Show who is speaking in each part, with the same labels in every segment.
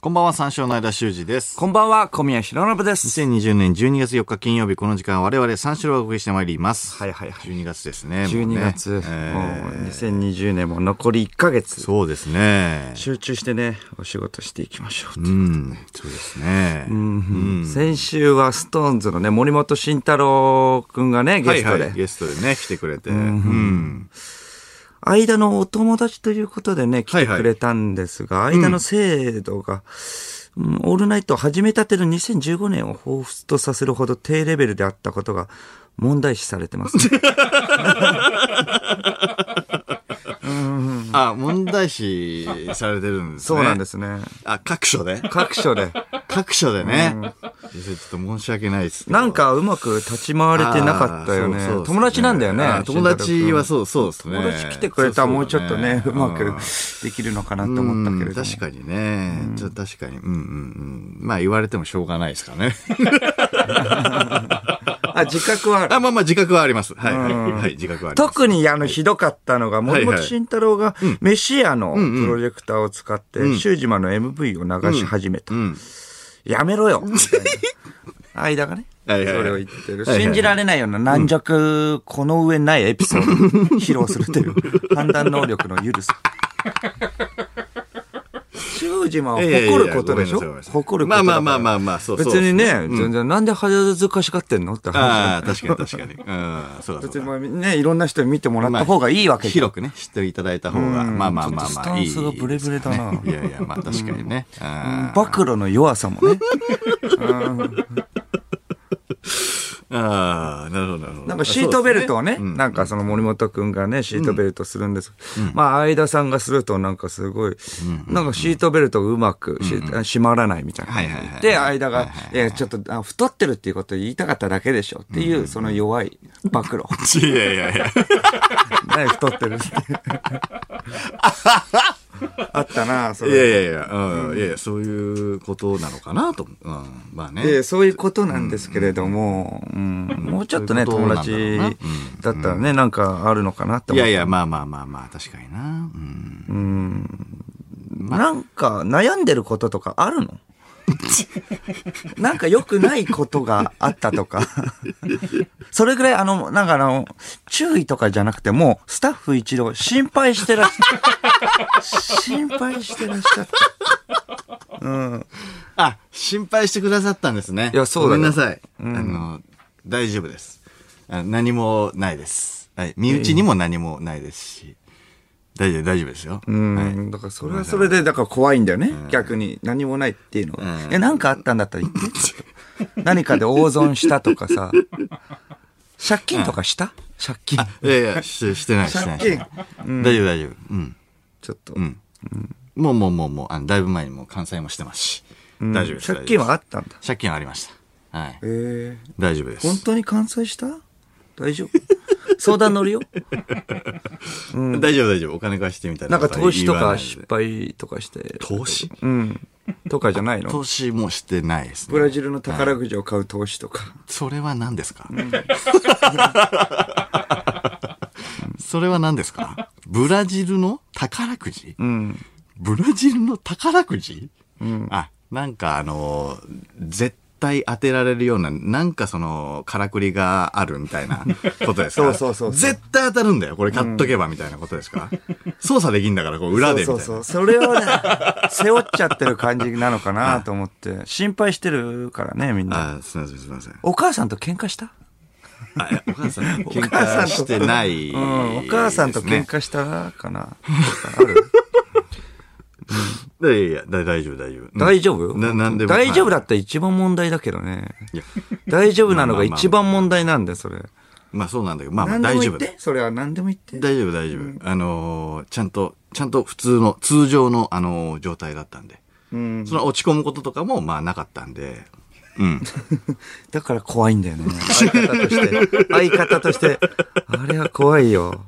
Speaker 1: こんばんは、三照の間修二です。
Speaker 2: こんばんは、小宮浩信です。
Speaker 1: 2020年12月4日金曜日、この時間は我々三四郎をお送りしてまいります。
Speaker 2: はいはいはい。
Speaker 1: 12月ですね。もう
Speaker 2: 12
Speaker 1: ね
Speaker 2: 月、もう
Speaker 1: えー
Speaker 2: 2020年も残り1ヶ月、
Speaker 1: そうですね。
Speaker 2: 集中してね、お仕事していきましょうと。
Speaker 1: うん、そうですね。
Speaker 2: 先週はストーンズのね、森本慎太郎くんがね、ゲストで、
Speaker 1: ゲストでね、来てくれて。うん。
Speaker 2: 間のお友達ということでね、来てくれたんですが、間の制度が、うんオールナイトを始めたての2015年を彷彿とさせるほど低レベルであったことが問題視されてます、ね。
Speaker 1: あ、問題視されてるんですね。。
Speaker 2: そうなんですすね。
Speaker 1: あ、各所で
Speaker 2: 各所で。
Speaker 1: 各所でね。先生ちょっと申し訳ないですけど。
Speaker 2: なんかうまく立ち回れてなかったよね
Speaker 1: あーそうそう。です
Speaker 2: 友達なんだよね
Speaker 1: あー。友達はそう、そうですね。
Speaker 2: 友達来てくれたらもうちょっとね、
Speaker 1: そうそだ
Speaker 2: まくできるのかなと思ったけれど
Speaker 1: うん
Speaker 2: も。
Speaker 1: 確かにね。ちょっと確かに。うんうんうん。まあ言われてもしょうがないですからね。
Speaker 2: あ、自覚はある。
Speaker 1: あ、まあまあ自覚はあります。はいはい。はい、自覚はあります。
Speaker 2: 特にあの、ひどかったのが、森本慎太郎が、メシアのプロジェクターを使って、シュージマの MV を流し始めた。
Speaker 1: ん
Speaker 2: やめ ろよみたいな間がね。そ
Speaker 1: はいはいはい
Speaker 2: れを言ってる。
Speaker 1: はいはい
Speaker 2: 信じられないような軟弱、この上ないエピソードを 披露するという判断能力の緩さ。修二マは誇ることでしょ
Speaker 1: いやいやいやごめんなさい
Speaker 2: 誇ること
Speaker 1: まあまあまあ
Speaker 2: あ。
Speaker 1: まあまあ、そうそう。
Speaker 2: 別にね、全然なんで恥ずかしがってんのって話。
Speaker 1: ああ、確かに確かに。うん、そうだ
Speaker 2: 別
Speaker 1: そう
Speaker 2: に
Speaker 1: だ。
Speaker 2: まあね、いろんな人に見てもらった方がいいわけじゃん
Speaker 1: 広くね、知っていただいた方が、まあまあまあ
Speaker 2: ちょっとス
Speaker 1: ま
Speaker 2: タ
Speaker 1: あ、いい。
Speaker 2: ンスがブレブレだな。
Speaker 1: いやいや、まあ確かにね。あ
Speaker 2: 暴露の弱 さもね。
Speaker 1: ーあー、なるほど、なるほど。
Speaker 2: なんかシートベルトをね、なんかその森本くんがね、シートベルトするんです。まあ、相田さんがするとなんかすごい、なんかシートベルトがうまくし閉まらないみたいな。
Speaker 1: はいはいはい
Speaker 2: で、相田が、いや、ちょっとあ太ってるっていうことを言いたかっただけでしょっていう、その弱い 暴露。
Speaker 1: いやいやいや。
Speaker 2: ね、太ってるって。あったな、 そ
Speaker 1: いやい
Speaker 2: れ。
Speaker 1: やいや、うん、いやいや、そういうことなのかなと思う。うん、まあね。
Speaker 2: でそういうことなんですけれども、うんもうちょっとね、
Speaker 1: そういうこ
Speaker 2: 友
Speaker 1: となんだろう
Speaker 2: 達
Speaker 1: な
Speaker 2: だったらね、なんかあるのかなって
Speaker 1: い
Speaker 2: 思
Speaker 1: や
Speaker 2: って
Speaker 1: いや、まあまあまあまあ、確かにな。うん。
Speaker 2: なんか悩んでることとかあるのなんか良くないことがあったとか。それぐらいあの、なんかあの、注意とかじゃなくてもうスタッフ一同心配してらっしゃ心配してらっしゃった。
Speaker 1: あ、心配してくださったんですね。
Speaker 2: いやそうだ
Speaker 1: ご
Speaker 2: よ
Speaker 1: めんなさい。あの、大丈夫です。あ何もないです。はい。身内にも何もないですし。大丈夫、大丈夫ですよ。
Speaker 2: うん、だからそれはそれで、だから怖いんだよね。逆に何もないっていうのは。え、なんかあったんだったら言って。何かで大損したとかさ。借金とかした借金。
Speaker 1: いやいや、ししてない、してない。してない大丈夫、大丈夫。うん。
Speaker 2: ちょっと。
Speaker 1: もうもうもうもう、あのだいぶ前にもう完済もしてますし。大丈夫です。
Speaker 2: 借金
Speaker 1: 大丈夫
Speaker 2: はあったんだ
Speaker 1: で。す借金はありました。はい
Speaker 2: え。ー
Speaker 1: 大丈夫です。
Speaker 2: 本当に完済した 大丈夫相談乗るよ。
Speaker 1: 大丈夫、大丈夫。お金貸してみたい
Speaker 2: な
Speaker 1: なん
Speaker 2: か投資と
Speaker 1: 言わな
Speaker 2: か
Speaker 1: いで
Speaker 2: 失敗とかして。
Speaker 1: 投資
Speaker 2: うん。とかじゃないの
Speaker 1: 投資もしてないですね。
Speaker 2: ブラジルの宝くじを買う投資とか。
Speaker 1: それは何ですか、 それは何ですかブラジルの宝くじ、
Speaker 2: うん。
Speaker 1: ブラジルの宝くじ、あ、なんかあのー絶対当てられるような、なんかその、からくりがあるみたい なことですか
Speaker 2: そうそうそうそう
Speaker 1: 絶対当たるんだよ。これ買っとけばみたいなことですか、操作できんだから、こう裏でみたい
Speaker 2: そ
Speaker 1: な。
Speaker 2: うそうそう。それをね、 背負っちゃってる感じなのかなと思 って。心配してるからね、みんな。
Speaker 1: あ、すみません、すみません。
Speaker 2: お母さんと喧嘩した
Speaker 1: あいやお母さん、喧
Speaker 2: お母さん
Speaker 1: 嘩
Speaker 2: と
Speaker 1: してない、
Speaker 2: うん。お母さんと喧
Speaker 1: 嘩。
Speaker 2: 嘩したかな。ある
Speaker 1: いやいや、だ大丈夫、大丈夫。
Speaker 2: 大丈夫
Speaker 1: ななんでも
Speaker 2: 大丈夫だ
Speaker 1: は
Speaker 2: ったら一番問題だけどね。
Speaker 1: いいや
Speaker 2: 大丈夫なのが一番問題なんだよ、それ。
Speaker 1: まあそうなんだけど、まあまあ
Speaker 2: 何で
Speaker 1: 大丈
Speaker 2: も言っ
Speaker 1: 夫。
Speaker 2: て。それは何でも言って。
Speaker 1: 大丈夫、大丈夫。あのー、ちゃんと、ちゃんと普通の、通常の、あのー状態だったんで。
Speaker 2: うん。
Speaker 1: その落ち込むこととかも、まあなかったんで。 うん。
Speaker 2: だから怖いんだよね。 相方として。相方として。あれは怖いよ。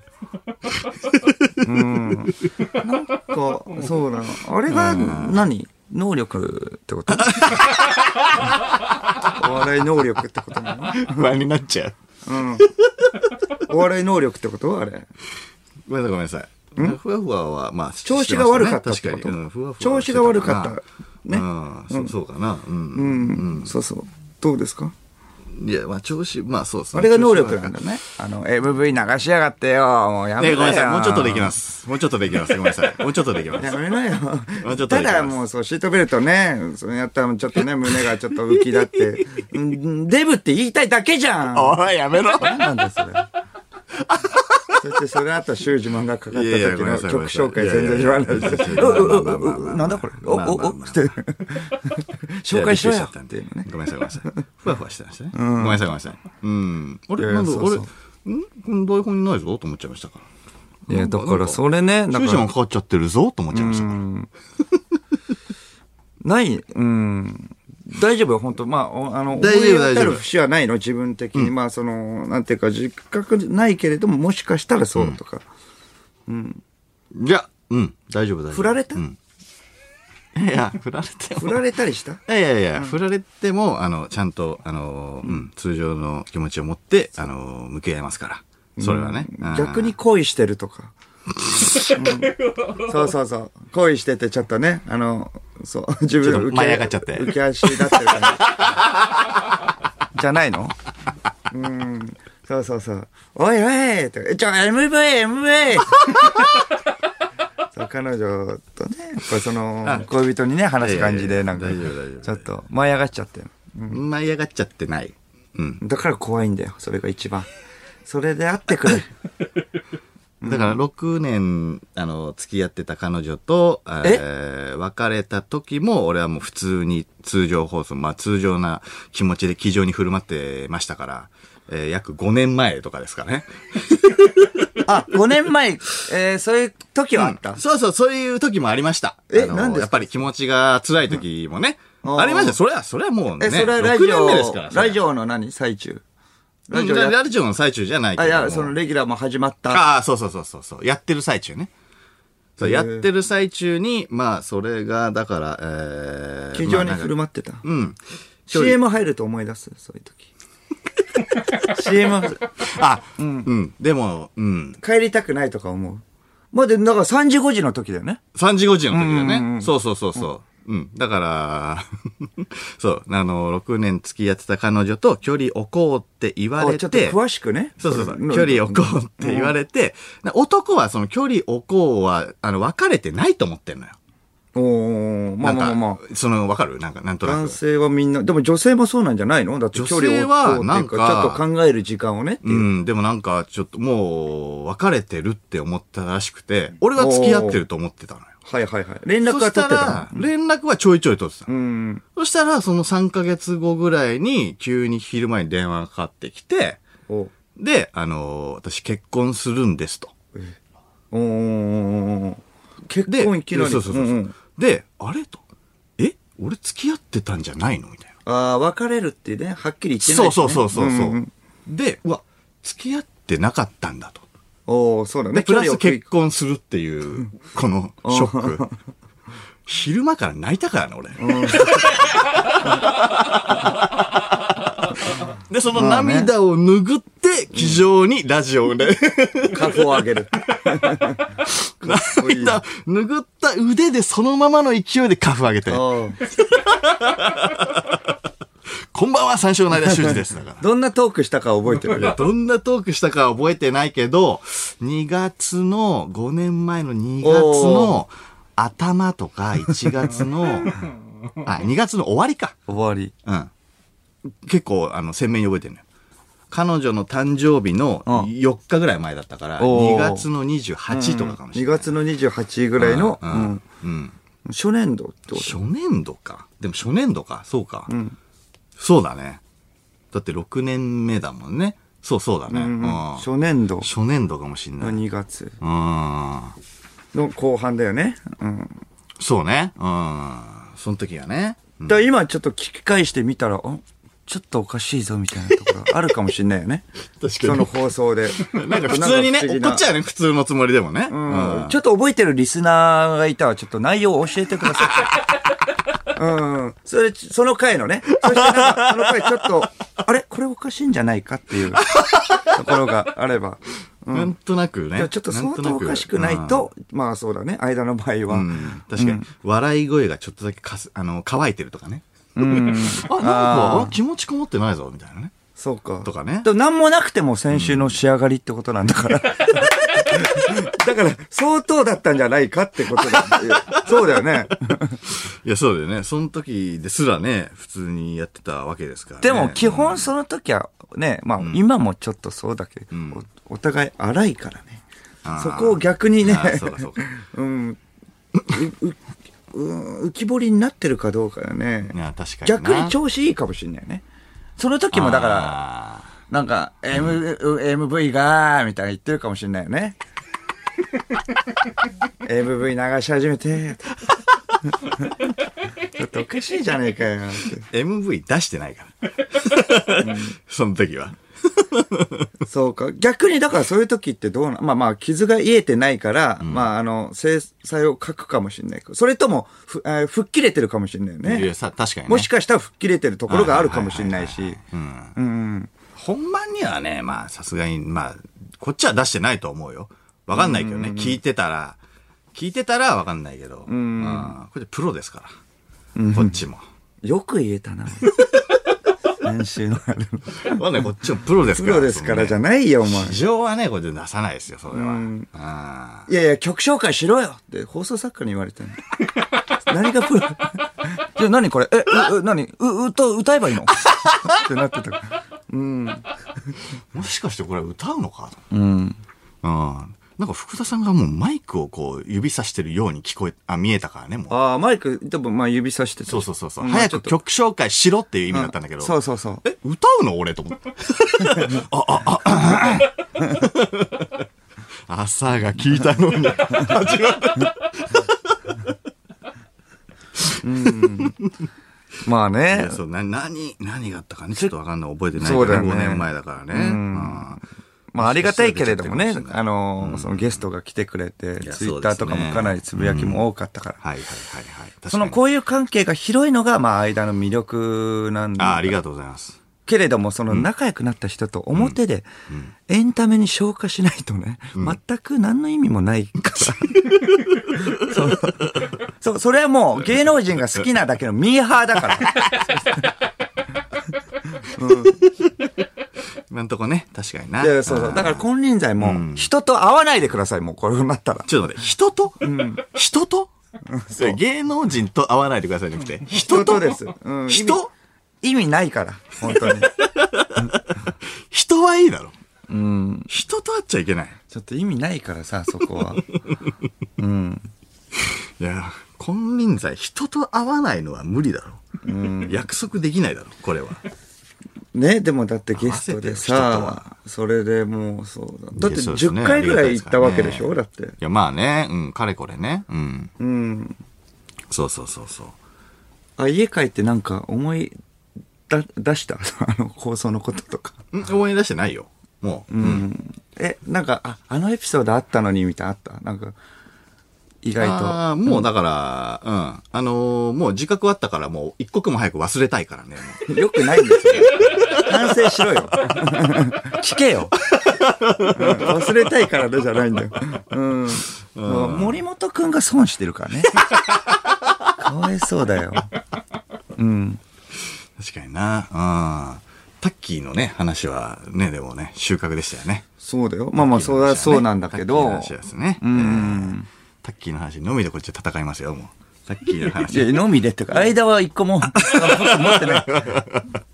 Speaker 2: うん。なんか、そうなの。あれが何、能力って ことお笑い能力ってことなの
Speaker 1: 不安になっちゃう。
Speaker 2: うん。お笑い能力ってことあれ。
Speaker 1: ごめんなさい、ごめんなさい。ふわふわは、まあ、
Speaker 2: 調子が悪かったって
Speaker 1: 確か
Speaker 2: こと
Speaker 1: に。うんふわふわは
Speaker 2: 調子が悪かった
Speaker 1: して
Speaker 2: ね。
Speaker 1: うんそそうかな。うん。
Speaker 2: うん、そうそう。どうですか
Speaker 1: うんいや、まあ、調子、まあ、そうです
Speaker 2: あれが能力なんだね。あの、MV 流しやがってよ。もうやめ
Speaker 1: ね、ご
Speaker 2: ろよ。
Speaker 1: めんなさい。もうちょっとできます。もうちょっとできます。ごめんなさい。もうちょっとできます。
Speaker 2: やめなよ
Speaker 1: もうちょっとできます
Speaker 2: ただもうそうシートベルトねそれやったらちょっとね胸がちょっと浮き立ってうんデブって言いたいだけじゃん
Speaker 1: おい、やめろ。
Speaker 2: 何なんだそれそしてそれあと修二マンがかかった
Speaker 1: いやいや
Speaker 2: 時
Speaker 1: ごめんなさ
Speaker 2: の
Speaker 1: い
Speaker 2: 曲紹介全然言わないで
Speaker 1: いやいやいやいやまあまあまあま あまあ
Speaker 2: なんだこれお
Speaker 1: まあまあ
Speaker 2: お
Speaker 1: まあ
Speaker 2: おって紹介しろよっていうね
Speaker 1: ごめんなさい、ごめんなさい。 ふわふわしてましたね。ごめんなさい、ごめんなさい。うん。あ
Speaker 2: い
Speaker 1: れ、
Speaker 2: やいや
Speaker 1: なんだ、
Speaker 2: そうそう
Speaker 1: あれ、んこの台本にないぞと思っちゃいましたから。
Speaker 2: いやだからそれねだ
Speaker 1: 修
Speaker 2: か
Speaker 1: 士も
Speaker 2: ら
Speaker 1: かかっちゃってるぞと思っちゃいましたから。
Speaker 2: ないうん大丈夫よ本当まあおあの
Speaker 1: 大丈夫
Speaker 2: 思い当た
Speaker 1: 大丈
Speaker 2: る
Speaker 1: 夫
Speaker 2: 節はないの自分的にまあそのなんていうか実覚ないけれどももしかしたらそうとか
Speaker 1: じゃあ、うん、大丈夫、大丈夫。
Speaker 2: 振られた
Speaker 1: うんいや、振られて
Speaker 2: 振
Speaker 1: も。
Speaker 2: られたりした
Speaker 1: いやいやいや、振られても、あの、ちゃんと、あのー、うん、通常の気持ちを持って、あのー、向き合いますから。それはね。うん
Speaker 2: 逆に恋してるとか。うんそうそうそう。恋しててちょっとね、あの、そう、自分
Speaker 1: ちょっと
Speaker 2: 浮き
Speaker 1: 舞い上がっちゃって
Speaker 2: 浮き足立ってる感じ。じゃないのうん。そうそうそう。おいおいとかえちょ、MV、MV! そう彼女とね、こうその、恋人にね、話す感じ
Speaker 1: いやいやいや
Speaker 2: で、なんか、
Speaker 1: 大丈夫大丈夫
Speaker 2: ちょっと、舞い上がっちゃってる。
Speaker 1: 舞い上がっちゃってない。うん。
Speaker 2: だから怖いんだよ、それが一番。それで会ってくれ。
Speaker 1: だから6年、あの、付き合ってた彼女と、
Speaker 2: え
Speaker 1: ー別れた時も、俺はもう普通に通常放送、まあ通常な気持ちで気丈に振る舞ってましたから、えー約5年前とかですか ね。
Speaker 2: あ、5年前、えー、そういう時はあった。
Speaker 1: そうそう、そういう時もありました。
Speaker 2: え
Speaker 1: あの
Speaker 2: 何ですか
Speaker 1: やっぱり気持ちが辛い時もね。
Speaker 2: うん
Speaker 1: ありましたよ。それは、それはもうね。
Speaker 2: え、それはラジ
Speaker 1: 6年目です
Speaker 2: オ
Speaker 1: から、。
Speaker 2: ラジオの何最中
Speaker 1: それは
Speaker 2: ラジオ
Speaker 1: うん
Speaker 2: や、
Speaker 1: ラジオの最中じゃないけ
Speaker 2: あ、い
Speaker 1: ども。
Speaker 2: や、そのレギュラーも始まった。
Speaker 1: ああ、そうそうそうそうそう。やってる最中ね。そう、
Speaker 2: へえ
Speaker 1: やってる最中に、まあ、それが、だから、えー、
Speaker 2: 非常に
Speaker 1: まあな
Speaker 2: 振
Speaker 1: ん
Speaker 2: る
Speaker 1: か
Speaker 2: 舞ってた。
Speaker 1: うん。
Speaker 2: CM 入ると思い出す、そういう時。CM
Speaker 1: あ、うん、でも、うん。
Speaker 2: 帰りたくないとか思う。まあ、で、だから3時5時の時だよね。
Speaker 1: 3時5時の時だね。
Speaker 2: うんうんうん
Speaker 1: そうそうそうそう。うん。だから、 そう、あの、6年付き合ってた彼女と距離置こうって言わ
Speaker 2: あ
Speaker 1: れ
Speaker 2: ちょっと
Speaker 1: て、
Speaker 2: 詳しくね。
Speaker 1: そうそうそう。
Speaker 2: ん
Speaker 1: 距離置こうって言われて、な男はその距離置こうは、あの、別れてないと思ってんのよ。
Speaker 2: おーまあま
Speaker 1: な
Speaker 2: あまあ
Speaker 1: ん
Speaker 2: ま
Speaker 1: かその、わかるなんか、なん
Speaker 2: あ。
Speaker 1: とな
Speaker 2: 男
Speaker 1: く。
Speaker 2: 性はみんな、でも女性もそうなんじゃないのだって距離を置こうってい
Speaker 1: 女
Speaker 2: う
Speaker 1: 性はなんか
Speaker 2: ちょっと考える時間をねっていうう。
Speaker 1: ん、でもなんか、ちょっともう、別れてるって思ったらしくて、俺は付き合ってると思ってたのよ。
Speaker 2: はいはいはい。連絡
Speaker 1: そ
Speaker 2: は取っ
Speaker 1: してた
Speaker 2: た
Speaker 1: ら、
Speaker 2: の。
Speaker 1: 連絡はちょいちょい取ってた
Speaker 2: う。ん。
Speaker 1: そしたら、その3ヶ月後ぐらいに、急に昼前に電話がかかってきて、
Speaker 2: お
Speaker 1: で、あのー私結婚するんですと。
Speaker 2: おー結
Speaker 1: で、
Speaker 2: 婚いきなり。
Speaker 1: そうそうそう。
Speaker 2: ん
Speaker 1: そうんで、あれと。え俺付き合ってたんじゃないのみたいな。
Speaker 2: ああ、別れるってね、はっきり言ってない、
Speaker 1: そ
Speaker 2: ね。
Speaker 1: うそうそうそう。うん
Speaker 2: んん
Speaker 1: で、うわ、付き合ってなかったんだと。
Speaker 2: おおそうだね。
Speaker 1: で、プラス
Speaker 2: 距離を
Speaker 1: 結婚するっていう、このショック。昼間から泣いたからね、俺。 で、その涙を拭って、気丈にラジオで、
Speaker 2: 確保を上げる。
Speaker 1: 涙を拭った腕でそのままの勢いでカフ上げて、
Speaker 2: おー
Speaker 1: こんばんは、三章の間修二です。だから。
Speaker 2: どんなトークしたか覚えて
Speaker 1: い
Speaker 2: る
Speaker 1: や、どんなトークしたかは覚えてないけど、2月の、5年前の2月の頭とか、1月の、 あ、2月の終わりか。
Speaker 2: 終わり。
Speaker 1: うん。結構、あの、鮮明に覚えてるのよ。彼女の誕生日の
Speaker 2: うん
Speaker 1: 4日ぐらい前だったから、2
Speaker 2: おー
Speaker 1: 月の28とかかもしれ
Speaker 2: 2
Speaker 1: ない。
Speaker 2: 月の28ぐらいの、
Speaker 1: う
Speaker 2: うんん
Speaker 1: うん。
Speaker 2: 初年度ってこと
Speaker 1: 初年度か。でも初年度か。そうか。そうだね。だって6年目だもんね。そうそうだね。
Speaker 2: うん
Speaker 1: うん
Speaker 2: 初年度
Speaker 1: 初年度かもしんない。う
Speaker 2: の
Speaker 1: ん。
Speaker 2: 2月の後半だよね。うん。
Speaker 1: そうね。うん。その時がね。うん
Speaker 2: だから今ちょっと聞き返してみたら、んちょっとおかしいぞみたいなところあるかもしれないよ ね。その放送で。
Speaker 1: なんか普通にね、
Speaker 2: なんか不思議
Speaker 1: 怒
Speaker 2: な
Speaker 1: っちゃうね。普通のつもりでもね。う
Speaker 2: うんちょっと覚えてるリスナーがいたら、ちょっと内容を教えてくださ い。うん。それ、その回のね。そしてなんか、 その回ちょっと、あれこれおかしいんじゃないかっていうところがあれば。
Speaker 1: なんとなく
Speaker 2: で
Speaker 1: ね。
Speaker 2: もちょっと
Speaker 1: なん
Speaker 2: 相
Speaker 1: と
Speaker 2: 当
Speaker 1: な
Speaker 2: お
Speaker 1: く
Speaker 2: かしくない。と、まあそうだね、間の場合
Speaker 1: う
Speaker 2: は。
Speaker 1: んうん確かに、笑い声がちょっとだけかす、あの、乾いてるとかね。
Speaker 2: うん。
Speaker 1: あ、なん
Speaker 2: あ
Speaker 1: か
Speaker 2: ー、
Speaker 1: 気持ちこもってないぞ、みたいなね。
Speaker 2: そうか。
Speaker 1: とかね
Speaker 2: でも何もなくても先週の仕上がりってことなん だから。だから、相当だったんじゃないかってことだ。いやそうだよね。
Speaker 1: いや、そうだよね。その時ですらね、普通にやってたわけですからね。
Speaker 2: でも基本その時はね、まあ今もちょっとそうだけど、
Speaker 1: ん
Speaker 2: おお互い荒いからね
Speaker 1: あ。ー
Speaker 2: そこを逆にね
Speaker 1: あ、ーそうかそうか。
Speaker 2: うん、ううう浮き彫りになってるかどうかだね。
Speaker 1: いや、確かにな。
Speaker 2: 逆に調子いいかもしれないね。その時もだから、
Speaker 1: ら、
Speaker 2: なんか、M、MV が、みたいな言ってるかもしれないよ ね。MV 流し始めて。 ちょっとおかしいじゃねえかよ。っ
Speaker 1: MV 出してないから。 その時は。
Speaker 2: てそうか。逆にだからそういう時ってどうな、まあまあ傷が癒えてないから、まああの、制裁を書くかもしれないけどそれともふ、えー吹っ切れてるかもしれないよ
Speaker 1: いや
Speaker 2: ね。
Speaker 1: さ、確かにね。
Speaker 2: もしかしたら吹っ切れてるところがあるかもしれないし。
Speaker 1: うん。
Speaker 2: うん。
Speaker 1: 本番にはね、まあ、さすがに、まあ、こっちは出してないと思うよ。わかんないけどね。聞いてたら、聞いてたらわかんないけど。うん。これでプロですから。こっちも。
Speaker 2: よく言えた な。先週のあれ。
Speaker 1: わかんない、こっちもプロです
Speaker 2: プ
Speaker 1: から。
Speaker 2: ロですからじゃないよ、お前。
Speaker 1: 市場はね、これで出さないですよ、それは。
Speaker 2: ん
Speaker 1: あ
Speaker 2: いやいや、曲紹介しろよって放送作家に言われてんの。 何がプロじゃあ何これえ、う、う、何う、うと、歌えばいいの ってなってたから。
Speaker 1: ーもしかしてこれ歌うのかと。
Speaker 2: うん。
Speaker 1: うん。なんか福田さんがもうマイクをこう指さしてるように聞こえ、あ、見えたからね、もう。
Speaker 2: ああ、マイク、多分まあ指さしてた
Speaker 1: そうそうそうそう。
Speaker 2: ん
Speaker 1: 早
Speaker 2: ちょ
Speaker 1: く
Speaker 2: っと
Speaker 1: 曲紹介しろっていう意味だったんだけど。
Speaker 2: そうそうそう。
Speaker 1: え、歌うの俺と思って。あ、あ、あ、あ朝が聞いたのに。
Speaker 2: まあね。
Speaker 1: そう、な、何、何があったかね。ちょっとわかんない。覚えてないけ
Speaker 2: そうだ
Speaker 1: ど、
Speaker 2: よ
Speaker 1: ね、
Speaker 2: ね
Speaker 1: 5年前だからね。うん
Speaker 2: まあありがたいけれどもね
Speaker 1: そうそう、そう
Speaker 2: あのー、そのゲストが来てくれて、
Speaker 1: いや
Speaker 2: ツイ
Speaker 1: そう
Speaker 2: ッ
Speaker 1: で
Speaker 2: タ
Speaker 1: すね
Speaker 2: ーとかもかなりつぶやきも多かったから。
Speaker 1: はいはいはいはい。確かに
Speaker 2: その交友関係が広いのが、まあ間の魅力なん
Speaker 1: あ、
Speaker 2: だ
Speaker 1: ありがとうございます。
Speaker 2: けれども、その仲良くなった人と表でエンタメに消化しないとね、全く何の意味もないから。そうそう、それはもう芸能人が好きなだけのミーハーだ から。
Speaker 1: 今んとこね、確かにな。
Speaker 2: いやそうそう。だから金輪際も人と会わないでください、もうこれになったら。
Speaker 1: ちょっと待って、人と、人とそれ芸能人と会わないでくださいじゃなくて、人と
Speaker 2: 人とですうん
Speaker 1: 人
Speaker 2: 意味ないから、本 当に。
Speaker 1: 人はいいだろ。
Speaker 2: うん。
Speaker 1: 人と会っちゃいけない。
Speaker 2: ちょっと意味ないからさ、そこは。
Speaker 1: いや、金輪際、人と会わないのは無理だろ。約束できないだろ、これは。
Speaker 2: ね、でもだってゲストで
Speaker 1: 合わせて
Speaker 2: さ、それでもうそうだ。だって
Speaker 1: いやそうですね
Speaker 2: 10回ぐらい行ったわけでし
Speaker 1: あ
Speaker 2: ょ
Speaker 1: りが
Speaker 2: だって。
Speaker 1: いや、まあね、うん、かれこれね。うん。
Speaker 2: うん。
Speaker 1: そうそうそうそう。
Speaker 2: あ、家帰ってなんか思いだ出した あの、放送のこととか。
Speaker 1: うん思い出してないよ。もう。
Speaker 2: うん。え、なんか、あ、あのエピソードあったのに、みたいなのあったなんか、意外と。
Speaker 1: あーもうだから、うん。あのーもう自覚はあったから、もう一刻も早く忘れたいからね。もう
Speaker 2: よくないんですよ。反省しろ よ。聞けよ、うん忘れたいからね、じゃないんだよ。うん。森本くんが損してるからね。かわいそうだよ。うん。
Speaker 1: 確かにな。うん。タッキーのね、話はね、でもね、収穫でしたよね。
Speaker 2: そうだよ。まあまあ、それはそうなんだけど。
Speaker 1: タッキーの話はですね。
Speaker 2: う
Speaker 1: え
Speaker 2: ん
Speaker 1: ータッキーの話のみでこっちは戦いますよ、もう。タッキーの
Speaker 2: いや、
Speaker 1: 話。
Speaker 2: のみでっていうか、間は一個も、あの持ってない。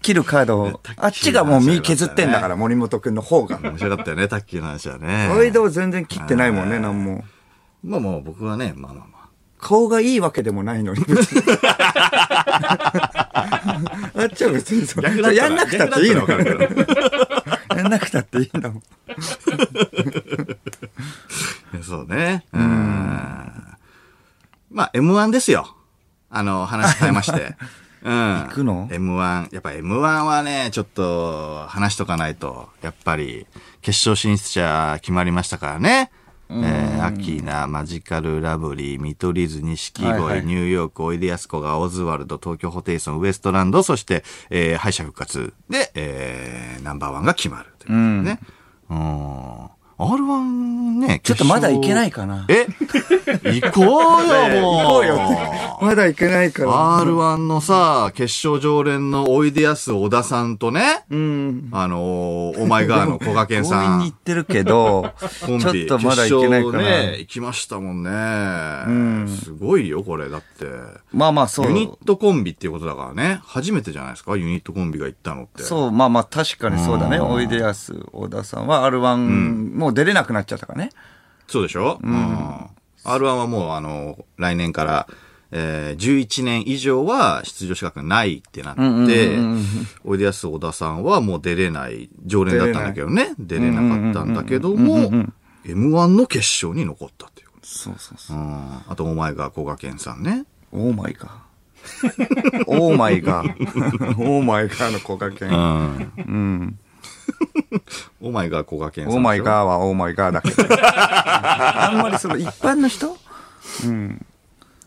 Speaker 2: 切るカード を、あっちがもう身削ってんだから、森本くんの方が。
Speaker 1: 面白かったよね、タッキーの話はね。
Speaker 2: 間は全然切ってないもんね、なんも。
Speaker 1: まあまあ僕はね、まあまあま
Speaker 2: 顔がいいわけでもないの に。別にあっちは別にそう。
Speaker 1: あ。
Speaker 2: やんなくたっていいの
Speaker 1: 逆だったらわかるけど
Speaker 2: やんなくたっていいんだもん。
Speaker 1: いや そうね。うん。まあ M1 ですよ。あの、話変えま して。うん。行
Speaker 2: くの
Speaker 1: ?M1。やっぱ M1 はね、ちょっと話しとかないと、やっぱり、決勝進出者決まりましたからね。えー、アキーナ、マジカル、ラブリー、見取り図、錦鯉、
Speaker 2: はいはい
Speaker 1: ニューヨーク、おいでやすこが、オズワルド、東京ホテイソン、ウエストランド、そして、えー敗者復活で、えーナンバーワンが決まるということですね。うん。 R1 ね、
Speaker 2: ちょっ
Speaker 1: 決
Speaker 2: と
Speaker 1: 勝
Speaker 2: まだいけないかな
Speaker 1: え行こうよ、もう。
Speaker 2: 行こうよって まだいけないから。
Speaker 1: R1 のさ、決勝常連のおいでやす小田さんとね、
Speaker 2: うん。
Speaker 1: あのー、オマイガーの小賀健さ
Speaker 2: 強引に
Speaker 1: ん
Speaker 2: 行っ、てるけど、
Speaker 1: コンビ、
Speaker 2: ちょっとまだいけないか
Speaker 1: 決
Speaker 2: な
Speaker 1: 勝ね、行きましたもんね。
Speaker 2: ん
Speaker 1: すごいよ、これ。だって。
Speaker 2: まあまあそう。
Speaker 1: ユニットコンビっていうことだからね。初めてじゃないですか、ユニットコンビが行ったのって。
Speaker 2: そう、まあまあ確かにそうだね。
Speaker 1: うん
Speaker 2: おいでやす、小田さんは R1、もう出れなくなっちゃったからね。
Speaker 1: そうでしょうん。R1 はもう、あの、来年から、えー、11年以上は出場資格ないってな
Speaker 2: うんうん
Speaker 1: っ
Speaker 2: う
Speaker 1: て
Speaker 2: んうん、
Speaker 1: おいでやす小田さんはもう出れない、常連だったんだけどね。出れなかったんだけども、M1 の決勝に残ったっていう。
Speaker 2: そうそうそうう。
Speaker 1: ん。あと、お前が小賀健さんね。
Speaker 2: オーマイガー。 オーマイガー。オーマイガーの小賀
Speaker 1: う
Speaker 2: 健。
Speaker 1: ん。
Speaker 2: うん。
Speaker 1: お前が小賀健さんでし
Speaker 2: オ
Speaker 1: ょ。
Speaker 2: ーマイガーはオーマイガーだけ ど。あんまりその一般の人うん。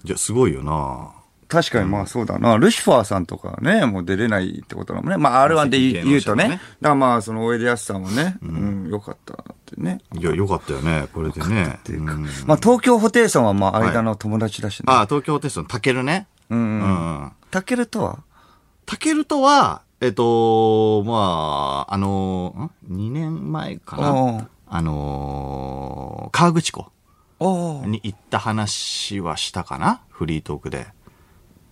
Speaker 1: じゃ、すごいよな
Speaker 2: 確かにまあそうだな。ルシファーさんとかね、もう出れないってことだもんね。まあ R1 で言う言うとね。
Speaker 1: 芸能
Speaker 2: だ
Speaker 1: 者のね
Speaker 2: からまあそのおいでやすさんはね、うん、よかったってね。
Speaker 1: いや、よかったよね、これでね。
Speaker 2: っていうか、
Speaker 1: うん
Speaker 2: まあ東京ホテイソンはまあ間の友達だしね。
Speaker 1: あ、東京テストのタケルね。
Speaker 2: うん
Speaker 1: う
Speaker 2: うん。
Speaker 1: ん。
Speaker 2: タケルとは
Speaker 1: タケルとは、えっと、まあ、あの、ん ?2 年前か
Speaker 2: お
Speaker 1: な
Speaker 2: う。
Speaker 1: あの、河口湖
Speaker 2: おお。
Speaker 1: に行った話はしたかなフリートークで。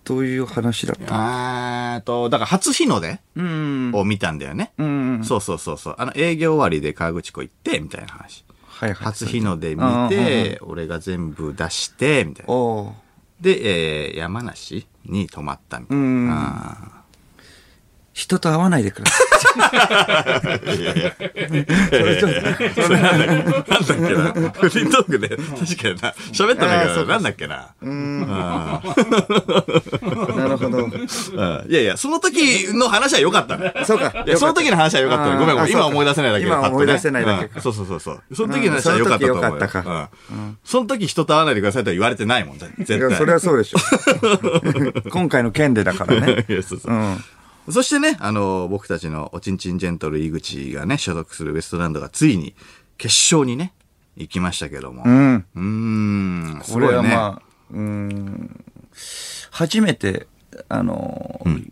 Speaker 2: どういう話だった
Speaker 1: えっと、だから初日の出
Speaker 2: うん。
Speaker 1: を見たんだよね。
Speaker 2: うん。
Speaker 1: そうそうそうそう。あの、営業終わりで河口湖行って、みたいな話。
Speaker 2: はいはい。
Speaker 1: 初日の出見
Speaker 2: うんうんうん
Speaker 1: て、俺が全部出して、みたい
Speaker 2: お
Speaker 1: な。
Speaker 2: お
Speaker 1: で、えー山梨に泊まったみた
Speaker 2: ー。う
Speaker 1: いな。
Speaker 2: ん。人と会わないでください。
Speaker 1: なんだっけな。フリートークで、確かにな。喋ったんだけど、なんだっけな。
Speaker 2: なるほど。
Speaker 1: うんいやいや、その時の話は良かったの。い
Speaker 2: そうか。
Speaker 1: や、その時の話は良かったの。ごめんご
Speaker 2: あ
Speaker 1: めん。
Speaker 2: あそうか
Speaker 1: 今思い出せないだけ
Speaker 2: 今
Speaker 1: パッとね
Speaker 2: 思い出せないだけか
Speaker 1: うんそうそうそうそう。その時の話は良かったと思うよ。
Speaker 2: うんその時良か
Speaker 1: うんその時人と会わないでくださいとは言われてないもん、絶対。
Speaker 2: いやそれはそうでしょ。 今回の件でだからね。。
Speaker 1: いやそうそううん そしてね、あの、僕たちのおちんちんジェントル井口がね、所属するウエストランドがついに決勝にね、行きましたけども。
Speaker 2: う。
Speaker 1: うんーん、す
Speaker 2: こ
Speaker 1: ごい
Speaker 2: れは
Speaker 1: ね。
Speaker 2: まあ、うん。初めて、あのー、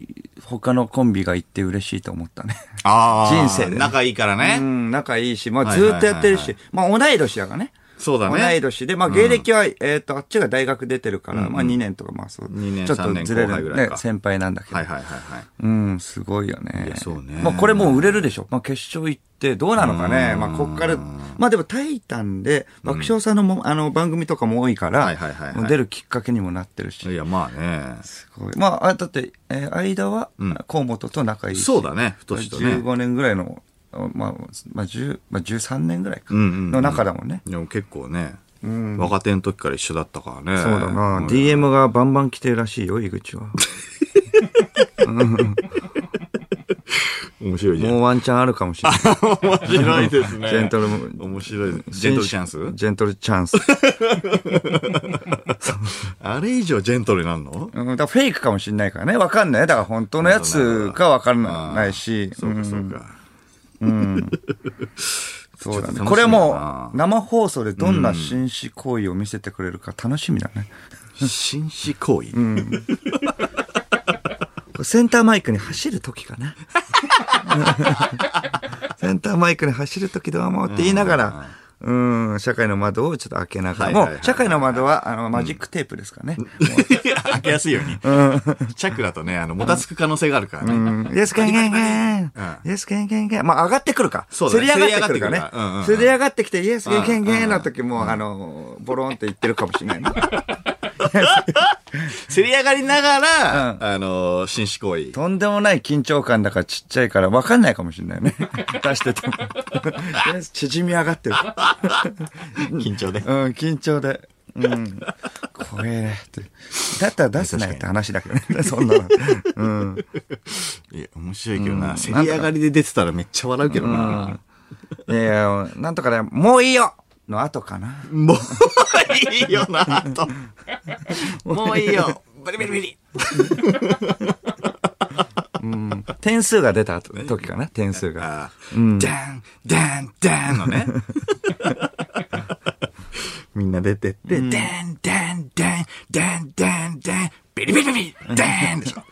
Speaker 2: 他のコンビが行って嬉しいと思ったね。
Speaker 1: あー
Speaker 2: 人生でね
Speaker 1: 仲いいから
Speaker 2: う
Speaker 1: ね。
Speaker 2: ん、仲いいし、まあ
Speaker 1: はい
Speaker 2: ず
Speaker 1: はいはい
Speaker 2: ーっとやってるし、まあ同い年だからね。
Speaker 1: そうだね。
Speaker 2: 同い年で、まあ芸歴は、えっと、あっちが大学出てるから、まあ2年とかまあそう。
Speaker 1: 二年
Speaker 2: ちょっと
Speaker 1: 三年
Speaker 2: ずれ
Speaker 1: 後輩ぐ
Speaker 2: る
Speaker 1: らい
Speaker 2: ね
Speaker 1: か、
Speaker 2: 先輩なんだけど
Speaker 1: はい。はいはいはい。
Speaker 2: うん、すごいよね。
Speaker 1: いやそうね
Speaker 2: まあこれもう売れるでしょ。まあ決勝行ってどうなのかね。
Speaker 1: うん
Speaker 2: まあこっから、まあでもタイタンで爆笑さんのも、あの番組とかも多いから、
Speaker 1: はいはいはいはい
Speaker 2: もう出るきっかけにもなってるし。
Speaker 1: いや、まあね。
Speaker 2: すごい。まあ、あだって、えー間は、
Speaker 1: うん
Speaker 2: 河本と仲いいし。
Speaker 1: そうだね、太しとね。
Speaker 2: 15年ぐらいの、あまあ、まあ、10まあ、13年ぐらいか。
Speaker 1: うんうんうん
Speaker 2: の中だもんね。
Speaker 1: でも結構ね、
Speaker 2: うん
Speaker 1: 若手の時から一緒だったからね。
Speaker 2: そうだな。
Speaker 1: ん
Speaker 2: DM がバンバン来てるらしいよ、井口は。
Speaker 1: 面白いじゃん。
Speaker 2: もうワンチャンあるかもし れない。
Speaker 1: 面白いですね。
Speaker 2: ジェントル、
Speaker 1: 面白い。ジェントルチャンス
Speaker 2: ジェントルチャンス。
Speaker 1: あれ以上ジェントルになるの
Speaker 2: うん、だからフェイクかもしれないからね。わかんない。だから本当のやつかわからないし。
Speaker 1: そうかそうか。
Speaker 2: そうだ
Speaker 1: ちょっと楽しみだ
Speaker 2: ね。
Speaker 1: な
Speaker 2: これもう生放送でどんな紳士行為を見せてくれるか楽しみだね。
Speaker 1: 紳士行為。
Speaker 2: これセンターマイクに走る時か な。センターマイクに走る時どうもって言いながら、うん、社会の窓をちょっと開けなが
Speaker 1: は
Speaker 2: ら、
Speaker 1: いはいはい
Speaker 2: もう社会の窓はあのマジックテープですかね。
Speaker 1: 開けやすいように。チャックだとね、あの、もたつく可能性があるからね。
Speaker 2: イエスケンケンケンイエスケンケンケンまあ上がってくるか。
Speaker 1: そうだね
Speaker 2: せり上がってくる
Speaker 1: せ
Speaker 2: か
Speaker 1: り上がってくるからうんうんう
Speaker 2: ね。
Speaker 1: ん
Speaker 2: せり上がってきて、イエスケンケンケンの時も、あの、ボロンって言ってるかもしれないな。
Speaker 1: せり上がりながら
Speaker 2: う、ん
Speaker 1: あのー、紳士行為。
Speaker 2: とんでもない緊張感だからちっちゃいから分かんないかもしれないね。出し てても。縮み上がってる。
Speaker 1: 緊張で。
Speaker 2: うん、緊張で。うん。怖えねって。だったら出すなよって話だけどね。そんなの。うん。
Speaker 1: いや、面白いけど
Speaker 2: う
Speaker 1: な。
Speaker 2: ん
Speaker 1: せり上がりで出てたらめっちゃ笑うけどな。
Speaker 2: いやいや、なんとかね、もういいよの後かな。
Speaker 1: もういいよな、と。もういいよ。ブリブリブリ。
Speaker 2: 天点数が出た時かな、点数が。
Speaker 1: あーダン、ダン、ダンのね。みんな出てって、ダン、ダン、ダン、ダン、ダン、ダン、ビリビリビリ、ダンでしょ。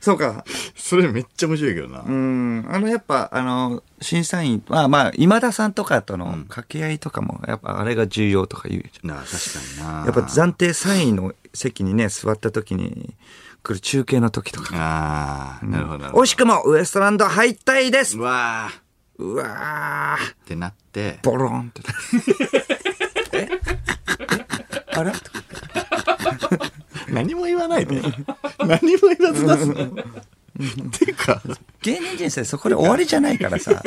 Speaker 2: そうか。
Speaker 1: それめっちゃ面白いけどな
Speaker 2: う。ん。あの、やっぱ、あの、審査員、まあまあ、今田さんとかとの掛け合いとかも、やっぱあれが重要とか言うじゃん。
Speaker 1: なあ、確かにな。
Speaker 2: やっぱ暫定3位の席にね、座った時に、来る中継の時とか。
Speaker 1: ああ、なるほどなるほど。
Speaker 2: 惜しくもウエストランド敗退です
Speaker 1: うわーっ
Speaker 2: うわー、
Speaker 1: てなって、
Speaker 2: ボロンって。え あれ
Speaker 1: 何も言わないで。何も言わず出すの。てか、
Speaker 2: 芸人人生そこで終わりじゃないからさ。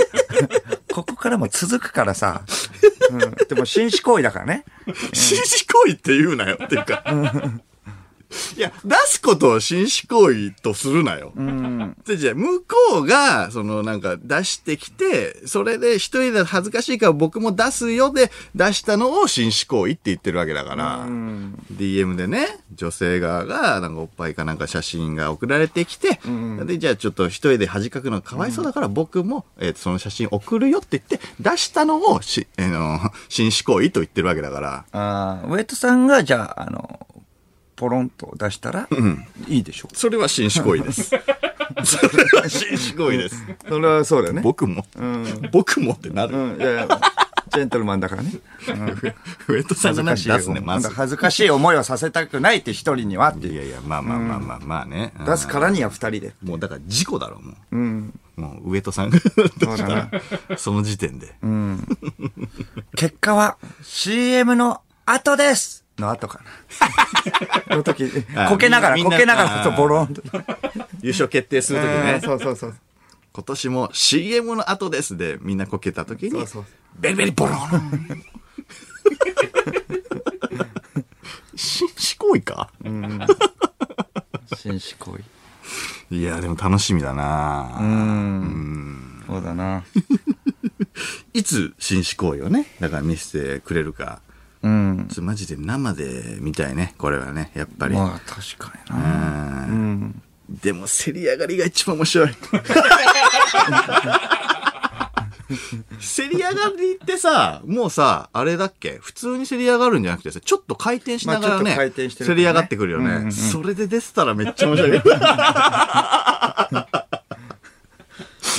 Speaker 2: ここからも続くからさ。うん、でも紳士行為だからね。
Speaker 1: 紳士行為って言うなよっていうか。いや、出すことを紳士行為とするなよ。でじゃあ向こうが、そのなんか出してきて、それで一人で恥ずかしいから僕も出すよで出したのを紳士行為って言ってるわけだから、DM でね、女性側がなんかおっぱいかなんか写真が送られてきて、で、じゃあちょっと一人で恥かくのかわいそうだから僕も、えーその写真送るよって言って出したのをし、えーの紳士行為と言ってるわけだから。
Speaker 2: あーウエットさんが、じゃあ、あの、ポロンと出したら、いいでしょう。
Speaker 1: それは紳士行為 です。それは紳士行為です。
Speaker 2: それはそうだよね
Speaker 1: 僕も、僕もってなる。
Speaker 2: うん、いやいや、ジェントルマンだからね。
Speaker 1: ウエットさんじゃ
Speaker 2: 恥ず
Speaker 1: な
Speaker 2: か
Speaker 1: く
Speaker 2: しい
Speaker 1: て出すね、まず。
Speaker 2: 恥ずかしい思いはさせたくないって一人にはって
Speaker 1: い
Speaker 2: いう。
Speaker 1: やいや、まあまあまあまあまあね。
Speaker 2: 出すからには二人で。
Speaker 1: もうだから事故だろ、もう。
Speaker 2: うん。
Speaker 1: もう、ウエットさんが出
Speaker 2: う
Speaker 1: し
Speaker 2: だ
Speaker 1: た
Speaker 2: な
Speaker 1: ら、その時点で。
Speaker 2: 結果は CM の後ですの後か な。の時、
Speaker 1: あ
Speaker 2: こけながら、
Speaker 1: みん
Speaker 2: こ
Speaker 1: な
Speaker 2: けながら
Speaker 1: あ
Speaker 2: と
Speaker 1: ー
Speaker 2: ボロンと。
Speaker 1: 優勝決定するとき
Speaker 2: うん
Speaker 1: ね。
Speaker 2: そうそうそう。
Speaker 1: 今年も CM の後ですで、みんなこけたとき
Speaker 2: そ
Speaker 1: に
Speaker 2: うそう、
Speaker 1: ベリベリボロン紳士行為か
Speaker 2: 紳士行為。
Speaker 1: いや、でも楽しみだな
Speaker 2: そうだな。
Speaker 1: いつ紳士行為をね、だから見せてくれるか。
Speaker 2: うん。
Speaker 1: ちょっとマジで生で見たいね、これはね、やっぱり。
Speaker 2: まあ確かにな。
Speaker 1: うんでも、競り上がりが一番面白い。競り上がりってさ、もうさ、あれだっけ普通に競り上がるんじゃなくてさ、ちょっと回転しながら
Speaker 2: まあちょっ
Speaker 1: ね、
Speaker 2: と回転してる
Speaker 1: 競
Speaker 2: からね
Speaker 1: り上がってくるよね。それで出てたらめっちゃ面白い。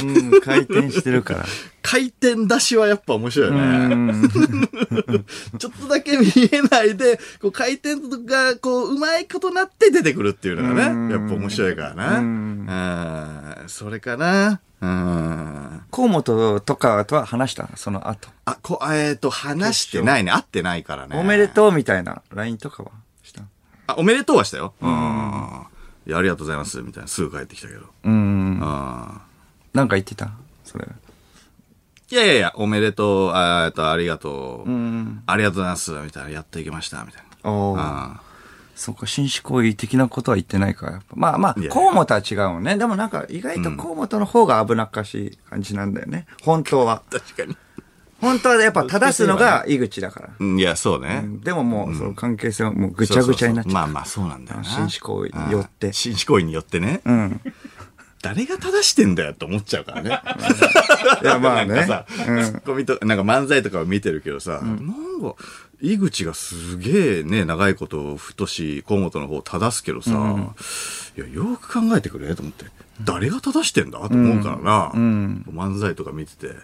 Speaker 2: うん、回転して るから。
Speaker 1: 回転出しはやっぱ面白いよね。 ちょっとだけ見えないで、こう回転がこう、うまいことなって出てくるっていうのがね、やっぱ面白いからな。うん。それかな。うん。
Speaker 2: 河本とかとは話したその後。
Speaker 1: あ、こ、えっ、と、話してないね。会ってないからね。
Speaker 2: おめでとうみたいな LINE とかはした
Speaker 1: あ、おめでとうはしたよ。うん。いや、ありがとうございます。みたいな。すぐ帰ってきたけど。
Speaker 2: うん。
Speaker 1: あ
Speaker 2: なんか言ってたそれ。
Speaker 1: ーいやいやいや、おめでとう、あえっと、ありがとう、
Speaker 2: ん
Speaker 1: ありがとうございます。みたいな。やっといきました。みたいな。
Speaker 2: おお。
Speaker 1: あ
Speaker 2: そうか、紳士行為的なことは言ってないから。やっぱまあまあ
Speaker 1: いや、
Speaker 2: 河本は違うもんね。でもなんか、意外と河本の方が危なっかしい感じなんだよね。本当は。
Speaker 1: ー確かに。
Speaker 2: 本当はやっぱ正すのが井口だから。
Speaker 1: うんいや、そうね。
Speaker 2: うんでももう、その関係性はもうぐちゃぐちゃになっちゃ
Speaker 1: そうそうそう
Speaker 2: う。
Speaker 1: まあまあそうなんだよな。
Speaker 2: 紳士行為によって
Speaker 1: うん紳士行為によってね。
Speaker 2: うん。
Speaker 1: 誰が正してんだよって思っちゃうからね。
Speaker 2: いや、ま
Speaker 1: な
Speaker 2: あ
Speaker 1: ん
Speaker 2: ね。
Speaker 1: かさ、ツッコミとか、なんか漫才とかを見てるけどさ、なんか、井口がすげえね、長いこと、太し、河本の方を正すけどさ、いや、よく考えてくれと思って、誰が正してんだと思うからな、漫才とか見てて、やっ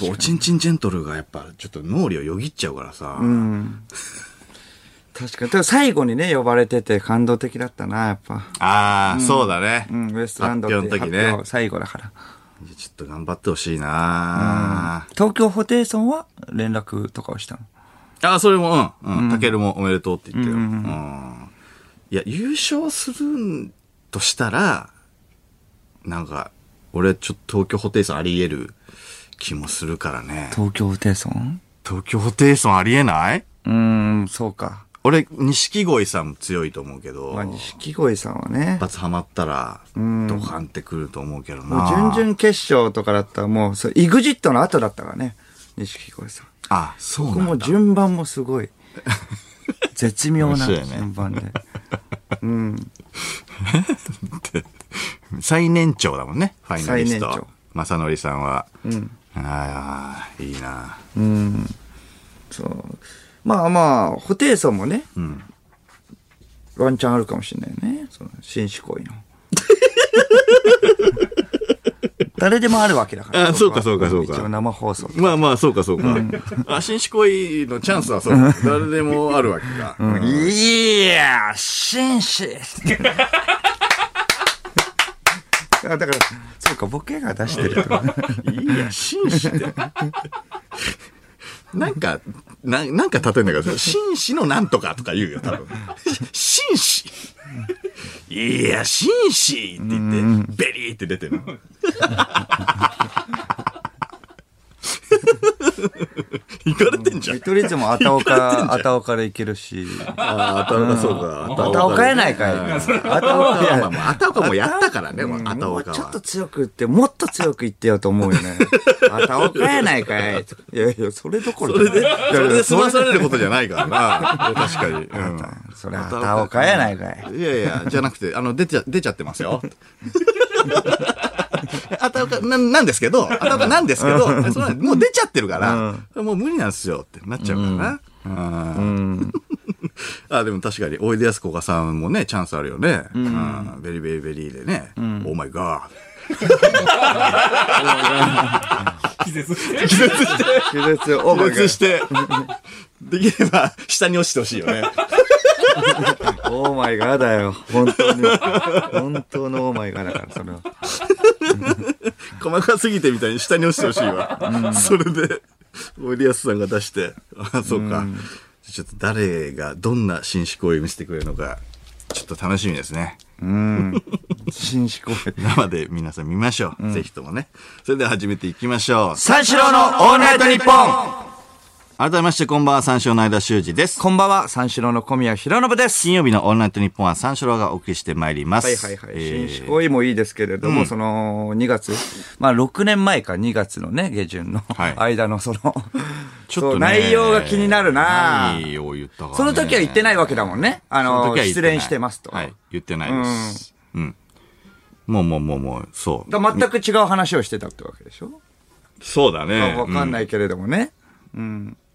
Speaker 1: ぱ、おちんちんジェントルがやっぱ、ちょっと脳裏をよぎっちゃうからさ、
Speaker 2: 確かに。ただ最後にね、呼ばれてて感動的だったな、やっぱ。
Speaker 1: ああ、そうだね。
Speaker 2: うん、ウエストランドって
Speaker 1: 発表の時ね
Speaker 2: 発表最後だから。
Speaker 1: いやちょっと頑張ってほしいな、
Speaker 2: 東京ホテイソンは連絡とかをしたの
Speaker 1: あ、それも、うん、うん。たけるもおめでとうって言ってよ。うんいや、優勝するんとしたら、なんか、俺、ちょっと東京ホテイソンあり得る気もするからね。
Speaker 2: 東京ホテイソン
Speaker 1: 東京ホテイソンありえないう
Speaker 2: ーん、そうか。
Speaker 1: 俺、錦鯉さんも強いと思うけど、
Speaker 2: まあ、
Speaker 1: 一
Speaker 2: 錦鯉さんはね。
Speaker 1: 発ハマったら、ドカンってくると思うけど
Speaker 2: もう
Speaker 1: な。
Speaker 2: 準々決勝とかだったらもう、そう、イグジットの後だったからね、錦鯉さん。
Speaker 1: あ、そう
Speaker 2: ここ
Speaker 1: な
Speaker 2: も
Speaker 1: んだ。
Speaker 2: 順番もす ごい。絶妙
Speaker 1: 面
Speaker 2: な
Speaker 1: 白いね
Speaker 2: 順番で。
Speaker 1: 最年長だもんね、ファイナリス
Speaker 2: 最
Speaker 1: ト
Speaker 2: 年長。
Speaker 1: 正則さんは。
Speaker 2: うん。
Speaker 1: ああ、いいな。
Speaker 2: うん。そう。まあまあ、ホテイソンもね、
Speaker 1: うん。
Speaker 2: ワンチャンあるかもしれないよね。その、紳士行 為の。誰でもあるわけだから。
Speaker 1: あそうかそうかそうか
Speaker 2: 一応生放送。
Speaker 1: まあまあ、そうかそうか。あ、紳士恋のチャンスはそう。誰でもあるわけか。
Speaker 2: いやー、紳士 あだから、そうか、ボケが出してるとかね。
Speaker 1: いや、紳士って。 なんか、ななんか例えながら、紳士のなんとかとか言うよ、多分。紳士いや、紳士って言って、ベリーって出てるの。行かれてんじゃん
Speaker 2: 見。取り図もあたお か、あたおかでいけるし。
Speaker 1: ああ、たおかそうか。
Speaker 2: あたおかやないかい。あたおか
Speaker 1: いやま
Speaker 2: や
Speaker 1: あ。まあ、あたおかもやったからね、あた
Speaker 2: も
Speaker 1: お
Speaker 2: う
Speaker 1: か
Speaker 2: ちょっ
Speaker 1: は
Speaker 2: と。強く言って、もっと強く言ってよと思うよ ね。あたおかやないかい。いやいや、それどころ
Speaker 1: それで、それで済まされることじゃないからな。いや確かに。うん
Speaker 2: それあたおかやないかい。
Speaker 1: いやいや、じゃなくて、あの、出ちゃ、出ちゃってますよ。あたおか、な、なんですけど、あたおかなんですけど、それはもう出ちゃってるから、もう無理なんですよってなっちゃうからな。あーあ、でも確かに、おいでやすこがさんもね、チャンスあるよね。うんベリベリベリでね、オーマイガ
Speaker 3: 気絶
Speaker 1: ー。気絶して、
Speaker 2: 気絶オーバ
Speaker 1: 気絶
Speaker 2: ー
Speaker 1: して、 できれば下に落ちてほしいよね。
Speaker 2: ガー。オーマイガーだよ。本当に。本当のオーマイガーだから、それは。
Speaker 1: 細かすぎてみたいに下に落ちてほしいわ。それで、おいでやすさんが出して、あ、そうか。ちょっと誰が、どんな紳士行為見せてくれるのか、ちょっと楽しみですね。
Speaker 2: うん。紳士公演。
Speaker 1: 生で皆さん見ましょう。ぜひともね。それでは始めていきましょう。
Speaker 2: 三四郎のオールナイトニッポン
Speaker 1: 改めまして、こんばんは、三四郎の間修二です。
Speaker 2: こんばんは、三四郎の小宮浩信です。
Speaker 1: 金曜日のオールナイトニッポンは三四郎がお送りしてまいります。
Speaker 2: はいはいはい。
Speaker 1: えー
Speaker 2: 新種行為もいいですけれども、その、2月、まあ6年前か、2月のね、下旬の
Speaker 1: はい
Speaker 2: 間のその、
Speaker 1: ちょっ
Speaker 2: そ
Speaker 1: と
Speaker 2: う
Speaker 1: ね
Speaker 2: 内容が気になるな
Speaker 1: 何を言ったかね
Speaker 2: その時は言ってないわけだもんね。
Speaker 1: そ
Speaker 2: あの、
Speaker 1: 時は言って
Speaker 2: 失
Speaker 1: ない
Speaker 2: 恋してますと。
Speaker 1: はい、言ってないです。うん。もうもうもうもう、そう。
Speaker 2: だから全く違う話をしてたってわけでしょ、
Speaker 1: そうだね。
Speaker 2: まあわかん
Speaker 1: い。
Speaker 2: ないけれどもね。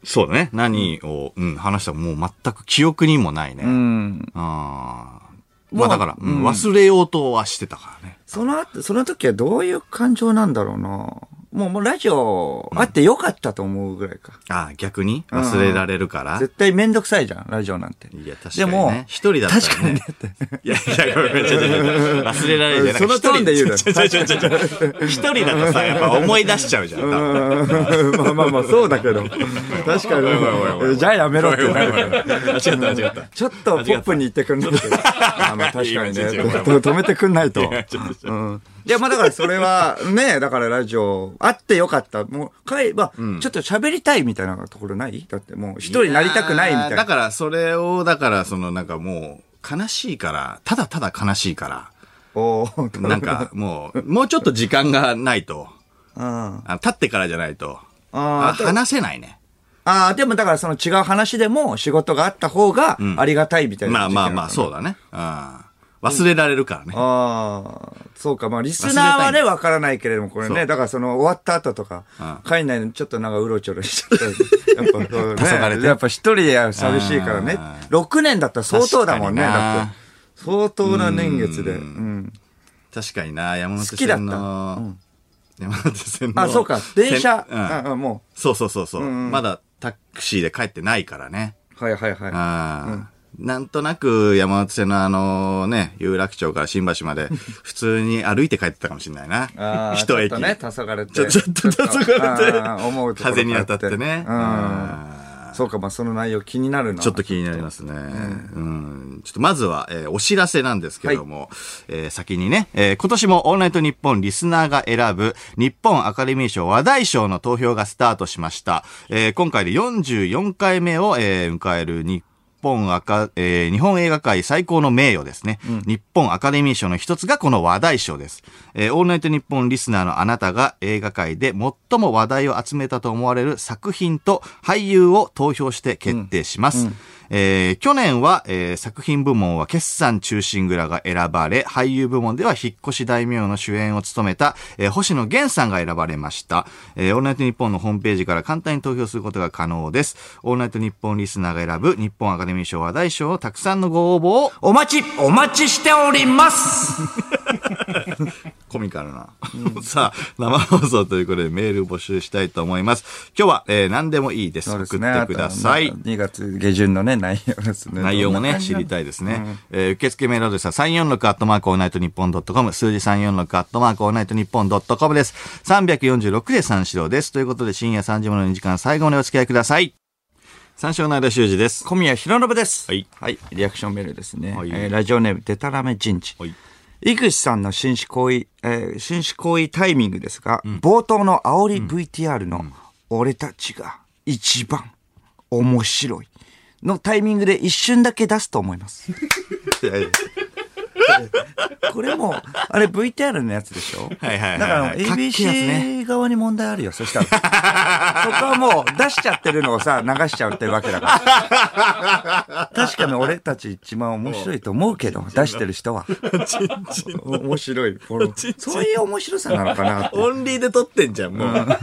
Speaker 1: そうだね。何を、うん、話したかもう全く記憶にもないね。
Speaker 2: うん。
Speaker 1: ああ。まあだから、うん忘れようとはしてたからね。
Speaker 2: その後、その時はどういう感情なんだろうなもう、もうラジオ、あってよかったと思うぐらいか。
Speaker 1: ああ、逆に忘れられるから。
Speaker 2: 絶対めんどくさいじゃん、ラジオなんて。
Speaker 1: いや、確か
Speaker 2: で
Speaker 1: にね
Speaker 2: も。、
Speaker 1: 一人だったらね。いやいや、ごめんごめん、ちょちょちょ忘れられるじゃな
Speaker 2: そのトーンで言うな
Speaker 1: ちょちょちょちょちょ一人だとさ、やっぱ思い出しちゃうじゃん。多分
Speaker 2: まあまあまあ、そうだけ ど。確かに。じゃあやめろってなるから。
Speaker 1: あ違った、違った。
Speaker 2: ちょっとポップに言ってくんないけど。あまあ確かにね。止めてくんないと。うん。いや、まあだからそれは、ね、だからラジオ、あってよかった。もう、かい、まあ、ちょっと喋りたいみたいなところないだってもう、一人になりたくないみたい
Speaker 1: だ
Speaker 2: な。
Speaker 1: から、それを、だから、その、なんかもう、悲しいから、ただただ悲しいから。
Speaker 2: おー
Speaker 1: なん、か、もう、もうちょっと時間がないと。
Speaker 2: うん。あ
Speaker 1: あ立ってからじゃないと。あ
Speaker 2: あー、
Speaker 1: 話せないね。
Speaker 2: あーでもだからその違う話でも仕事があった方がありがたいみたいな。
Speaker 1: まあまあまあ、そうだね。あー忘れられるからね。
Speaker 2: ああ、そうか。まあ、リスナーはね、わからないけれども、これ
Speaker 1: そ
Speaker 2: ね、だからその、終わった後とか、海外のちょっとなんかうろちょろしち ゃったり。やっぱそうね、
Speaker 1: 黄昏て
Speaker 2: やっぱ一人でや寂しいからね
Speaker 1: あ。
Speaker 2: 6年だったら相当だもんね、
Speaker 1: 確かにな
Speaker 2: だって。相当な年月で。うん。
Speaker 1: 確かにな、山手
Speaker 2: 好きだった
Speaker 1: 線の、山手線の。
Speaker 2: あ、そうか。電車、
Speaker 1: せんうん
Speaker 2: ああも
Speaker 1: そうそうそうそう。まだタクシーで帰ってないからね。
Speaker 2: う。はいはいはい。
Speaker 1: あーなんとなく山手線のあのね、有楽町から新橋ま で普通に歩いて帰ってたかもしれない
Speaker 2: あ
Speaker 1: な。
Speaker 2: ー
Speaker 1: 一駅。
Speaker 2: ちょっとね、黄昏て。
Speaker 1: ちょちょっと黄
Speaker 2: あ
Speaker 1: 昏
Speaker 2: ー
Speaker 1: て。
Speaker 2: 思うところ
Speaker 1: 風に当たってね。
Speaker 2: う
Speaker 1: うん
Speaker 2: ん。そうか、まあ、その内容気になるな。
Speaker 1: ちょっと気になりますね。うん。ちょっとまずは、えーお知らせなんですけども、えー先にね、えー今年もオールナイト日本リスナーが選ぶ日本アカデミー賞話題賞の投票がスタートしました。えー今回で44回目を、えー迎える日本本赤、えー日本映画界最高の名誉ですね、日本アカデミー賞の一つがこの話題賞です。えーオールナイト日本リスナーのあなたが映画界で最も話題を集めたと思われる作品と俳優を投票して決定します。えー去年は、えー作品部門は決算中心蔵が選ばれ、俳優部門では引っ越し大名の主演を務めた、えー星野源さんが選ばれました。えーオールナイトニッポンのホームページから簡単に投票することが可能です。オールナイトニッポンリスナーが選ぶ日本アカデミー賞話題賞のたくさんのご応募を、
Speaker 2: お待ち、お待ちしております。
Speaker 1: コミカルな。 さあ、生放送ということでメール募集したいと思います。今日は、えー何でもいいです。送ってください。
Speaker 2: 2月下旬のね、内容ですね。
Speaker 1: 内容も
Speaker 2: どんな
Speaker 1: ね、
Speaker 2: 感じ
Speaker 1: 知
Speaker 2: なの
Speaker 1: りたいですね。えー受付メールアドレスは346アットマークオールナイトニッポンドットコム、数字346アットマークオールナイトニッポンドットコムです。346で三四郎です。ということで深夜3時までの2時間、最後までお付き合いください。三四郎の間修二です。
Speaker 2: 小宮弘信です。
Speaker 1: はい
Speaker 2: リアクションメールですね。
Speaker 1: はい
Speaker 2: えーラジオネーム、デタラメ人事。
Speaker 1: はい
Speaker 2: 井口さんの紳士行為、えー紳士行為タイミングですが、冒頭の煽り VTR の、俺たちが一番面白いのタイミングで一瞬だけ出すと思います。これも、あれ VTR のやつでしょ
Speaker 1: はいはいはいはい
Speaker 2: だから
Speaker 1: かっけえやつね
Speaker 2: ABC 側に問題あるよ、そしたら。そ こはもう出しちゃってるのをさ、流しちゃうってるわけ だから。確かに俺たち一番面白いと思うけど、出してる人は。お面白い。このそういう面白さなのかなって。
Speaker 1: オンリーで撮ってんじゃん、もう。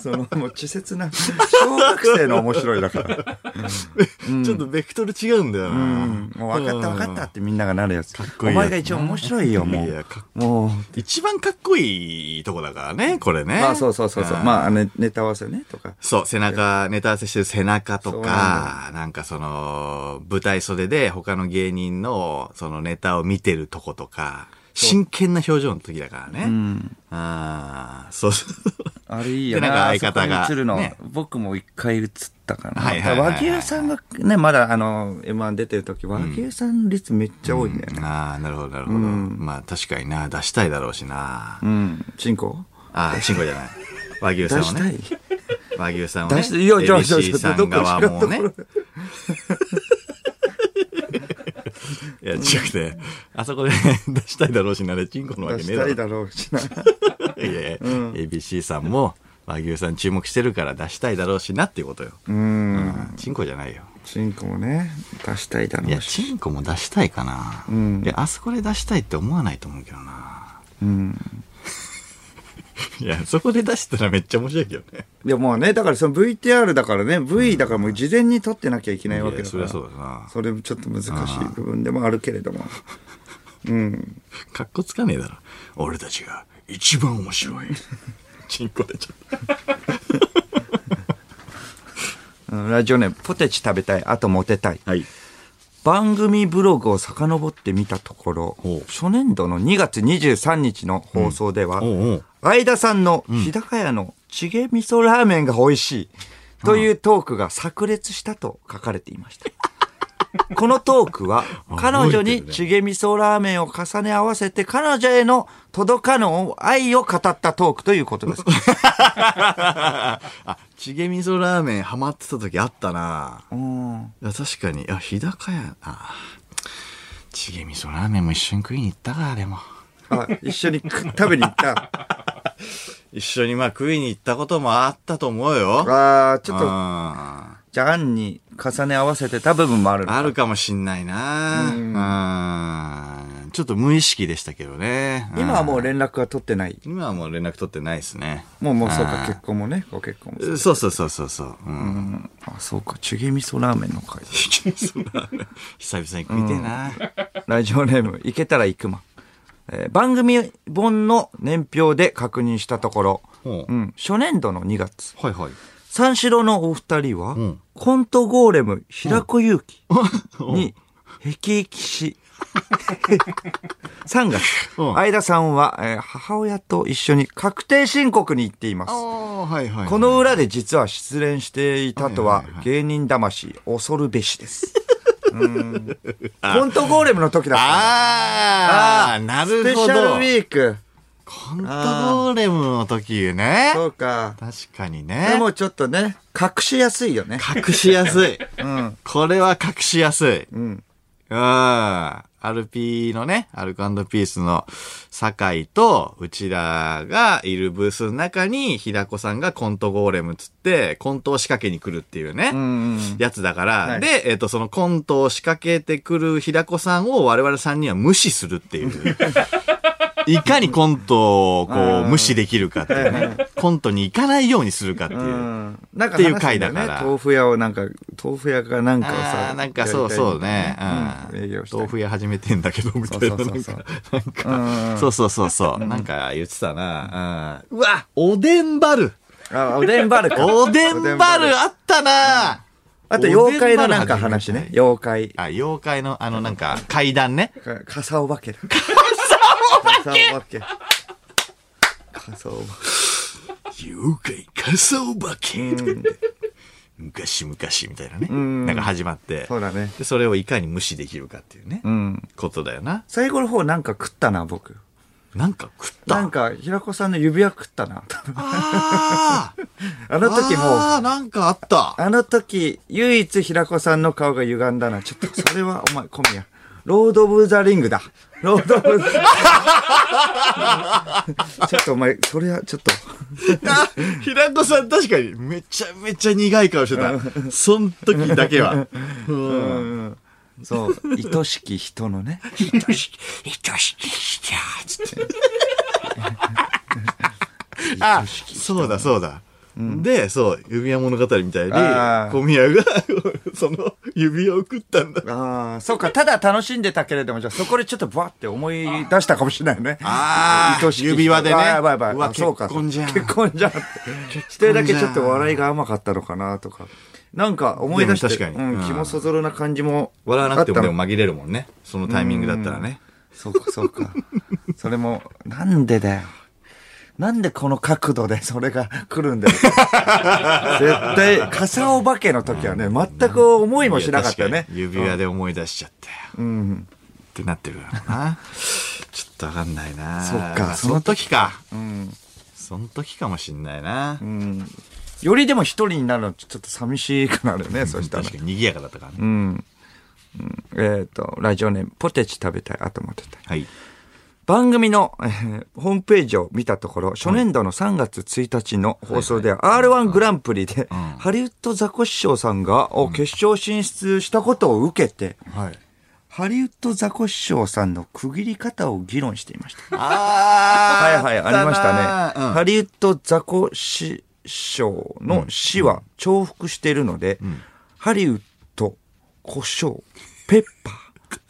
Speaker 2: その、もう稚拙な、小学生の面白いだから。
Speaker 1: ちょっとベクトル違うんだよ
Speaker 2: う
Speaker 1: な。
Speaker 2: ん。もう分かった分かったってみんながなるやつ。
Speaker 1: こいいやつ
Speaker 2: お前が一番面白いよ、も
Speaker 1: いや
Speaker 2: う
Speaker 1: かっ。
Speaker 2: もう、
Speaker 1: 一番かっこいいとこだからね、これね。
Speaker 2: まあそうそうそうそう。
Speaker 1: ん
Speaker 2: まああの、ネタ合わせね、とか。
Speaker 1: そう、背中、ネタ合わせしてる背中と
Speaker 2: そう
Speaker 1: か、なんかその、舞台袖で他の芸人の、そのネタを見てるとことか、真剣な表情の時だからね。ああ、そうそう。
Speaker 2: あれいいよ
Speaker 1: で
Speaker 2: な。
Speaker 1: なんか相方が
Speaker 2: あそこに映るの、
Speaker 1: ね
Speaker 2: 僕も一回映ったかな。
Speaker 1: はいはいはいはい
Speaker 2: だから和牛さんがね、まだあの、M1 出てる時、和牛さん率めっちゃ多いんだよね。
Speaker 1: ああ、なるほど、なるほど。まあ確かにな、出したいだろうしな。
Speaker 2: うん。チンコ
Speaker 1: ああ、慎吾じゃない。和牛
Speaker 2: 出
Speaker 1: さんを
Speaker 2: した
Speaker 1: ね。
Speaker 2: い
Speaker 1: 和牛さんをね。
Speaker 2: 出して、いや、じゃあ、じゃあ、じ
Speaker 1: ABC
Speaker 2: ゃ
Speaker 1: さ
Speaker 2: あ、ど
Speaker 1: ん
Speaker 2: っか
Speaker 1: 側
Speaker 2: 違う
Speaker 1: も
Speaker 2: と
Speaker 1: ね
Speaker 2: こ。ろで。
Speaker 1: いや、違くて、あそこで 出したいだろうしな、でチンコのわ
Speaker 2: 出
Speaker 1: けねえ
Speaker 2: し
Speaker 1: だろ
Speaker 2: たい。だろうしな。
Speaker 1: いやいや、ABC さんも和牛さん注目してるから出したいだろうしなって いうことよ。
Speaker 2: うん。
Speaker 1: チンコじゃないよ。
Speaker 2: チンコもね、出したいだ
Speaker 1: い
Speaker 2: ろ
Speaker 1: や、
Speaker 2: うし。
Speaker 1: チンコも出したいかな。
Speaker 2: ん
Speaker 1: いや、あそこで出したいって思わないと思うけどな。
Speaker 2: うん。
Speaker 1: いや、そこで出したらめっちゃ面白いけどね。
Speaker 2: いや、まあね、だからその VTR だからね、V だからもう事前に撮ってなきゃいけないわけ
Speaker 1: いや
Speaker 2: だ
Speaker 1: そ
Speaker 2: か
Speaker 1: り
Speaker 2: ら。
Speaker 1: ゃそうだな。
Speaker 2: それもちょっと難しい部分でもあるけ れども。うん。
Speaker 1: かっこつかねえだろ。俺たちが一番面白い。 チンコでちょっと。
Speaker 2: うんラジオネーム、ポテチ食べたい、あとモテたい。
Speaker 1: はい。
Speaker 2: 番組ブログを遡ってみたところ
Speaker 1: ほ、う
Speaker 2: 初年度の2月23日の放送では、
Speaker 1: おうおう。
Speaker 2: 相田さんの日高屋のチゲ味噌ラーメンが美味しいというトークが炸裂したと書かれていま した。このトークは
Speaker 1: あ
Speaker 2: 彼
Speaker 1: 覚
Speaker 2: 女
Speaker 1: えて
Speaker 2: に
Speaker 1: るね
Speaker 2: チゲ味噌ラーメンを重ね合わせて彼女への届かぬ愛を語ったトークということ です。
Speaker 1: あ、チゲ味噌ラーメンハマってた時あったな。
Speaker 2: うん
Speaker 1: いや確かにあ日高屋あチゲ味噌ラーメンも一緒に食いに行ったかでも
Speaker 2: あ一緒に食食べに行った。
Speaker 1: 一緒にまあ食いに行ったこともあったと思うよ
Speaker 2: ああ、ちょっと
Speaker 1: あ
Speaker 2: じゃあ、案に重ね合わせてた部分もあるの
Speaker 1: あるかもしんないなうんちょっと無意識でしたけどね
Speaker 2: 今はもう
Speaker 1: 連
Speaker 2: 連絡は取ってない。
Speaker 1: 今はもう連絡取ってないですね
Speaker 2: もう、もうそう
Speaker 1: あ
Speaker 2: か、
Speaker 1: ー
Speaker 2: 結婚もね、ご結婚も。
Speaker 1: そうそうそうそうそう、うん
Speaker 2: うんあ、そうか、チゲ味噌ラーメンの会。
Speaker 1: チゲ味噌ラーメン久々に食いてえな、
Speaker 2: ラジオネーム、いけたら行くまん。えー番組本の年表で確認したところ、
Speaker 1: ほう
Speaker 2: うん、初年度の2月、
Speaker 1: はい はい
Speaker 2: 三四郎のお二人は、
Speaker 1: ん
Speaker 2: コントゴーレム、平子祐希に、へきし、3月、
Speaker 1: うん
Speaker 2: 相田さんは、えー母親と一緒に確定申告に行っています
Speaker 1: あ。あはいはい
Speaker 2: この裏で実は失恋していたと
Speaker 1: は
Speaker 2: はい
Speaker 1: はいはい
Speaker 2: 芸人魂恐るべし です。うんコントゴーレムの時だった。
Speaker 1: ああな
Speaker 2: ス
Speaker 1: る
Speaker 2: ペシ
Speaker 1: ほど
Speaker 2: ャルウィーク。
Speaker 1: コントゴーレムの時ね。
Speaker 2: そうか。
Speaker 1: 確かに
Speaker 2: で
Speaker 1: ね。
Speaker 2: もちょっとね、隠しやすいよね。
Speaker 1: 隠しやすい。
Speaker 2: うん。
Speaker 1: これは隠しやすい。
Speaker 2: うん。
Speaker 1: うん。RP のね、アルコピースの酒井とうちらがいるブースの中に、平子さんがコントゴーレムつって、コントを仕掛けに来るっていうね。
Speaker 2: うん。
Speaker 1: やつだから、
Speaker 2: はい
Speaker 1: で、えっ、と、そのコントを仕掛けてくる平子さんを我々3人は無視するって いう。いかにコントをこ
Speaker 2: う
Speaker 1: うん無視できるかっていうね。コントに行かないようにするかっていうう。
Speaker 2: ん。なんか
Speaker 1: っていう回だから
Speaker 2: 話すんよね豆腐屋をなんか、豆腐屋かなんかを
Speaker 1: あ
Speaker 2: さ
Speaker 1: あ、。なんかそうそうね。
Speaker 2: うん営業したい
Speaker 1: 豆腐屋始めてんだけど、みたいな。
Speaker 2: そ
Speaker 1: な
Speaker 2: うそうんそう
Speaker 1: か
Speaker 2: うんうん、
Speaker 1: そうそうそうそう。なんか言ってたな。うんうわおでんバル
Speaker 2: あ、おでんバルか。
Speaker 1: おでんバルあったな
Speaker 2: あと、妖怪のなんか話ね。妖怪。
Speaker 1: あ、妖怪のあのなんか階段ね。
Speaker 2: か、かさお化けだ。かさお化けかさお化
Speaker 1: 妖怪かさお化け
Speaker 2: け。うん。
Speaker 1: 昔々みたいなね。
Speaker 2: ん
Speaker 1: なんか始まって
Speaker 2: そ。うだね。
Speaker 1: で、それをいかに無視できるかっていうね
Speaker 2: う。ん。
Speaker 1: ことだよな。
Speaker 2: 最後の方なんか食ったな、僕。
Speaker 1: なんか食っ
Speaker 2: なん
Speaker 1: た。
Speaker 2: か、平子さんの指輪食ったな。
Speaker 1: あ ー
Speaker 2: あの時もう、
Speaker 1: あー、なんかあった。
Speaker 2: あの時、唯一平子さんの顔が歪んだな。ちょっと、それは、お前、小宮。ロード・オブ・ザ・リングだ。ロード・オブ・ザ・リン グ。ちょっとお前、それは、ちょっと。
Speaker 1: あ平子さん確かにめちゃめちゃ苦い顔してた。そん時だけは。
Speaker 2: うん。そう、愛しき人のね。
Speaker 1: 愛しき、愛しき人つって。 あ、そうだそうだ。で、そう、指輪物語みたいに、
Speaker 2: あー
Speaker 1: 小宮が、 その指輪を食ったんだ。
Speaker 2: ああ、そうか、ただ楽しんでたけれども、じゃあそこでちょっとバって思い出したかもしれないね。
Speaker 1: あー
Speaker 2: 愛しき人
Speaker 1: 指輪でね
Speaker 2: あーやばいやばい。
Speaker 1: うわ
Speaker 2: あそうか
Speaker 1: 結婚じゃん
Speaker 2: 結婚じゃん。一人だけちょっと笑いが甘かったのかなとか。なんか思い出して、
Speaker 1: でも確かに
Speaker 2: うん、
Speaker 1: うん
Speaker 2: 気もそぞろな感じも。
Speaker 1: 笑わなくても
Speaker 2: あっ
Speaker 1: で
Speaker 2: たの
Speaker 1: も紛れるもんね。そのタイミングだったらね。
Speaker 2: そうか、そうか。 それも、なんでだよ。なんでこの角度で それが来るんだよ。 絶対、傘お化けの時はね、全く思いもしなかったよ
Speaker 1: いや
Speaker 2: ね
Speaker 1: 確。に指輪で思い出しちゃったよ。
Speaker 2: うん。
Speaker 1: ってなってるからな。ちょっとわかんないな。
Speaker 2: そっか
Speaker 1: まあ
Speaker 2: そ
Speaker 1: そ
Speaker 2: の
Speaker 1: の時か。
Speaker 2: ん
Speaker 1: その時かもしんないな。
Speaker 2: うんよりでも一人になるのちょっと寂しくなるよね、そしたら
Speaker 1: 確。かに賑やかだったからね。
Speaker 2: うん。うんえっ、と、ラジオネーム、ポテチ食べたい、あと思ってた。
Speaker 1: はい。
Speaker 2: 番組の、えーホームページを見たところ、初年度の3月1日の放送では、R1 グランプリで、ハリウッドザコシショウさんが、お決勝進出したことを受けて、
Speaker 1: はい。
Speaker 2: ハリウッドザコシショウさんの区切り方を議論していました。は
Speaker 1: あ
Speaker 2: いはい、ありましたね。ハ
Speaker 1: ね。
Speaker 2: リウッドザコシショウの死は重複しているので、ハリウッド、コショウ、ペッパ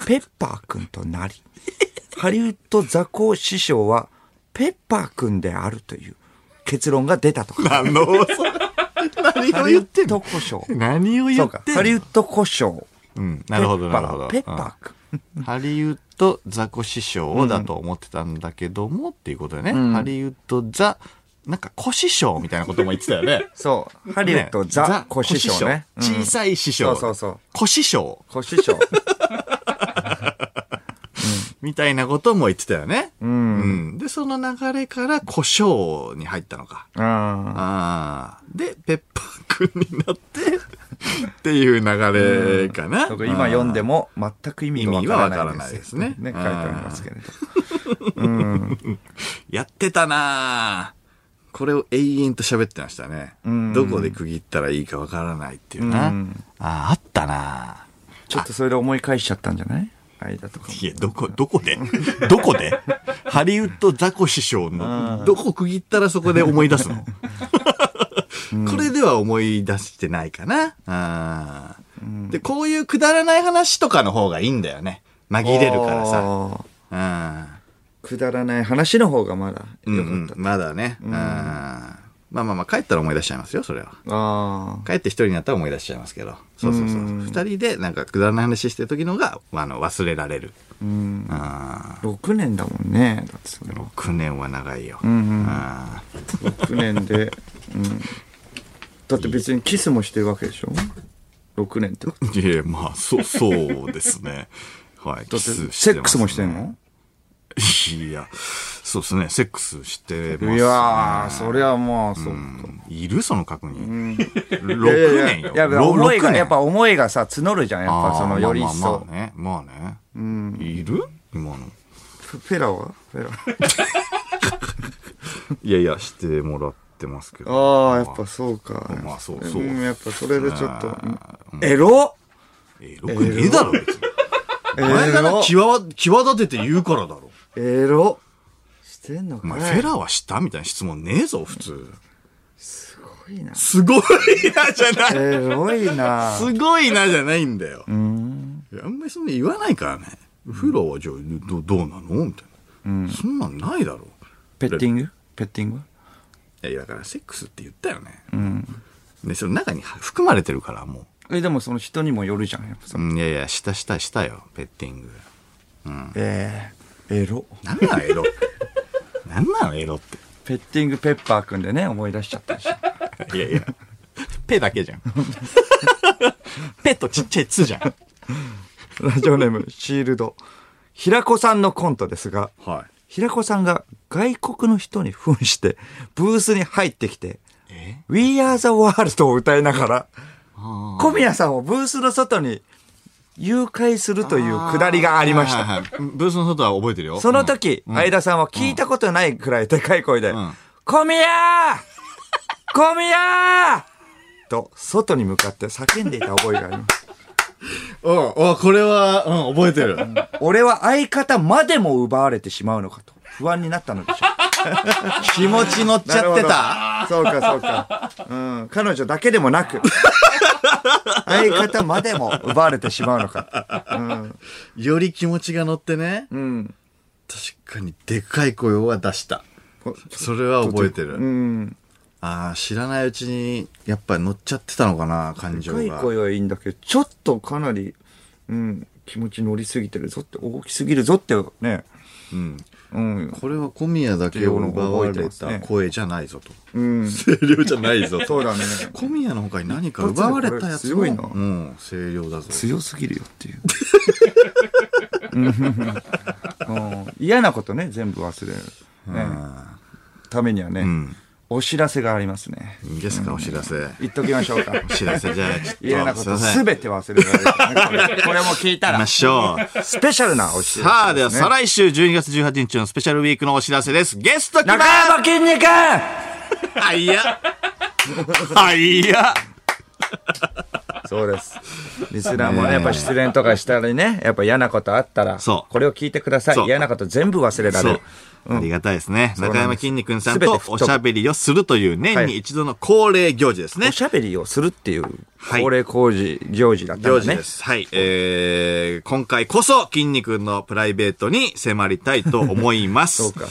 Speaker 2: ー、ペッパーくんとなり、 ハリウッドザコシショウはペッパーくんであるという結論が出たとか。
Speaker 1: あの、それ 何
Speaker 2: ハ
Speaker 1: を
Speaker 2: リウ
Speaker 1: 言っ
Speaker 2: ッ
Speaker 1: てん
Speaker 2: ド
Speaker 1: の
Speaker 2: コショウ。
Speaker 1: 何を
Speaker 2: そ
Speaker 1: 言
Speaker 2: う
Speaker 1: っ
Speaker 2: か、
Speaker 1: てん
Speaker 2: ハ
Speaker 1: の
Speaker 2: リウッドコショウ。
Speaker 1: うん、なるほど、
Speaker 2: ペ
Speaker 1: な
Speaker 2: ッ
Speaker 1: る
Speaker 2: パ
Speaker 1: ほど。
Speaker 2: ーペッパーくん。。
Speaker 1: うんハリウッドザコシショウをだと思ってたんだけども、っていうことでね。ハリウッドザ、なんかコシショウみたいなことも言ってたよね
Speaker 2: そう、 ハリウッド
Speaker 1: ね
Speaker 2: ザコシショウね。
Speaker 1: コシショウ小
Speaker 2: い。
Speaker 1: さい師匠。
Speaker 2: そうそうそう。
Speaker 1: コシショウ
Speaker 2: コシシ ョウ。
Speaker 1: みたいなことも言ってたよね。うんで、その流れからコショウに入ったのか。
Speaker 2: うん。
Speaker 1: ああ。で、ペッパーくんになって、っていう流れか な。
Speaker 2: なんか今読んでも全く意味がわ
Speaker 1: 意
Speaker 2: からない
Speaker 1: 味はわからないですね
Speaker 2: ね、書いてありますけれど。
Speaker 1: やってたなぁこれを永遠と喋ってましたね。
Speaker 2: ん
Speaker 1: どこで区切ったらいいかわからないっていうな。
Speaker 2: うん
Speaker 1: ああ、あったなぁ
Speaker 2: ちょっとそれで思い返しちゃったんじゃない間とかも。
Speaker 1: いや、どこ、どこでどこでハリウッドザコ師匠の、どこ区切ったらそこで思い出すのこれでは思い出してないかな。あーで、こういうくだらない話とかの方がいいんだよね。紛れるからさ。
Speaker 2: あー。
Speaker 1: うん
Speaker 2: くだらない話の方がまだ
Speaker 1: うんう
Speaker 2: 良かっ
Speaker 1: ん、まだね。うん。まあまあまあ、帰ったら思い出しちゃいますよ、それは。
Speaker 2: た。あ
Speaker 1: 帰って一人になったら思い出しちゃいますけど。そうそうそう。二人で、なんか、くだらない話してる時のが、あの、忘れられる。
Speaker 2: あ。うん。
Speaker 1: あ
Speaker 2: 6年だもんね。だってそ れ
Speaker 1: あ、
Speaker 2: は。
Speaker 1: 6年は長いよ。
Speaker 2: んうん
Speaker 1: あー
Speaker 2: 6年で。うん。だって別にキスもしてるわけでしょ ?6 年ってこと。
Speaker 1: いえ、まあ、そう、そうですね。はい。
Speaker 2: だって、
Speaker 1: キスしてますね
Speaker 2: セックスもしてんの
Speaker 1: いや、そうですね。セックスしてます、ね。
Speaker 2: いやー、そりゃまあ、そう
Speaker 1: う
Speaker 2: か。
Speaker 1: んいるその確認。
Speaker 2: うん
Speaker 1: 6年よ。
Speaker 2: いや、
Speaker 1: ろ
Speaker 2: 思い
Speaker 1: 六
Speaker 2: が、
Speaker 1: 年
Speaker 2: やっぱ思いがさ、募るじゃん。やっ
Speaker 1: あー
Speaker 2: ぱその、より一
Speaker 1: まあまあ
Speaker 2: 層
Speaker 1: ま。あね。まあね。いる今 の。
Speaker 2: フェラはフェラ。
Speaker 1: いやいや、してもらってますけど。
Speaker 2: ああ、やっぱそうか。
Speaker 1: まあそうそうん
Speaker 2: やっぱそれでちょっと。うん
Speaker 1: あ
Speaker 2: エロ
Speaker 1: え、6年ねえだろ、別に。
Speaker 2: エ
Speaker 1: お前がな
Speaker 2: ロ
Speaker 1: 際わ際立てて言うからだろ。
Speaker 2: エロしてんの
Speaker 1: お
Speaker 2: か
Speaker 1: 前、
Speaker 2: い
Speaker 1: フェラーはしたみたいな質問ねえぞ、普通。
Speaker 2: すごいな。
Speaker 1: すごいな、じゃない。
Speaker 2: エロい な。
Speaker 1: すごいな、じゃないんだよ。
Speaker 2: うん。
Speaker 1: いやあんまりそんな言わないからね。お風呂はじゃあ、どどうなのみたいな、そんなんないだろ
Speaker 2: ペッティングペッティング
Speaker 1: う。いや、だからセックスって言ったよね。で、その中に含まれてるから、も
Speaker 2: え、でもその人にもよるじゃん。やっぱ
Speaker 1: う。
Speaker 2: さ。
Speaker 1: うん、いやいや、したしたしたよ、ペッティング。
Speaker 2: えー、エロ。
Speaker 1: なんなの、 エロって。なんなの、エロって。
Speaker 2: ペッティングペッパーくんでね、思い出しち ゃったし。
Speaker 1: いやいや。ペだけじゃん。 ペとちっちゃいつじゃん。
Speaker 2: ラジオネーム、シールド。平子さんのコントですが、
Speaker 1: はい。
Speaker 2: 平子さんが外国の人に扮して、ブースに入ってきて、
Speaker 1: え
Speaker 2: We are the world を歌いながら、小宮さんをブースの外に誘拐するというくだりがありまし
Speaker 1: はい
Speaker 2: た。
Speaker 1: はいはいブースの外は覚えてるよ。
Speaker 2: その時、相田さんは聞いたことないくらいでかい声で、小宮小宮と、外に向かって叫んでいた覚えがあり
Speaker 1: う
Speaker 2: ます。
Speaker 1: ん。うん。うんこれは、うん、覚えてる。
Speaker 2: 俺は相方までも奪われてしまうのかと不安になったのでしょう。
Speaker 1: 気持ち乗っちゃってた。
Speaker 2: そうかそうか。うん。彼女だけでもな く、相方までも奪われてしまうのか。
Speaker 1: より気持ちが乗ってね。
Speaker 2: うん。
Speaker 1: 確かに、でかい声は出した。それは覚えて
Speaker 2: う
Speaker 1: る。
Speaker 2: ん。
Speaker 1: ああ、知らないうちに、やっぱり乗っちゃってたのかな、感情
Speaker 2: 高い
Speaker 1: が。
Speaker 2: 声はいいんだけど、ちょっとかなり、うん、気持ち乗りすぎてるぞって、大きすぎるぞってね。
Speaker 1: うん。
Speaker 2: うん。
Speaker 1: これは小宮だけを奪われた声じゃないぞと。
Speaker 2: うん。
Speaker 1: 声量じゃないぞと。
Speaker 2: そうだね。
Speaker 1: 小宮の他に何か奪われたやつも
Speaker 2: 強いな
Speaker 1: うん、声量だぞ。
Speaker 2: 強すぎるよっていう。うん嫌なことね、全部忘れる。ねためにはね、
Speaker 1: ん
Speaker 2: お知らせがありますね。
Speaker 1: いいですか、お知らせ。
Speaker 2: 言っときま しょうか。
Speaker 1: お知らせじゃあ、ちょっと。
Speaker 2: 嫌なこと
Speaker 1: すい
Speaker 2: す
Speaker 1: ま
Speaker 2: べて忘れられるからね、これこれも聞いた
Speaker 1: せん行き ま
Speaker 2: ら、
Speaker 1: しょう。
Speaker 2: スペシャルなお知ら
Speaker 1: さあ、では再来週12月18日のスペシャルウィークのお知らせです。ゲスト
Speaker 2: せ。
Speaker 1: 来ま
Speaker 2: 中
Speaker 1: す
Speaker 2: 山筋肉
Speaker 1: はい や。はいや。
Speaker 2: そうです。 リスナーもね、やっぱ失恋とかしたりね、やっぱ嫌なことあったら、
Speaker 1: そう
Speaker 2: これを聞いてくださ
Speaker 1: そ
Speaker 2: い。
Speaker 1: う
Speaker 2: 嫌なこと全部忘れら
Speaker 1: そ
Speaker 2: れ
Speaker 1: う
Speaker 2: る。。
Speaker 1: ありがたいですね。
Speaker 2: うなん
Speaker 1: 中
Speaker 2: です
Speaker 1: 山きんに君さん
Speaker 2: 全て
Speaker 1: と
Speaker 2: 吹
Speaker 1: お
Speaker 2: っ飛ぶ
Speaker 1: しゃべりをするという年に一度の恒例行事ですね
Speaker 2: お。しゃべりをするっていう、
Speaker 1: はい
Speaker 2: 恒例工事、行事だったん
Speaker 1: 行
Speaker 2: だ
Speaker 1: 事
Speaker 2: ね
Speaker 1: で。す。はい。えー、今回こそ、筋肉のプライベートに迫りたいと思います。
Speaker 2: そうか。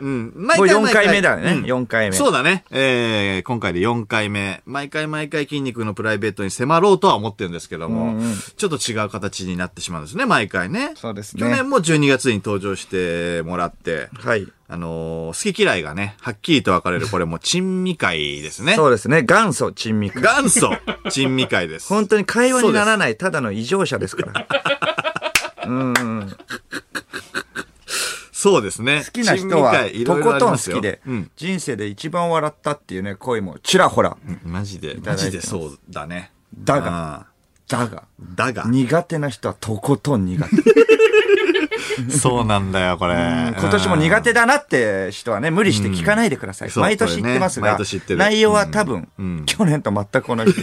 Speaker 1: うん。毎
Speaker 2: もう4
Speaker 1: 毎
Speaker 2: 回目だね。
Speaker 1: うん
Speaker 2: 4回目。
Speaker 1: そうだね。えー、今回で4回目。毎回毎回筋肉のプライベートに迫ろうとは思ってるんですけども、ちょっと違う形になってしまうんですね、毎回ね。
Speaker 2: そうですね
Speaker 1: 去年も12月に登場してもらって、
Speaker 2: はい。
Speaker 1: あのー好き嫌いがね、はっきりと分か れる、これもう珍味会ですね。
Speaker 2: そうですね。元祖珍味会。
Speaker 1: 元祖珍味会です。
Speaker 2: 本当に会話にならない、ただの異常者で すから。
Speaker 1: そうですね。
Speaker 2: 好きな人は
Speaker 1: 珍味会、い
Speaker 2: と
Speaker 1: ろいろ
Speaker 2: こ
Speaker 1: あり
Speaker 2: とん
Speaker 1: ま
Speaker 2: 好
Speaker 1: すよ
Speaker 2: きで
Speaker 1: うん。、
Speaker 2: 人生で一番笑ったっていうね、恋もちらほら。
Speaker 1: マジで、マ
Speaker 2: だいてます
Speaker 1: ジでそうだね。
Speaker 2: だが
Speaker 1: あ
Speaker 2: だが、
Speaker 1: ー。だが。
Speaker 2: 苦手な人はとことん苦手。
Speaker 1: そうなんだよ、これ。
Speaker 2: 今年も苦手だなって人はね、無理して聞かないでください。
Speaker 1: そう
Speaker 2: 毎年言ってますが
Speaker 1: これね毎年言って、る
Speaker 2: 内容は多分、去年と全 く同じ。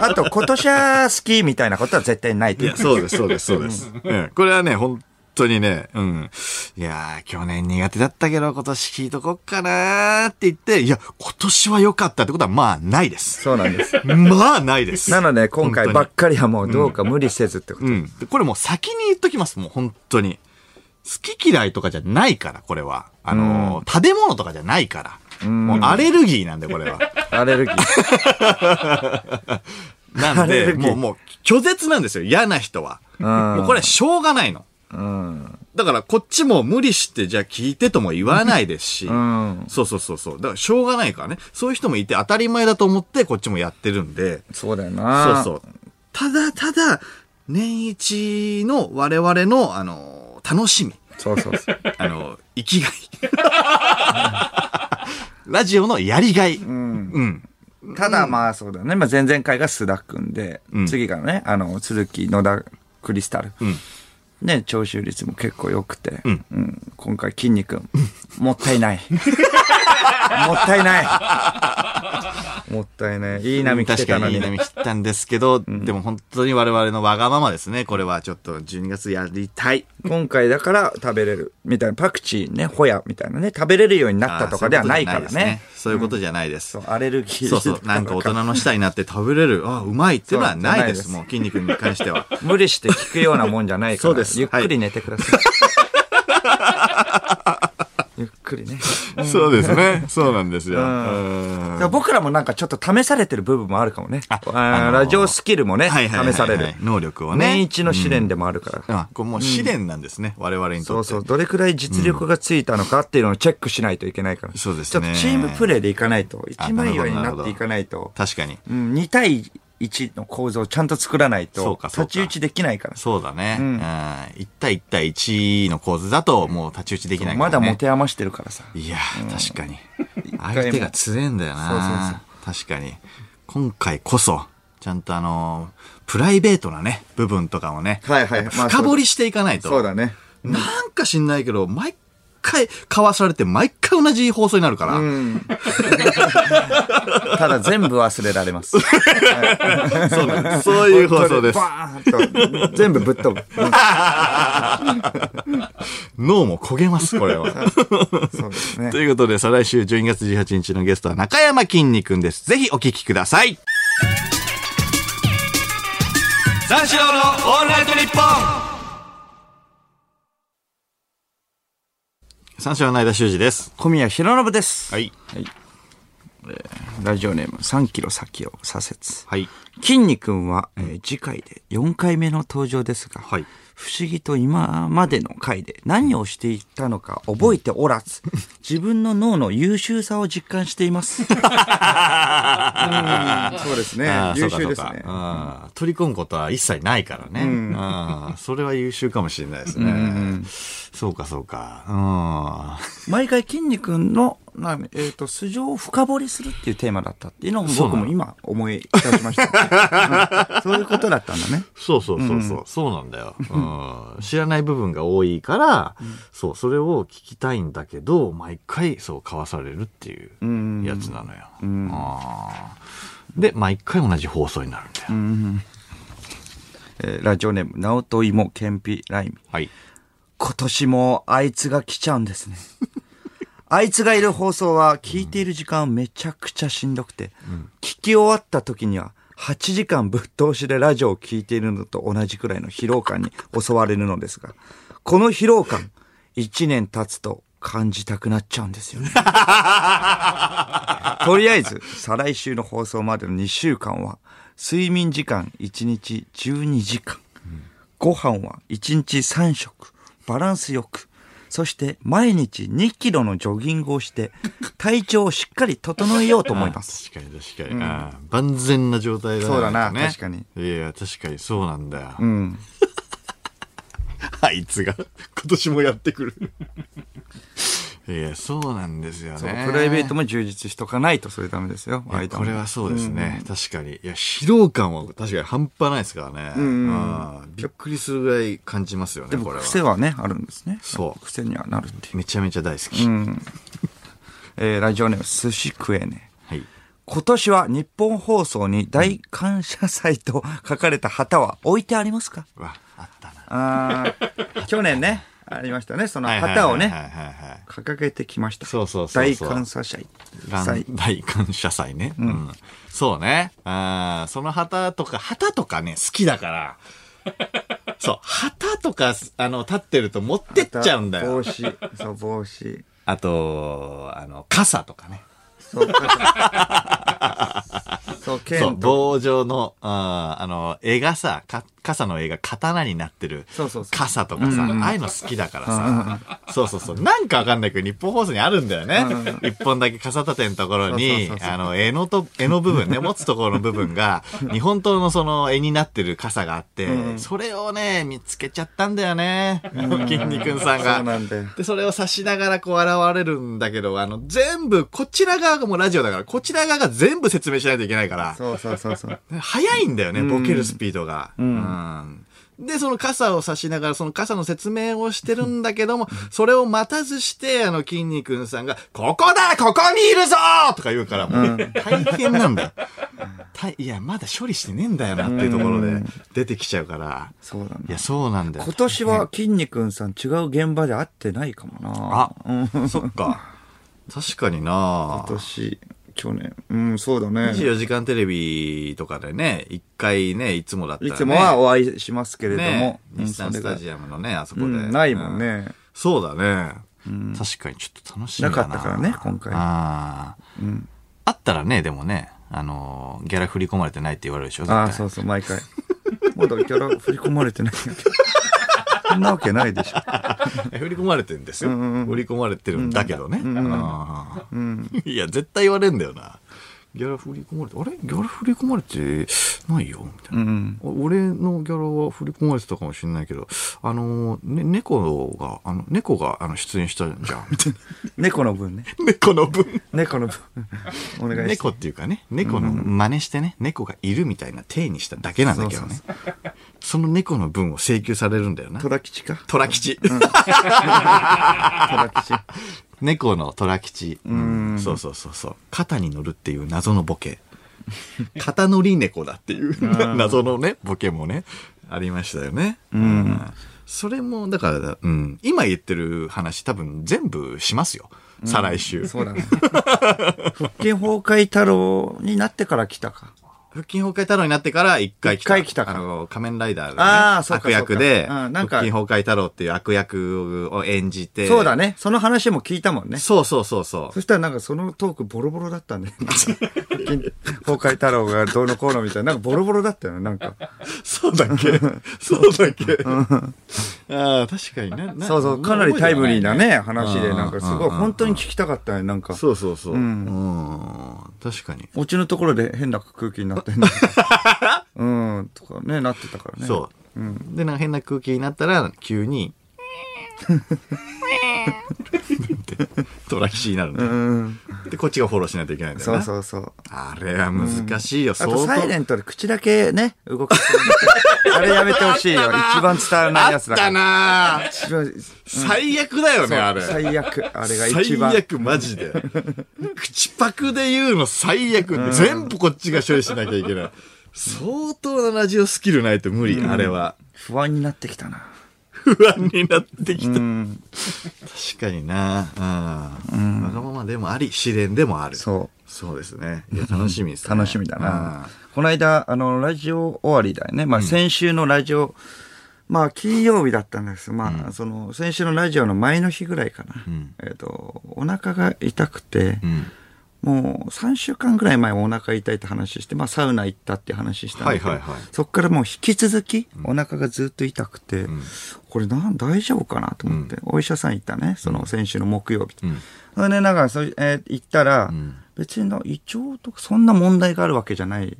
Speaker 2: あと、今年は好きみたいなことは絶対ないと
Speaker 1: い
Speaker 2: いう
Speaker 1: や、。そうです、そうです、そう です。うん。これはね、本当にね、うん。いやー、去年苦手だったけど、今年聞いとこっかなーって言って、いや、今年は良かったってことは、まあ、ないです。
Speaker 2: そうなんです。
Speaker 1: まあ、ないです。
Speaker 2: なので、今回
Speaker 1: 本
Speaker 2: ば
Speaker 1: 当に
Speaker 2: っかりはもうどうか無理せずってこと。
Speaker 1: うん。これもう先に言っときます、もう本当に。好き嫌いとかじゃないから、これは。あのー、食べ物とかじゃないから。もうアレルギーなんだよ、これは。
Speaker 2: アレルギー。
Speaker 1: な
Speaker 2: ア
Speaker 1: ん
Speaker 2: レ
Speaker 1: で、
Speaker 2: ルギー
Speaker 1: もう、もう、拒絶なんですよ、嫌な人は。
Speaker 2: ん
Speaker 1: もうこれはしょうがないの。
Speaker 2: うん。
Speaker 1: だから、こっちも無理して、じゃあ聞いてとも言わないですし。
Speaker 2: うん。
Speaker 1: そうそうそうそう。だから、しょうがないからね。そういう人もいて当たり前だと思って、こっちもやってるんで。
Speaker 2: そうだよ
Speaker 1: そう
Speaker 2: な。
Speaker 1: そう。ただただ、年一の我々の、あの、楽しみ。
Speaker 2: そうそうそう。
Speaker 1: あの、生きがい。ラジオのやりがい。うん。
Speaker 2: ただまあそうだね。まあ前々回が須田くんで、
Speaker 1: ん
Speaker 2: 次がね、あの、鈴木、野田、クリスタル。ね、聴取率も結構良くて、うんん今回、筋肉、もった いない。もったい ない。もったいない。いい波来
Speaker 1: 確
Speaker 2: て
Speaker 1: か
Speaker 2: たの
Speaker 1: にい
Speaker 2: に。
Speaker 1: い波切ったんですけど、でも本当に我々のわがままですね。これはちょっと12月やりたい。
Speaker 2: 今回だから食べれる。みたいな。パクチーね、ホヤみたいなね、食べれるようになったとかではないからね。
Speaker 1: そういうことじゃないです
Speaker 2: そう、。アレルギー。
Speaker 1: そうそう。なんか大人の舌になって食べれる、あうまいっていうのはないです。
Speaker 2: そう
Speaker 1: もう筋肉に関しては。
Speaker 2: 無理して聞くようなもんじゃないから。
Speaker 1: そうです
Speaker 2: ゆっくり寝てください。 ゆっくりね。
Speaker 1: そうですね。そうなんですよ。うん
Speaker 2: だから僕らもなんかちょっと試されてる部分もあるかもね。あ
Speaker 1: あのー
Speaker 2: ーラジオスキルもね、
Speaker 1: はいはいはいはい
Speaker 2: 試される。
Speaker 1: 能力をね
Speaker 2: 年一の試練でもあるから。
Speaker 1: あ、これもう試練なんですね。我々に
Speaker 2: そ
Speaker 1: と
Speaker 2: う
Speaker 1: って。
Speaker 2: そう。どれくらい実力がついたのかっていうのをチェックしないといけないから。
Speaker 1: そうですね
Speaker 2: ちょっとチームプレーでいかないと、
Speaker 1: あ
Speaker 2: 一枚岩に
Speaker 1: なる
Speaker 2: な
Speaker 1: ほど
Speaker 2: っていかないと、
Speaker 1: 確かに。
Speaker 2: うん、2対1の構造をちゃんと作らない
Speaker 1: そう
Speaker 2: と、
Speaker 1: かそうか
Speaker 2: 太刀打ちできないから。
Speaker 1: そうだね。うん。1対1対1の構図だと、もう太刀打ちできないか
Speaker 2: ま
Speaker 1: ら
Speaker 2: だ
Speaker 1: ね。
Speaker 2: 持て余してるからさ。
Speaker 1: いやー、確かに。
Speaker 2: 回も
Speaker 1: 相手が強えんだよな。確かに。今回こそ、ちゃんとあのープライベートなね、部分とかもね、
Speaker 2: はいはい
Speaker 1: やっ
Speaker 2: ま
Speaker 1: ぱ
Speaker 2: あ
Speaker 1: 深掘りしていかないと。
Speaker 2: そうだね。
Speaker 1: なんか知んないけど、毎回、かわされて、毎回同じ放送になるから。
Speaker 2: ただ全部忘れら れま
Speaker 1: そ
Speaker 2: す。
Speaker 1: うなんです。そういう放送です。
Speaker 2: バーンと、全部ぶっ飛ぶ。
Speaker 1: 脳も焦げます、これ は。
Speaker 2: そうですね
Speaker 1: と。いうことで、再来週12月18日のゲストは中山きんに君です。ぜひお聞きください。三四郎のオールナイトニッポン三四郎の間修二です。
Speaker 2: 小宮弘信です。
Speaker 1: はい。
Speaker 2: ラジオネーム3キロ先を左折。
Speaker 1: はい。
Speaker 2: 筋肉は、えー次回で4回目の登場ですが、
Speaker 1: はい
Speaker 2: 不思議と今までの回で何をしていたのか覚えてお らず、自分の脳の優秀さを実感して います。うんそうですね
Speaker 1: あーそうかそうかあー取り込むことは一切ないからね。あーそれは優秀かもしれないですね。そうか、そうか。うん
Speaker 2: 毎回筋肉の、なえっ、と、素性を深掘りするっていうテーマだったっていうのを
Speaker 1: そう
Speaker 2: 僕
Speaker 1: なの
Speaker 2: も今思い出しました、 うんそういうことだったんだね。
Speaker 1: そうそうそうそう、そうなんだよ、うん、知らない部分が多いから、そうそれを聞きたいんだけど毎回そうかわされるっていうやつなのよ、あーで毎回同じ放送になるんだよ、
Speaker 2: えーラジオネーム、直人芋けんぴライミ。
Speaker 1: はい
Speaker 2: 今年もあいつが来ちゃうんですね。 あいつがいる放送は聞いている時間めちゃくちゃしんどくて、聞き終わった時には8時間ぶっ通しでラジオを聞いているのと同じくらいの疲労感に襲われるのですが、この疲労感、1年経つと感じたくなっちゃうんですよね。 とりあえず、再来週の放送までの2週間は、睡眠時間1日12時間。ご飯は1日3食、バランスよく、そして毎日2キロのジョギング をして、体調をしっかり整えようと思います。
Speaker 1: 確かに確かに、あー万全な状態だね
Speaker 2: そうだなん
Speaker 1: ね
Speaker 2: 確かに
Speaker 1: いや確かにそうなんだよ、
Speaker 2: うん。
Speaker 1: あいつが今年もやってくるいやそうなんですよね
Speaker 2: そう、プライベートも充実しとかないとそれダメですよ、
Speaker 1: いや
Speaker 2: 間も
Speaker 1: これはそうですね、確かにいや疲労感は確かに半端ないですからね、うんびっくりするぐらい感じますよね
Speaker 2: でも
Speaker 1: これ
Speaker 2: 癖
Speaker 1: は
Speaker 2: はね、あるんですね。
Speaker 1: そう
Speaker 2: 癖にはなるっていう。
Speaker 1: めちゃめちゃ大好き、
Speaker 2: えー、ラジオネーム、寿司食えね
Speaker 1: は
Speaker 2: え。
Speaker 1: い
Speaker 2: 今年は日本放送に大感謝祭と書かれた旗は置いてありますか
Speaker 1: うわあったな
Speaker 2: あ あ、去年ね、ありましたね。その旗を
Speaker 1: はい
Speaker 2: ね、
Speaker 1: はいはいはいはい
Speaker 2: 掲げてきました。
Speaker 1: そうそうそうそう
Speaker 2: 大感謝祭。
Speaker 1: ラン
Speaker 2: 祭
Speaker 1: 大感謝祭ね、うんそうねあーその旗とか旗とかね好きだ からそう旗とかあの立ってると持ってっちゃうんだよ
Speaker 2: 帽子、そう、帽子。
Speaker 1: あとあの傘とかね
Speaker 2: そう、そう、
Speaker 1: そ
Speaker 2: 剣
Speaker 1: う、
Speaker 2: と。
Speaker 1: 棒状の、あーあの、絵がさ、か傘の絵が刀になってる。
Speaker 2: そうそうそう
Speaker 1: 傘とかさ、ああいうの好きだからさ。そうそうそう。なんかわかんないけど、日本放送にあるんだよね。一本だけ傘立てのところに
Speaker 2: そうそうそう、そう
Speaker 1: あの、絵のと、絵の部分 ね、持つところの部分が、日本刀のその絵になってる傘があって、それをね、見つけちゃったんだよね。筋肉さんが。
Speaker 2: そうなんだよ
Speaker 1: で、それを刺しながらこう現れるんだけど、あの、全部、こちら側がもうラジオだから、こちら側が全部説明しないといけないから、
Speaker 2: そうそうそうそう。
Speaker 1: 早いんだよね、ボケるスピードが。うんで、その傘を差しながら、その傘の説明をしてるんだけども、それを待たずして、あの、筋肉さんが、ここだここにいるぞとか言うから、もう、大変なんだよ。たいや、まだ処理してねえんだよなっていうところで、出てきちゃうから。
Speaker 2: そうなん
Speaker 1: い
Speaker 2: だ。
Speaker 1: や、そうなんだよ
Speaker 2: 今。年は、筋肉さん違う現場で会ってないかもな。
Speaker 1: あ、そっか。確かにな
Speaker 2: 今年、去年。うん、そうだね。
Speaker 1: 24時間テレビとかでね、一回ね、いつもだったら、
Speaker 2: い
Speaker 1: ね。
Speaker 2: つもはお会いしますけれども
Speaker 1: ね。、
Speaker 2: うん
Speaker 1: 日産スタジアムのね、あそこで。
Speaker 2: うんないもんね
Speaker 1: うそうだね。確かにちょっと楽しみだな。
Speaker 2: なかったからね今回
Speaker 1: ああ。あったらね、でもね、あのーギャラ振り込まれてないって言われるでしょ、絶対
Speaker 2: ああ、そうそう、毎回。まだギャラ振り込まれてないんだけど。そんなわけないでしょ。
Speaker 1: え 振り込まれてるんですよ。振り込まれてるんだけどね。あーいや、絶対言われんだよな。ギャラ振り込まれて、あれギャラ振り込まれてないよみたいな、お俺のギャラは振り込まれてたかもしれないけど、あの、ね、猫が、あの、猫があの出演したじゃん、みたいな。
Speaker 2: 猫の分ね。
Speaker 1: 猫の分。
Speaker 2: 猫の分。お願いし
Speaker 1: 猫
Speaker 2: ます。
Speaker 1: っていうかね、猫の真似してね、猫がいるみたいな体にしただけなんだけどね。その猫の分を請求されるんだよな。
Speaker 2: 虎吉か
Speaker 1: 虎吉。
Speaker 2: 虎吉。
Speaker 1: 猫の虎吉。そうそうそうそう。肩に乗るっていう謎のボケ。 肩乗り猫だっていう 謎のね、ボケもね、ありましたよね。うんそれも、だから、うん、今言ってる話多分全部しますよ。再来週。
Speaker 2: そうだね。腹筋崩壊太郎になってから来たか。
Speaker 1: 腹筋崩壊太郎になってから一回来た。
Speaker 2: 一回来たか
Speaker 1: あの、仮面ライダーで、ね、
Speaker 2: あーそうか
Speaker 1: 悪役で、
Speaker 2: そうかうんな
Speaker 1: 腹
Speaker 2: んか
Speaker 1: 筋崩壊太郎っていう悪役を演じて。
Speaker 2: そうだね。その話も聞いたもんね。
Speaker 1: そうそうそうそう。
Speaker 2: そしたらなんかそのトークボロボロだったね。崩壊太郎がどうのこうのみたいな。なんかボロボロだったよね。なんか。
Speaker 1: そうだっ けそうだっけああ、確かにね。な
Speaker 2: そうそう。かなりタイムリーな。ね、話で。
Speaker 1: うん
Speaker 2: なんかすごい、本当に聞きたかったね。なんか。
Speaker 1: そうそうそう。うん。確かに。
Speaker 2: お家のところで変な空気になってんの。うん、とかね、なってたからね。
Speaker 1: そう。で、なんか変な空気になったら、急 に、トラキシーになるんだ
Speaker 2: う
Speaker 1: よ。
Speaker 2: ん。
Speaker 1: で、こっちがフォローしないといけないんだよ
Speaker 2: そう
Speaker 1: な。
Speaker 2: そうそう。
Speaker 1: あれは難しいよ、
Speaker 2: あ
Speaker 1: 相
Speaker 2: と、
Speaker 1: 当。
Speaker 2: サイレントで口だけね、 動かす。あれやめてほしいよ。一番伝わらない
Speaker 1: あ
Speaker 2: や
Speaker 1: っ
Speaker 2: つだか
Speaker 1: た
Speaker 2: ら。
Speaker 1: なぁ
Speaker 2: 一番
Speaker 1: 最悪だよね、あれ。
Speaker 2: 最悪。あれが一
Speaker 1: 最
Speaker 2: 番。
Speaker 1: 悪マジで。口パクで言うの最悪、全部こっちが処理しなきゃいけない。相当なラジオスキルないと無理、あれは。
Speaker 2: 不安になってきたな。
Speaker 1: 不安になってきた。確かにな。うん。わがままでもあり、試練でもある。。
Speaker 2: そう
Speaker 1: そうですね。いや、楽しみですね。
Speaker 2: 楽しみだ
Speaker 1: うん
Speaker 2: な。。この間、あの、ラジオ終わりだよね。まあ、先週のラジオ、まあ、金曜日だったんです。まあ、その、先週のラジオの前の日ぐらいかな。えっと、お腹が痛くて、もう3週間ぐらい前もお腹痛いって話して、まあサウナ行ったって話したんだけど、
Speaker 1: はいはいはい
Speaker 2: そっからもう引き続きお腹がずっと痛くて、これなん大丈夫かなと思って、お医者さん行ったね、その先週の木曜日。それでなんかそれ、えー行ったら、別にの胃腸とかそんな問題があるわけじゃない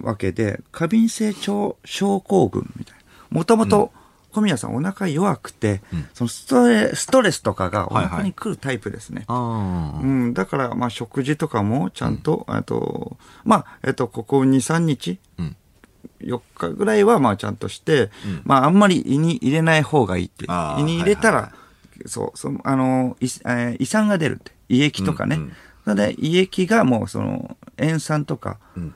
Speaker 2: わけで、過敏性腸症候群みたいな。もともと小宮さんお腹弱くて、そのストレストレスとかがお腹に来るタイプですね。
Speaker 1: あ
Speaker 2: うん、だから、まあ、食事とかもちゃんと、あと、まあ、えっと、ここ2、3日、
Speaker 1: ん
Speaker 2: 4日ぐらいは、まあ、ちゃんとして、まあ、あんまり胃に入れない方がいいって。
Speaker 1: あー
Speaker 2: 胃に入れたら、
Speaker 1: はいは
Speaker 2: そう、その、あの、いえー胃酸が出るって。胃液とかね。
Speaker 1: うんうん
Speaker 2: それで、胃液がもう、その、塩酸とか、
Speaker 1: ん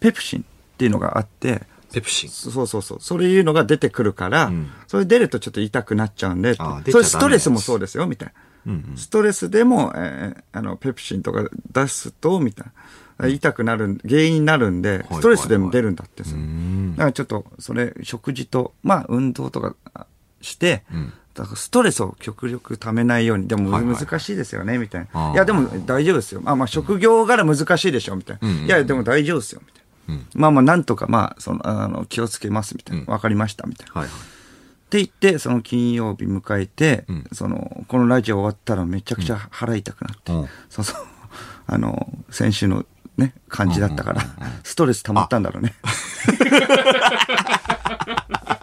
Speaker 2: ペプシンっていうのがあって、
Speaker 1: あ。ペプシン。
Speaker 2: そうそうそう。そういうのが出てくるから、
Speaker 1: ん
Speaker 2: それ出るとちょっと痛くなっちゃうんでって
Speaker 1: あー出ちゃダメ
Speaker 2: それストレスもそうですよ、みたいな。
Speaker 1: うん
Speaker 2: ストレスでも、えーあの、ペプシンとか出すと、みたいな。痛くなる、原因になるんで、
Speaker 1: い
Speaker 2: ストレスでも出るんだってさ。
Speaker 1: うん。
Speaker 2: だからちょっと、それ、食事と、まあ、運動とかあして、だからストレスを極力ためないように、でも
Speaker 1: はいはい
Speaker 2: 難しいですよね、みたい
Speaker 1: あ
Speaker 2: な。
Speaker 1: ー
Speaker 2: いや、でも大丈夫ですよ。まあまあ、職業柄難しいでしょ、みたいな。いや、でも大丈夫ですよ、みたいな。まあまあ、なんとか、まあ、その、あの、気をつけます、みたいな。わかりました、みたいな。
Speaker 1: はい。
Speaker 2: って言って、その金曜日迎えて、
Speaker 1: ん
Speaker 2: その、このラジオ終わったらめちゃくちゃ腹痛くなって、
Speaker 1: うん
Speaker 2: そうそう、あの、先週のね、感じだったから、ストレス溜まったんだろうね。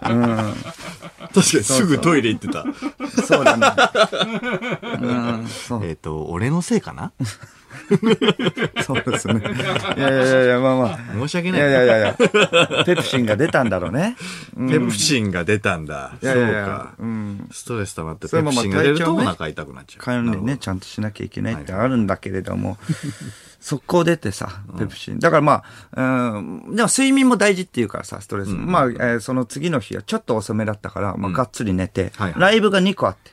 Speaker 1: 確かにすぐトイレ行ってた。
Speaker 2: そうだね。うん、そう
Speaker 1: えっと、俺のせいかな
Speaker 2: そうですね。いやいやいやいや、まあまあ。
Speaker 1: 申し訳
Speaker 2: い
Speaker 1: ない。
Speaker 2: やいやいやいや、ペプシンが出たんだろうね。
Speaker 1: ペプシンが出たんだ。
Speaker 2: いやいや い
Speaker 1: そう
Speaker 2: や
Speaker 1: か、
Speaker 2: うん。
Speaker 1: ストレス溜まって
Speaker 2: それ
Speaker 1: ペ
Speaker 2: も
Speaker 1: プ
Speaker 2: まあ
Speaker 1: シンが出る
Speaker 2: 体
Speaker 1: と
Speaker 2: 調
Speaker 1: お
Speaker 2: ね
Speaker 1: 腹痛くなっちゃう。
Speaker 2: 管
Speaker 1: な
Speaker 2: 理
Speaker 1: るほど
Speaker 2: ね、ちゃんとしなきゃいけないってあるんだけれども、速攻出てさ、ペプシン。だからまあ、うん、でも睡眠も大事っていうからさ、ストレス。まあ、えーその次の日はちょっと遅めだったから、まあ、がっつり寝て
Speaker 1: はい、はい
Speaker 2: ライブが2個あって、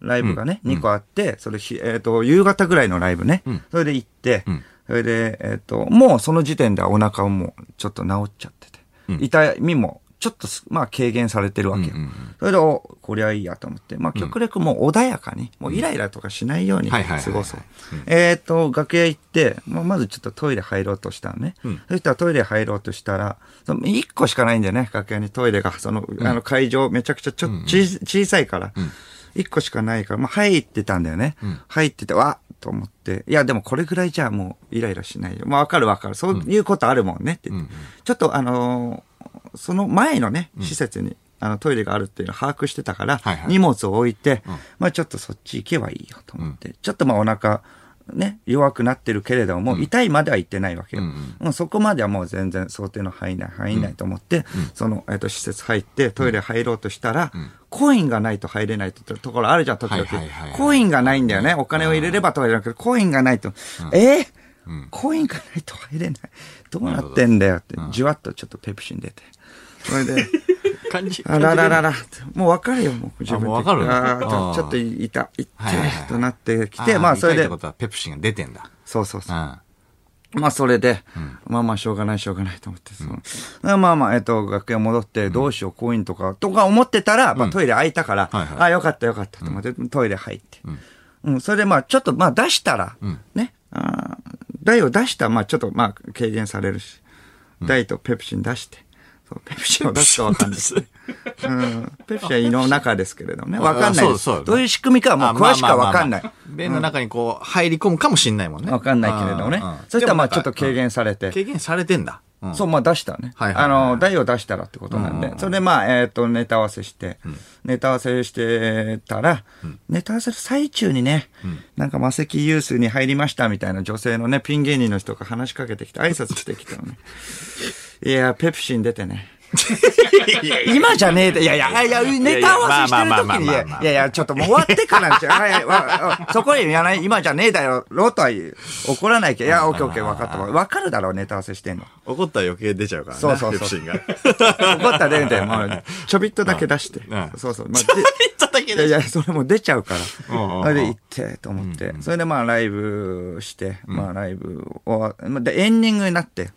Speaker 2: ライブがね、2個あって、それひ、えっと、夕方ぐらいのライブね、それで行って
Speaker 1: ん、
Speaker 2: それで、えっと、もうその時点ではお腹をもうちょっと治っちゃってて、痛みも、ちょっとす、まあ、軽減されてるわけよ。それで、お、こりゃいいやと思って、まあ、極力もう穏やかに、もうイライラとかしないように
Speaker 1: はい
Speaker 2: 過
Speaker 1: はいはいはい
Speaker 2: ごそう。えっと、楽屋行って、まあ、まずちょっとトイレ入ろうとしたのね。そしたらトイレ入ろうとしたら、その1個しかないんだよね、楽屋にトイレが。その、あの会場めちゃくちゃちょ、ち小さいから。1個しかないから、まあ、入ってたんだよね。入ってて、わっと思って。いや、でもこれぐらいじゃあもうイライラしないよ。まあ、わかるわかる。そういうことあるもんねって言って。ちょっとあのーその前のね、施設に、あのトイレがあるっていうのを把握してたから、
Speaker 1: はいはい
Speaker 2: 荷物を置いて、まあちょっとそっち行けばいいよと思って、ちょっとまあお腹、ね、弱くなってるけれども、痛いまでは行ってないわけよ。もうそこまではもう全然想定の範囲内、範囲内と思って、その、えっ、と、施設入って、トイレ入ろうとしたら、コインがないと入れないってところあるじゃん、時々、
Speaker 1: はいはいはいはい
Speaker 2: コインがないんだよね。お金を入れればとは言わなくて、コインがないと。えーコインがないと入れない。どうなってんだよって、じわっとちょっとペプシン出て。それで、
Speaker 1: 感じ。
Speaker 2: あらららら、もう分かるよ、もう自分で。
Speaker 1: あもう分かるの
Speaker 2: あー
Speaker 1: あー
Speaker 2: ちょっと痛い、
Speaker 1: はいはい
Speaker 2: 痛
Speaker 1: はい
Speaker 2: いとなってき
Speaker 1: 感じ。
Speaker 2: て、まあそれ
Speaker 1: 痛いって
Speaker 2: で
Speaker 1: こ、とはペプシンが出てんだ。
Speaker 2: そうそうそうう。
Speaker 1: ん。
Speaker 2: まあそれで、まあまあしょうがないしょうがないと思って、そのまあまあ、えっと、楽屋戻って、どうしよう、コインとか、とか思ってたら、まあトイレ空いたから、
Speaker 1: はいはい
Speaker 2: あ、よかったよかったと思って、トイレ入って。うん、それでまあちょっと、まあ出したら、ね、あー台を出したら、まあちょっと、まあ軽減されるし、台とペプシン出して、そうペプシンを出すかわかんない。うん、ペプシンは胃の中ですけれどもね、わかんな
Speaker 1: あ
Speaker 2: い
Speaker 1: そ
Speaker 2: で
Speaker 1: う
Speaker 2: す
Speaker 1: そうね
Speaker 2: どういう仕組みかはもう詳しくはわかんない
Speaker 1: まあ。まあまあまあ便の中にこう、入り込むかもしんないもんね。
Speaker 2: わかんないけれどもね
Speaker 1: うんうん。
Speaker 2: そしたらまあ
Speaker 1: で
Speaker 2: ちょ
Speaker 1: もな
Speaker 2: っと
Speaker 1: んか
Speaker 2: 軽減されて。
Speaker 1: 軽減されてんだ。うん
Speaker 2: そう、まあ出したね。
Speaker 1: はいはいはい
Speaker 2: あの、台を出したらってことなんで、それでまあ、えっ、と、ネタ合わせして、ネタ合わせしてたら、ネタ合わせる最中にね、なんか魔石ユースに入りましたみたいな女性のね、ピン芸人の人が話しかけてきて、挨拶してきた のね。いや、ペプシン出てね。今じゃねえで、いやいや、いや、ネタ合わせしてる時に、い
Speaker 1: まあまあまあまあ
Speaker 2: や
Speaker 1: まあ
Speaker 2: いやいや、ちょっともう終わってからにしようはいはいわそこへ言わない、今じゃねえだよ、ろとは言う怒らないけど、いや、オッケーオッケー、分かった。分かるだろう、ネタ合わせしてんの。
Speaker 1: 怒ったら余計出ちゃうからね。
Speaker 2: そうそうそ
Speaker 1: ペ
Speaker 2: う
Speaker 1: プシンが。
Speaker 2: 怒ったら 出て、もう、ちょびっとだけ出して
Speaker 1: うん。
Speaker 2: そうそう。まあ、で
Speaker 1: ちょっとだけ
Speaker 2: いや
Speaker 1: 出
Speaker 2: い
Speaker 1: ちゃう。
Speaker 2: や、それもう出ちゃうから。
Speaker 1: うんうん
Speaker 2: それで行って、と思って。それでまあ、ライブして、まあ、ライブを、まあで、エンディングになって。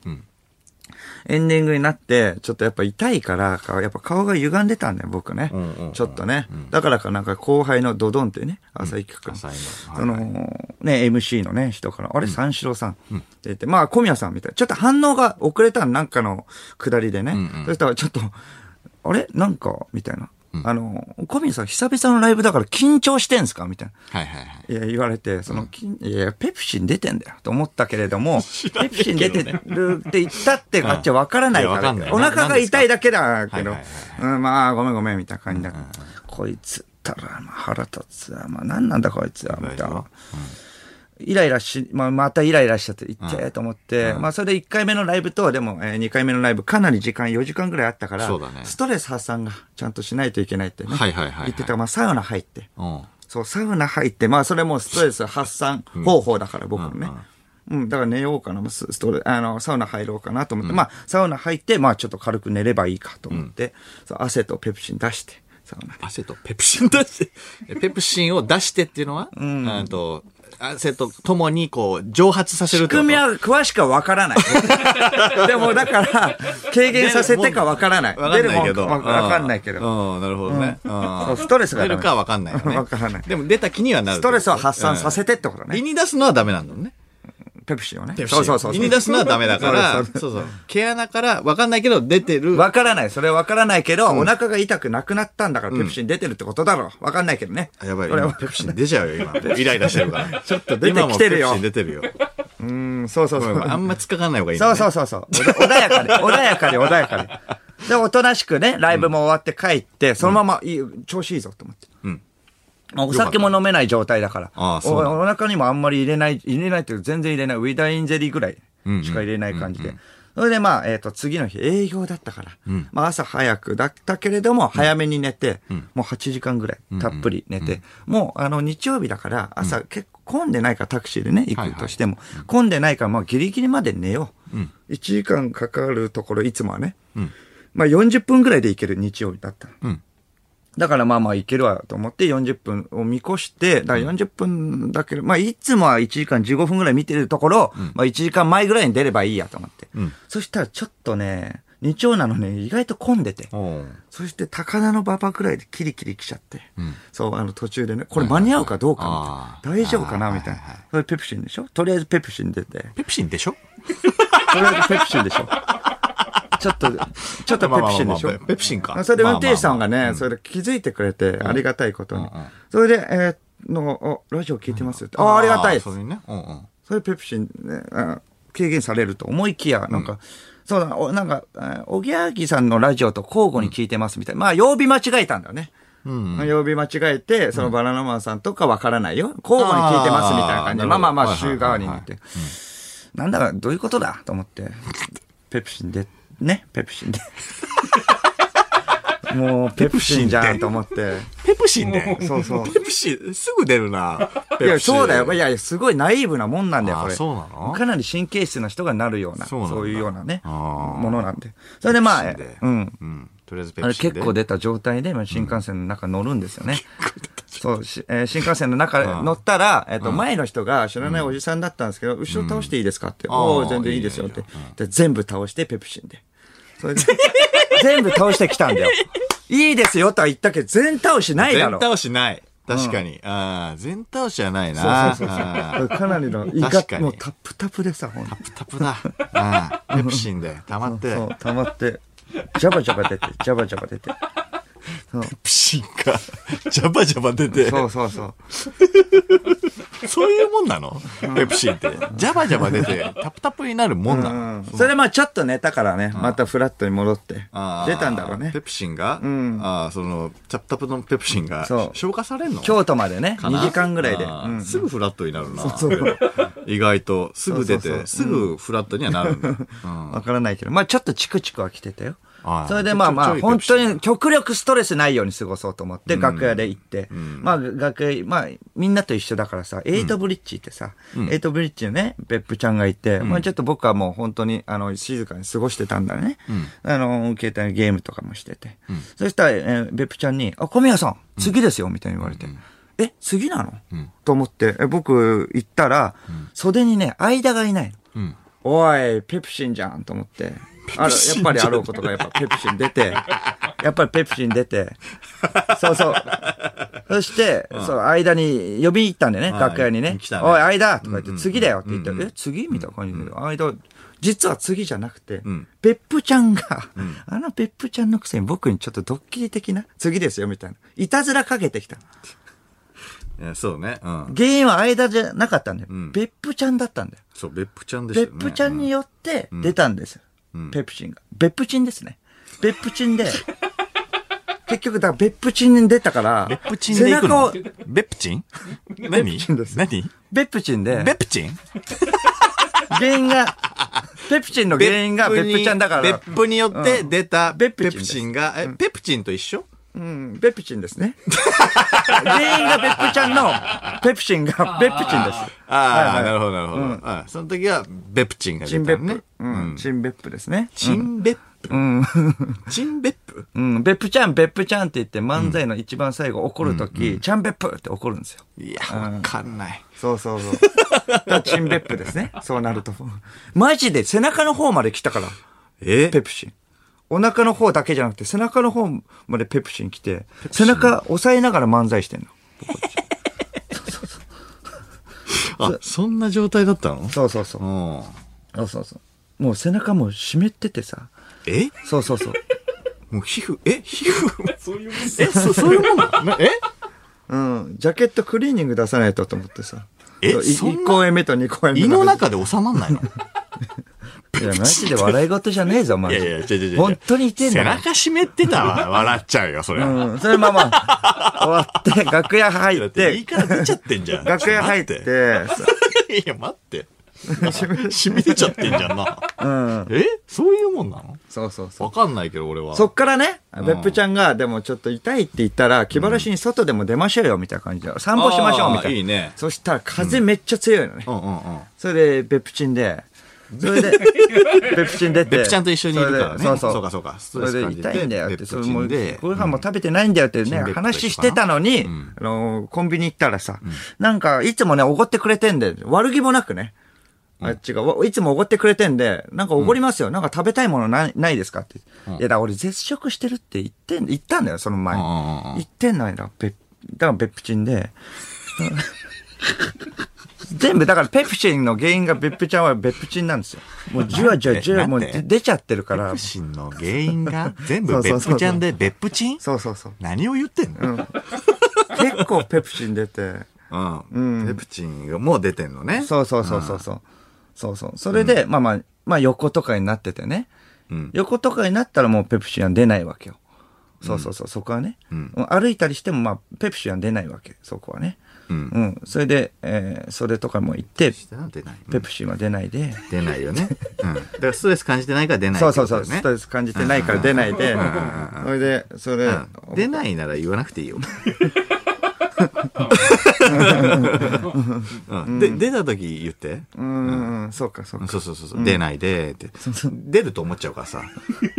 Speaker 2: エンディングになって、ちょっとやっぱ痛いから、かやっぱ顔が歪んでたんだよ、僕ね
Speaker 1: んうんうん。
Speaker 2: ちょっとね。だからかなんか後輩のドドンってね、浅井企画
Speaker 1: 浅井の
Speaker 2: その、ね、MC のね、人から、あれ、三四郎さん。って言って、まあ、小宮さんみたいな。ちょっと反応が遅れたのなんかの下りでね。そしたら、ちょっと、あれなんか、みたいな。あの、小宮さん、久々のライブだから緊張してんすかみたいな。
Speaker 1: はいはいはい。
Speaker 2: いや、言われて、その、きん、いやいや、ペプシン出てんだよ、と思ったけれど も、ペプシン出てるって言ったって、あっちはわからない
Speaker 1: いやわ
Speaker 2: か、
Speaker 1: からんない
Speaker 2: お腹が痛いだけだけど
Speaker 1: はいはい、
Speaker 2: うん、まあ、ごめんごめん、みたいな感じだから、こいつったら、まあ、腹立つわ、まあ、なんなんだこいつは、みたいな。イライラし、まあ、またイライラしちゃって、いってーと思って、まあ、それで1回目のライブと、でも、え2回目のライブ、かなり時間、4時間ぐらいあったから、
Speaker 1: そうだね
Speaker 2: ストレス発散がちゃんとしないといけないってね、
Speaker 1: はいはいはいはい
Speaker 2: 言ってた、まあ、サウナ入って、
Speaker 1: うん。
Speaker 2: そう、サウナ入って、まあ、それもストレス発散方法だから、僕のね。うん、だから寝ようかな、スストレあの、サウナ入ろうかなと思って、まあ、サウナ入って、まあ、ちょっと軽く寝ればいいかと思って、そう汗とペプシン出して、そうね。
Speaker 1: アセト、ペプシン出して、えペプシンを出してっていうのは、うん、と、アセトともにこう、蒸発させるっ
Speaker 2: 仕
Speaker 1: てこと
Speaker 2: 組みは詳しくは分か らない。でもだから、軽減させてか分からない。
Speaker 1: わかんないけど。
Speaker 2: 出るもんか分かんないけど。
Speaker 1: ど。うん、なるほどね。うん
Speaker 2: そうストレスが
Speaker 1: 出
Speaker 2: ダメ
Speaker 1: るかわかんないよね。
Speaker 2: わかんない
Speaker 1: でも出た気にはなる。
Speaker 2: ストレスを発散させてってこと
Speaker 1: 胃
Speaker 2: ね。
Speaker 1: に出すのはダメなんだもんね。
Speaker 2: ペプシンをね。
Speaker 1: ペプシン
Speaker 2: そうそうそう。
Speaker 1: 胃に出すのはダメだから、
Speaker 2: そう
Speaker 1: そ
Speaker 2: そう
Speaker 1: うそう。毛穴からわかんないけど出て る。
Speaker 2: 分からない。それは分からないけど、お腹が痛くなくなったんだから、ペプシン出てるってことだろう。分かんないけどね。
Speaker 1: やばい、
Speaker 2: これ
Speaker 1: 今
Speaker 2: は
Speaker 1: ペプシン出ちゃうよ、 今。イライラしてるから。ちょっと
Speaker 2: 出てきてるよ
Speaker 1: 今もペプシン出てるよ。
Speaker 2: うん、そうそう
Speaker 1: ご
Speaker 2: そ
Speaker 1: めんごめんあ
Speaker 2: う。
Speaker 1: んま突っかかんない方がいいね。
Speaker 2: そうそうそうそう。おだ穏やかに、穏やかに、穏やかに。で、おとなしくね、ライブも終わって帰って、そのまま、いい、調子いいぞと思って。
Speaker 1: うん
Speaker 2: まあ。お酒も飲めない状態だから。
Speaker 1: ああ
Speaker 2: お
Speaker 1: そうなんだ
Speaker 2: お腹にもあんまり入れない、入れないっていうか全然入れない。ウィダインゼリーぐらいしか入れない感じで。それでまあ、えっ、と、次の日営業だったから、まあ朝早くだったけれども、早めに寝て、もう8時間ぐらいたっぷり寝て、もうあの日曜日だから朝結構混んでないからタクシーでね、行くとしても、混んでないからまあギリギリまで寝よう。1時間かかるところ、いつもはね、まあ40分ぐらいで行ける日曜日だったの。
Speaker 1: うん
Speaker 2: だからまあまあいけるわと思って40分を見越して、だから40分だけど、まあいつもは1時間15分ぐらい見てるところ、まあ1時間前ぐらいに出ればいいやと思って。
Speaker 1: ん
Speaker 2: そしたらちょっとね、日曜なのね、意外と混んでて。
Speaker 1: おう。
Speaker 2: そして高田の馬場くらいでキリキリ来ちゃって。
Speaker 1: ん
Speaker 2: そう、あの途中でね、これ間に合うかどうか
Speaker 1: あ
Speaker 2: みたいな。大丈夫かなみたいな。それペプシンでしょとりあえずペプシン出て。とり
Speaker 1: ペプシンでしょ
Speaker 2: あえずペプシンでしょちょっと、ちょっとペプシンでし
Speaker 1: まあまあまあま
Speaker 2: ょ
Speaker 1: あペプシンか。
Speaker 2: それで運転手さんが
Speaker 1: まあまあま
Speaker 2: ね、それ気づいてくれて、ありがたいことに
Speaker 1: うんうん。
Speaker 2: それで、えーの、おラジオ聞いてますって。
Speaker 1: あ
Speaker 2: あ、ありがたいです
Speaker 1: そ。れね。うんうん。
Speaker 2: それペプシンね、あ軽減されると思いきや、なんか、そうだ、おなんか、あおぎやはぎさんのラジオと交互に聞いてますみたいな。まあ、曜日間違えたんだよね。
Speaker 1: うん
Speaker 2: 曜日間違えて、そのバナナマンさんとかわからないよ。交互に聞いてますみたいな感じで。
Speaker 1: あー
Speaker 2: まあまあま
Speaker 1: な
Speaker 2: あ、
Speaker 1: るほど
Speaker 2: 週替わりになって。なんだか、どういうことだと思って。ペプシンで、ね、ペプシンで。もう、ペプシンじゃんと思って。
Speaker 1: ペプシンで。
Speaker 2: そうそう
Speaker 1: ペプシン、すぐ出るな。
Speaker 2: いや、そうだよ。い
Speaker 1: や、
Speaker 2: やいや、すごいナイーブなもんなんだよ、
Speaker 1: あ
Speaker 2: これ。
Speaker 1: そうなの
Speaker 2: かなり神経質な人がなるような、
Speaker 1: そう
Speaker 2: そ
Speaker 1: な
Speaker 2: うん
Speaker 1: だ
Speaker 2: いうようなね、
Speaker 1: あー
Speaker 2: ものなんで。それでまあ、
Speaker 1: ペプシンで
Speaker 2: うん。
Speaker 1: うん。とりあえずペ
Speaker 2: あ
Speaker 1: プ
Speaker 2: れ
Speaker 1: シンで。
Speaker 2: 結構出た状態で、まあ新幹線の中乗るんですよね。そう、しえー新幹線の中乗ったら、えっと、前の人が知らないおじさんだったんですけど、後ろ倒していいですかって。
Speaker 1: ん
Speaker 2: お
Speaker 1: あ
Speaker 2: お
Speaker 1: ー
Speaker 2: 全然いいですよって
Speaker 1: いいよいいよ。
Speaker 2: で全部倒して、ペプシンで。それで全部倒してき たんだよ。いいですよとは言ったけど、全倒しないだ
Speaker 1: 全
Speaker 2: ろ。
Speaker 1: 倒しない。確かに。ああ、全倒しはない
Speaker 2: そう
Speaker 1: な。
Speaker 2: そうそう
Speaker 1: あ
Speaker 2: そう。
Speaker 1: ー
Speaker 2: かなりの、いが
Speaker 1: 確かに
Speaker 2: もうタップタップでさ、ほんと
Speaker 1: タプタプだ。ああ、ペプシンで溜まって。
Speaker 2: そう
Speaker 1: ペ、
Speaker 2: 溜まって、ジャバジャバ出て、ジャバジャバ出て。
Speaker 1: プシンか。 ジャバジャバ出て。
Speaker 2: そうそうそう。
Speaker 1: そういうもんなのペプシンって。ジャバジャバ出て、タプタプになるもんな
Speaker 2: う
Speaker 1: の
Speaker 2: ん。それでまあちょっと寝たからね、またフラットに戻って
Speaker 1: あ、ー
Speaker 2: 出たんだろうね
Speaker 1: ペ。プシンが、
Speaker 2: ん
Speaker 1: ああ、その、タプタプのペプシンが
Speaker 2: そう、
Speaker 1: 消化されんの
Speaker 2: 京都までね、
Speaker 1: かな
Speaker 2: 2時間ぐらいで。う
Speaker 1: あー
Speaker 2: ん
Speaker 1: すぐフラットになるな。
Speaker 2: そうそう
Speaker 1: 意外と、すぐ出
Speaker 2: そうそうそう
Speaker 1: て、すぐフラットにはなるんだ。うん
Speaker 2: わからないけど、まあちょっとチクチクは来てたよ
Speaker 1: あ。ー
Speaker 2: それでまあ
Speaker 1: ち
Speaker 2: まあ、
Speaker 1: ょちょ
Speaker 2: 本
Speaker 1: いペプシン
Speaker 2: 当に極力ストレスないように過ごそうと思って、楽屋で行って、まあ楽屋、まあみんなと一緒だからさ、エイトブリッジってさ、エイトブリッジのね、別府ちゃんがいて、まあちょっと僕はもう本当にあの静かに過ごしてたんだね。あの、携帯のゲームとかもしてて。そしたら、えー別府ちゃんに、あ、小宮さん、次ですよ、みたいに言われて。え、次なの、と思って、え僕行ったら、袖にね、間がいないの。
Speaker 1: うん。
Speaker 2: おい、ペプシンじゃんと思って。あるやっぱりあろうことがやっぱペプシン出て、やっぱりペプシン出て、そうそう。そして、そう、間に呼びに行ったんだよね、
Speaker 1: はい
Speaker 2: 楽屋にね。
Speaker 1: 来たね
Speaker 2: おい、間とか言って、次だよって言ったら、え、次みたいな感じで、間、実は次じゃなくて、
Speaker 1: ん
Speaker 2: ペップちゃんが、あのペップちゃんのくせに僕にちょっとドッキリ的な、次ですよみたいな、いたずらかけてきた。
Speaker 1: えーそうね。うん。
Speaker 2: 原因は間じゃなかったんだよ。
Speaker 1: ん
Speaker 2: ペップちゃんだったんだよ。
Speaker 1: そう、別府ちゃんでした
Speaker 2: 別
Speaker 1: よね。
Speaker 2: 府ちゃんによって出たんですよ。ペプチンが。別府チンですね。別府チ ンで、結局、だから別府チンに出たから、
Speaker 1: 別府チンで行くの
Speaker 2: 背中を
Speaker 1: 別府チン何
Speaker 2: です
Speaker 1: 何
Speaker 2: 別府チンで、
Speaker 1: 別府チン
Speaker 2: 原因が、ペプチンの原因が別府ちゃんだから、
Speaker 1: 別府によって出たペ
Speaker 2: 別府チ
Speaker 1: プチ
Speaker 2: ン
Speaker 1: ンが、え、ペプチンと一緒
Speaker 2: うん、別府チンですね。原因が別府ちゃんの、ペプチンが別府チンです。
Speaker 1: あ
Speaker 2: は
Speaker 1: あ、
Speaker 2: いはい
Speaker 1: なるほど、なるほど。ああその時は、別府チンが出たの
Speaker 2: チン
Speaker 1: ね
Speaker 2: 別。府うん。チンベップですね。
Speaker 1: チンベップ
Speaker 2: うん。
Speaker 1: チンベップ
Speaker 2: うん。ベップちゃん、ベップちゃんって言って漫才の一番最後怒るとき、ちゃんベップって怒るんですよ。
Speaker 1: いや、わかんない。
Speaker 2: そうそうそう。 だからチンベップですね。そうなると。マジで背中の方まで来たから。
Speaker 1: え
Speaker 2: ペプシン。お腹の方だけじゃなくて、背中の方までペプシン来て、背中押さえながら漫才してんの。
Speaker 1: あ、そんな状態だったの
Speaker 2: そうそうそう。
Speaker 1: うん。
Speaker 2: そうそうそう。もう背中も湿っててさ。
Speaker 1: え
Speaker 2: そうそうそう。
Speaker 1: もう皮膚、え皮膚
Speaker 3: そういうもん
Speaker 1: えそ、そういうもんなのえ
Speaker 2: うん。ジャケットクリーニング出さないとと思ってさ。
Speaker 1: え
Speaker 2: そうい
Speaker 1: そんな
Speaker 2: 一公演目と二公演目
Speaker 1: 胃の中で収まんないの
Speaker 2: いや、マジで笑い事じゃねえぞ、お前。
Speaker 1: 違う違う違う
Speaker 2: 本当に言ってん
Speaker 1: 背
Speaker 2: だよ。
Speaker 1: 中湿ってた わ。笑っちゃうよ、そりゃ。
Speaker 2: うん。それまあまあ、終わって、楽屋入
Speaker 1: だ
Speaker 2: っ
Speaker 1: って、胃
Speaker 2: て、
Speaker 1: から出ちゃってんじゃん。
Speaker 2: 楽屋入っ
Speaker 1: ちょと
Speaker 2: て
Speaker 1: 待、って。いや、待って。 染み出ちゃってんじゃんな。
Speaker 2: うん。
Speaker 1: えそういうもんなの
Speaker 2: そうそうそう
Speaker 1: わ。かんないけど、俺は。
Speaker 2: そっからね、
Speaker 1: ん
Speaker 2: 別府ちゃんが、でもちょっと痛いって言ったら、気晴らしに外でも出ましょうよ、みたいな感じで。散歩しましょう、みたいな。
Speaker 1: あーいいね
Speaker 2: そしたら、風めっちゃ強いのね。
Speaker 1: うんうんうん。
Speaker 2: それで、別府ちんで、そ れで、別府ちん出て。
Speaker 1: 別府ちゃんと一緒にいるからね
Speaker 2: それでそうそう。
Speaker 1: そうかそうかスト
Speaker 2: そ
Speaker 1: レ
Speaker 2: れ
Speaker 1: ス感じ
Speaker 2: で
Speaker 1: て
Speaker 2: 痛いんだよって、
Speaker 1: 別
Speaker 2: そ
Speaker 1: 府
Speaker 2: れ
Speaker 1: ち
Speaker 2: も
Speaker 1: ん
Speaker 2: う、
Speaker 1: で
Speaker 2: ご飯も食べてないんだよってね、
Speaker 1: うん
Speaker 2: 話してたのに、
Speaker 1: ん
Speaker 2: あのー、コンビニ行ったらさ、なんか、いつもね、おごってくれてんで、悪気もなくね。あっちが、わいつもおごってくれてんで、なんかおごりますよ。なんか食べたいものない、ないですかって。いや、だから俺絶食してるって言ってん、言ったんだよ、その前に。
Speaker 1: うんうんうん
Speaker 2: 言ってんのよな、べ、だからベプチンで。全部、だからペプチンの原因がベプちゃんはベプチンなんですよ。もうじわじわじわ、もう
Speaker 1: なんで
Speaker 2: 出ちゃってるか
Speaker 1: ペ
Speaker 2: ら
Speaker 1: プ。シンの原因が全
Speaker 2: そ
Speaker 1: 部
Speaker 2: うそ
Speaker 1: 別
Speaker 2: うそうそう
Speaker 1: 府ちゃんで別府ちん
Speaker 2: そうそうそう。
Speaker 1: 何を言ってんのうん。
Speaker 2: 結構ペプチン出て。うん
Speaker 1: ペプチンがもう出てんのね。
Speaker 2: そうそうそうそうそう。そうそう。それで、まあまあ、まあ横とかになっててね。
Speaker 1: うん。
Speaker 2: 横とかになったらもうペプシアン出ないわけよ。そうそうそう、そこはね。
Speaker 1: うん
Speaker 2: 歩いたりしても、まあ、ペプシアン出ないわけ、そこはね。
Speaker 1: うん
Speaker 2: うん。それで、えーそれとかも行って、
Speaker 1: してな出ない。
Speaker 2: ペプシンは出ないで。
Speaker 1: 出ないよね。うん。だからストレス感じてないから出ないって
Speaker 2: そ
Speaker 1: ことだ
Speaker 2: うそ
Speaker 1: よね。
Speaker 2: うそう、ストレス感じてないから出ないで。それで、それ、
Speaker 1: うん出ないなら言わなくていいよ。うんで、出た時言って。
Speaker 2: うん、うん、そうか、そうか。
Speaker 1: そうそうそうそう、出ないで、って。出ると思っちゃうからさ。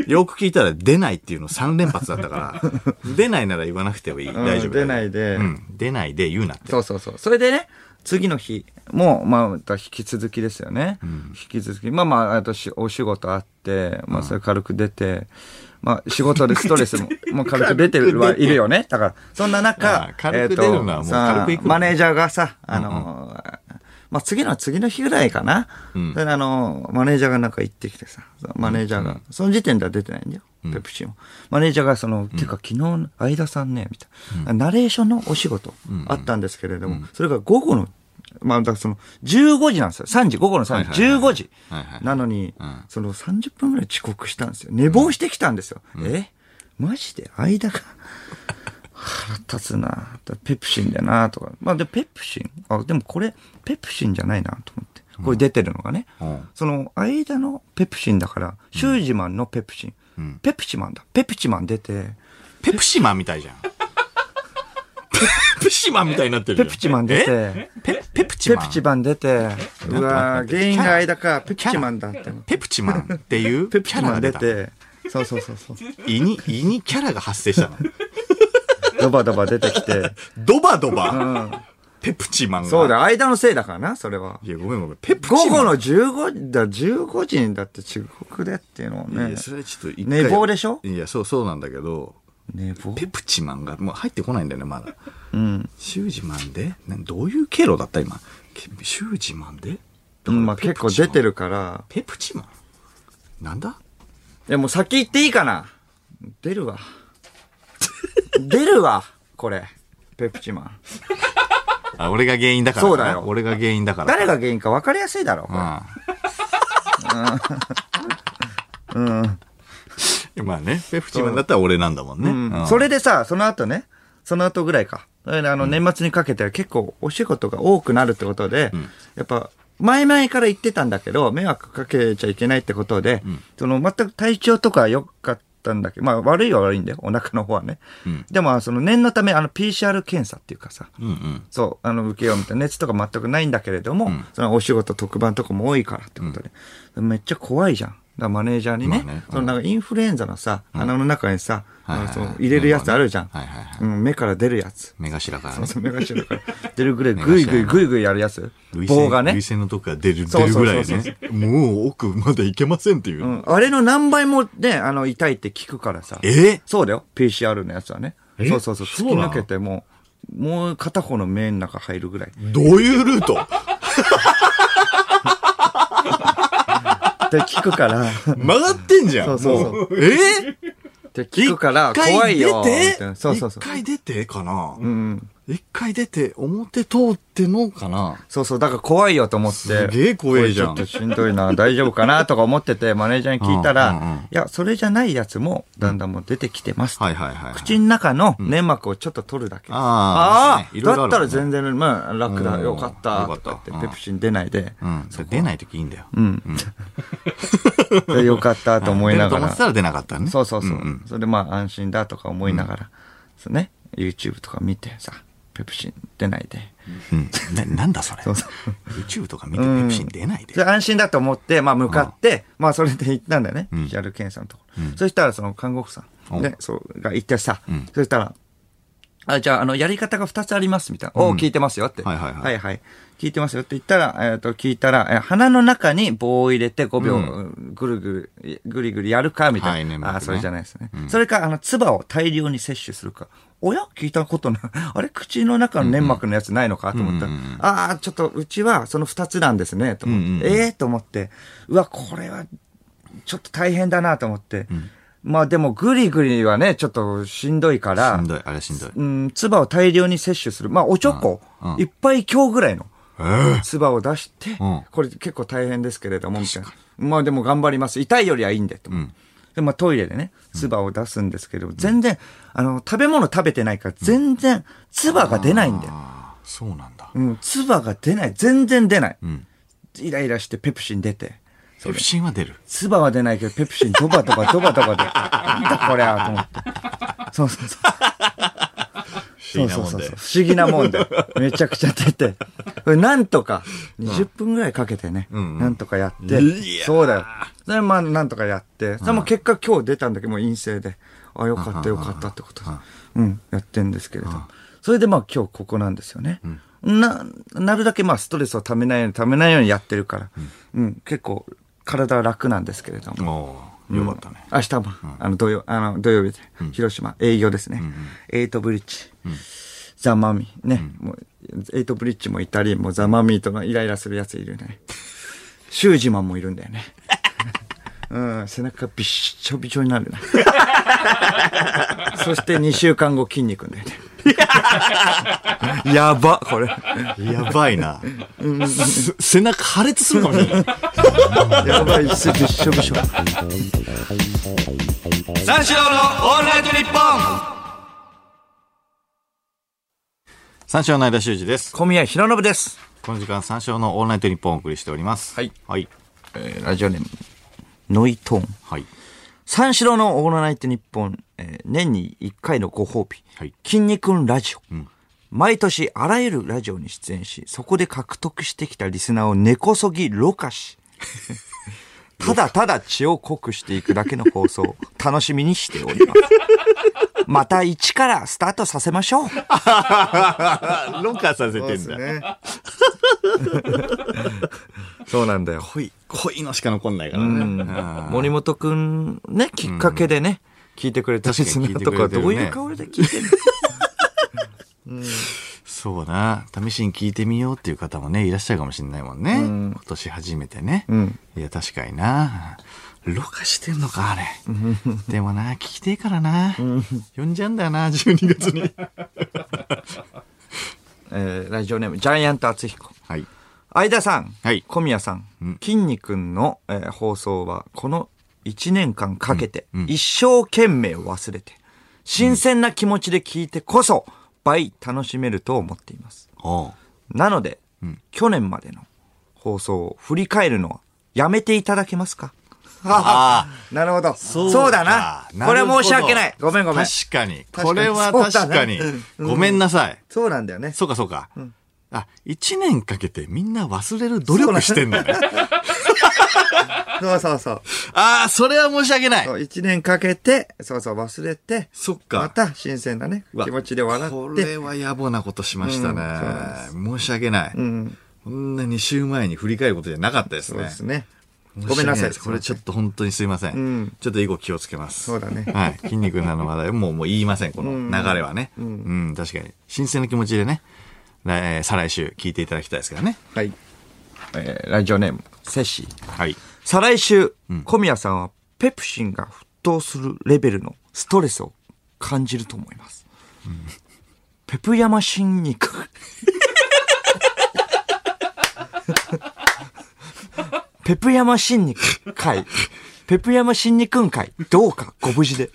Speaker 1: よく聞いたら出ないっていうの3連発だった から、出ないなら言わなくてもいい。
Speaker 2: ん
Speaker 1: 大丈夫。
Speaker 2: 出ないで
Speaker 1: うん。出ないで言うなって。
Speaker 2: そうそうそう。それでね、次の日も、まあ、また引き続きですよね。引き続き。まあまあ、あとしお仕事あって、まあ、それ軽く出て、まあ、仕事でスト レスも、もう軽く出てるはいるよね。だから、そんな
Speaker 1: ああ
Speaker 2: 中、
Speaker 1: 軽く出るのはもう軽くいく
Speaker 2: さあマネージャーがさ、あの、まあ、次の次の日ぐらいかな。
Speaker 1: うん
Speaker 2: で、あの、マネージャーがなんか行ってきてさ、そのマネージャーが、その時点では出てないんだよ。ペプシも。マネージャーが、その、てか昨日、相田さんね、みたいな、ナレーションのお仕事、あったんですけれども、それが午後の、まあ、だからその、15時なんですよ。3時、午後の3時、15時
Speaker 1: はいは。い
Speaker 2: なのに
Speaker 1: うん、
Speaker 2: その30分ぐらい遅刻したんですよ。寝坊してきたんですよ。えマジで間が。腹立つな。ペプシンだなとか。まあで、ペプシンあ、でもこれ、ペプシンじゃないなと思って。これ出てるのがね。
Speaker 1: うん
Speaker 2: その、間のペプシンだから、シュージマンのペプシン。
Speaker 1: うん
Speaker 2: ペプチマンだ。ペプチマン出て、
Speaker 1: ペプシマンみたいじゃん。ペプシマンみたいになってるじゃ
Speaker 2: ペ
Speaker 1: ん。
Speaker 2: プチマン出
Speaker 1: え
Speaker 2: て、
Speaker 1: ペペプチ
Speaker 2: ペ
Speaker 1: マン
Speaker 2: プチマン出て、うわ
Speaker 1: なん
Speaker 2: ー
Speaker 1: か
Speaker 2: 原因が間か、ペプチマンだって。
Speaker 1: ペプチマンっていうキ
Speaker 2: ペプチ
Speaker 1: ャラ
Speaker 2: マ
Speaker 1: が出
Speaker 2: ン出
Speaker 1: た。
Speaker 2: て、そうそうそうそう。
Speaker 1: 胃に、胃にキャラが発生したの。
Speaker 2: ドバドバ出てき て、
Speaker 1: ドバドバ。ペプチマンが。
Speaker 2: そう。だ、間のせいだからな、それは。
Speaker 1: いや、ごめんごめん。ペプチマン。
Speaker 2: 午後の15時だ、15時にだって遅刻でっていうのを
Speaker 1: い
Speaker 2: ね
Speaker 1: や、。それはちょっと一回
Speaker 2: 寝坊でしょ
Speaker 1: いや、そう、そうなんだけど、
Speaker 2: 寝坊
Speaker 1: ペプチマンがもう入ってこないんだよね、まだ。
Speaker 2: うん。
Speaker 1: シュージマンでなどういう経路だった今。けシュージマンで
Speaker 2: うんまあ
Speaker 1: ペ
Speaker 2: 結
Speaker 1: プ
Speaker 2: 構
Speaker 1: チマン
Speaker 2: 出てるから。
Speaker 1: ペプチマンなんだ
Speaker 2: いやもう先行っていいかな出 るわ。出るわ、これ。ペプチマン。
Speaker 1: あ、俺が原因だからな。
Speaker 2: そうだよ
Speaker 1: 俺が原因だから。
Speaker 2: 誰が原因か分かりやすいだろ、これ
Speaker 1: うん。うん。まあね、ペプチマンだったら俺なんだもんね。
Speaker 2: うん
Speaker 1: うん
Speaker 2: それでさ、その後ね、その後ぐらいか。だからあの、年末にかけて結構お仕事が多くなるってことで、やっぱ、前々から言ってたんだけど、迷惑かけちゃいけないってことで、その、全く体調とか良かっったんだけど、まあ悪いは悪いんだよ、お腹の方はね。でも、その念のため、あの PCR 検査っていうかさ、
Speaker 1: うんうん。
Speaker 2: そう、あの、受けようみたいな、熱とか全くないんだけれども、そのお仕事、特番とかも多いからってことで、めっちゃ怖いじゃん。だからマネージャーにね、
Speaker 1: まあねうん
Speaker 2: そのなんかインフルエンザのさ、鼻の中に
Speaker 1: はい
Speaker 2: さ、
Speaker 1: はいはい
Speaker 2: あのその入れるやつあるじゃん。
Speaker 1: はいはいはい
Speaker 2: うん、目から出るやつ。
Speaker 1: 目頭から
Speaker 2: そう
Speaker 1: ね。
Speaker 2: そう、目頭から出るぐらい、ぐいぐいぐいぐいやるやつ。
Speaker 1: 涙腺
Speaker 2: 棒がね
Speaker 1: 涙。腺のとこから出る、
Speaker 2: そ
Speaker 1: 出
Speaker 2: う
Speaker 1: る
Speaker 2: そう
Speaker 1: ぐ
Speaker 2: そ
Speaker 1: らい
Speaker 2: う
Speaker 1: ね。もう奥まで行けませんっていうう。
Speaker 2: ん、あれの何倍もね、あの、痛いって聞くからさ。
Speaker 1: え
Speaker 2: そうだよ。PCR のやつはね。
Speaker 1: え
Speaker 2: そうそうそう。突
Speaker 1: そ
Speaker 2: き
Speaker 1: うなの
Speaker 2: 抜けてもう、もう片方の目の中入るぐらい。
Speaker 1: どういうルート
Speaker 2: って聞くから、っ
Speaker 1: 曲がってんじゃん。
Speaker 2: そうそうそう
Speaker 1: もえ
Speaker 2: て聞くから、
Speaker 1: 一回
Speaker 2: 怖いよ。み
Speaker 1: 出
Speaker 2: たい
Speaker 1: て、
Speaker 2: なそうそうそう
Speaker 1: 一。回出てかな
Speaker 2: うん。
Speaker 1: 一回出て、表通ってのかな
Speaker 2: そうそう。だから怖いよと思って。
Speaker 1: すげえ怖いじゃん
Speaker 2: これちょっとしんどいな、大丈夫かなとか思ってて、マネージャーに聞いたら、
Speaker 1: うんうんうん
Speaker 2: いや、それじゃないやつも、だんだんもう出てきてます。
Speaker 1: はいはいはいはい。
Speaker 2: 口の中の粘膜をちょっと取るだけ。
Speaker 1: あー
Speaker 2: あ
Speaker 1: そうですねいろいろ
Speaker 2: だ
Speaker 1: あ
Speaker 2: っ
Speaker 1: る
Speaker 2: たら全然、まあ、楽だ。
Speaker 1: うん
Speaker 2: よかった。
Speaker 1: よかった
Speaker 2: とか
Speaker 1: う
Speaker 2: 言っ
Speaker 1: ん
Speaker 2: て、ペプシン出ないで。
Speaker 1: うん。それ出ないときいいんだよ。
Speaker 2: うん。 でよかったと思いなが
Speaker 1: 出ると思ってた
Speaker 2: ら。
Speaker 1: ら出なかったね。
Speaker 2: そうそうそう。
Speaker 1: んん
Speaker 2: それでまあ安心だとか思いながら、そうね、YouTube とか見てさ、ペプシン出ないで。
Speaker 1: うん。な、なんだそれ。
Speaker 2: そうそう
Speaker 1: YouTube とか見てペプシン出ないで
Speaker 2: で。安心だと思って、まあ向かって、まあそれで行ったんだよね。
Speaker 1: うん
Speaker 2: PCR 検査のところ。
Speaker 1: うん
Speaker 2: そしたらその看護婦さん、
Speaker 1: お
Speaker 2: ね、そう、が行ってさ、
Speaker 1: うん
Speaker 2: そしたら、あ、じゃあ、あの、やり方が2つあります、みたいな。お
Speaker 1: う
Speaker 2: お、
Speaker 1: ん
Speaker 2: 聞いてますよって。
Speaker 1: はいはいはい
Speaker 2: 聞いてますよって言ったら、えっ、と、聞いたら、え鼻の中に棒を入れて5秒、
Speaker 1: う
Speaker 2: ぐるぐる、ぐりぐりやるか、みたい
Speaker 1: はい
Speaker 2: な。
Speaker 1: 粘膜ね
Speaker 2: あ、それじゃないですね。
Speaker 1: うん
Speaker 2: それか、あの、唾を大量に摂取するか。おや聞いたことない。 あれ口の中の粘膜のやつないのか、と思ったら、
Speaker 1: うんうんうん
Speaker 2: ああ、ちょっと、うちはその2つなんですね、と思って。
Speaker 1: うんうんうん
Speaker 2: ええと思って、うわ、これは、ちょっと大変だなと思って。
Speaker 1: ん
Speaker 2: まあでも、ぐりぐりはね、ちょっとしんどいから、
Speaker 1: しんどい、あれしんどい。
Speaker 2: うん、唾を大量に摂取する。まあ、おちょこ、
Speaker 1: うんうん
Speaker 2: いっぱい今日ぐらいの
Speaker 1: えー
Speaker 2: 唾を出して、
Speaker 1: うん
Speaker 2: これ結構大変ですけれども、みたいな。まあでも頑張ります。痛いよりはいいんで、と。
Speaker 1: ん
Speaker 2: で、まあトイレでね、唾を出すんですけど、全然、あの、食べ物食べてないから、全然、唾が出ないんだよ。
Speaker 1: あーそうなんだ。
Speaker 2: うん、唾が出ない。全然出ない。
Speaker 1: ん
Speaker 2: イライラしてペプシン出て。
Speaker 1: ペプシンは出る。
Speaker 2: 唾は出ないけど、ペプシンドバドバドバドバで、なんだこりゃと思って。そうそうそう。
Speaker 1: 不
Speaker 2: そうそうそうそう。不思議なもんで。めちゃくちゃ出て。これなんとか、20分ぐらいかけてね、
Speaker 1: うんうん
Speaker 2: なんとかやって。
Speaker 1: いやー
Speaker 2: そうだよ。それまあ、なんとかやって。それも結果今日出たんだけど、もう陰性で。あ、よかったよかったってことでうん、やってんですけれど。それでまあ今日ここなんですよね。な、なるだけまあストレスをためないように、ためないようにやってるから。うん、結構体は楽なんですけれども。
Speaker 1: おーよかったね。
Speaker 2: 明日も、あの土曜あの土曜日で、広島営業ですね、エイトブリッジ、ザ・マミーね、もうエイトブリッジもいたりもうザ・マミーとのイライラするやついるねシュージマンもいるんだよ ねうん背中びっしょびしょになる ねそして2週間後筋肉だよねやばこれ
Speaker 1: やばいな。す背中破裂するかもしれない。
Speaker 2: やばいすびっしょびしょ
Speaker 1: 三四郎のオールナイトニッポン三四郎の間修二です。
Speaker 2: 小宮浩信です
Speaker 1: この時間三四郎のオールナイトニッポンをお送りしております。
Speaker 2: はい。
Speaker 1: はい。
Speaker 2: えーラジオネームノイトーン
Speaker 1: はい。
Speaker 2: 三四郎のオールナイトニッポン、えー年に1回のご褒美、
Speaker 1: はい
Speaker 2: 筋肉んラジオ、
Speaker 1: ん
Speaker 2: 毎年あらゆるラジオに出演し、そこで獲得してきたリスナーを根こそぎろ過 し、ただただ血を濃くしていくだけの放送を楽しみにしております。また一からスタートさせましょう。
Speaker 1: あ、ロッカーさせてんだ。
Speaker 2: そうなんだよ。
Speaker 1: 濃い、濃いのしか残んないからね。
Speaker 2: 森本くんね、きっかけでね、聞いてくれたリスナーと
Speaker 1: 確
Speaker 2: か
Speaker 1: か
Speaker 2: ど
Speaker 1: に聞
Speaker 2: う
Speaker 1: いてくれてるね
Speaker 2: いう顔で聞いてる
Speaker 1: そうな。試しに聞いてみようっていう方もね、いらっしゃるかもしれないもんね。今年初めてね。いや、確かにな。ろ過してんのか、あれ。でもな、聞きてえからな。呼んじゃうんだよな、12月に。
Speaker 2: えーラジオネーム、ジャイアント厚彦。
Speaker 1: はい。
Speaker 2: 相田さん、
Speaker 1: はい
Speaker 2: 小宮さん、筋肉の、えー放送は、この1年間かけて、一生懸命忘れて、新鮮な気持ちで聞いてこそ、倍楽しめると思っています。
Speaker 1: おう
Speaker 2: なので、去年までの放送を振り返るのはやめていただけますか
Speaker 1: ああ。
Speaker 2: なるほど。
Speaker 1: そう
Speaker 2: そう
Speaker 1: か
Speaker 2: だな。
Speaker 1: なるほ
Speaker 2: これ
Speaker 1: ど
Speaker 2: 申し訳ない。ごめんごめん。
Speaker 1: 確かに。
Speaker 2: かに
Speaker 1: これは確かに
Speaker 2: そうだね。うん
Speaker 1: ごめんなさい。
Speaker 2: そうなんだよね。
Speaker 1: そうかそうか。あ、一年かけてみんな忘れる努力してんだね。
Speaker 2: そうそうそう。
Speaker 1: ああ、それは申し訳ない
Speaker 2: そ。う一年かけて、そうそう、忘れて、
Speaker 1: そっか。
Speaker 2: また新鮮なね、気持ちで笑
Speaker 1: こ
Speaker 2: っ
Speaker 1: れ
Speaker 2: て。
Speaker 1: は野暮なことしましたね。
Speaker 2: うんそうな
Speaker 1: 申し訳ない。
Speaker 2: うん。
Speaker 1: こんな2週前に振り返ることじゃなかったです
Speaker 2: そう
Speaker 1: ね
Speaker 2: で。すね。
Speaker 1: 申し
Speaker 2: ご
Speaker 1: 訳
Speaker 2: めんなさい
Speaker 1: ですこれちょっと本当にすいません。
Speaker 2: うん
Speaker 1: ちょっと以後気をつけます。
Speaker 2: そうだね
Speaker 1: はい。筋肉なの話題もうもう言いません、この流れはね。うん、確かに。新鮮な気持ちでね、来えー再来週聞いていただきたいですからね。
Speaker 2: はい。えー、ラジオネーム、セッシー。
Speaker 1: はい。
Speaker 2: 再来週、小宮さんはペプシンが沸騰するレベルのストレスを感じると思います。ペプヤマシン 肉。ペプヤマシン肉会。ペプヤマシン肉会。どうかご無事で。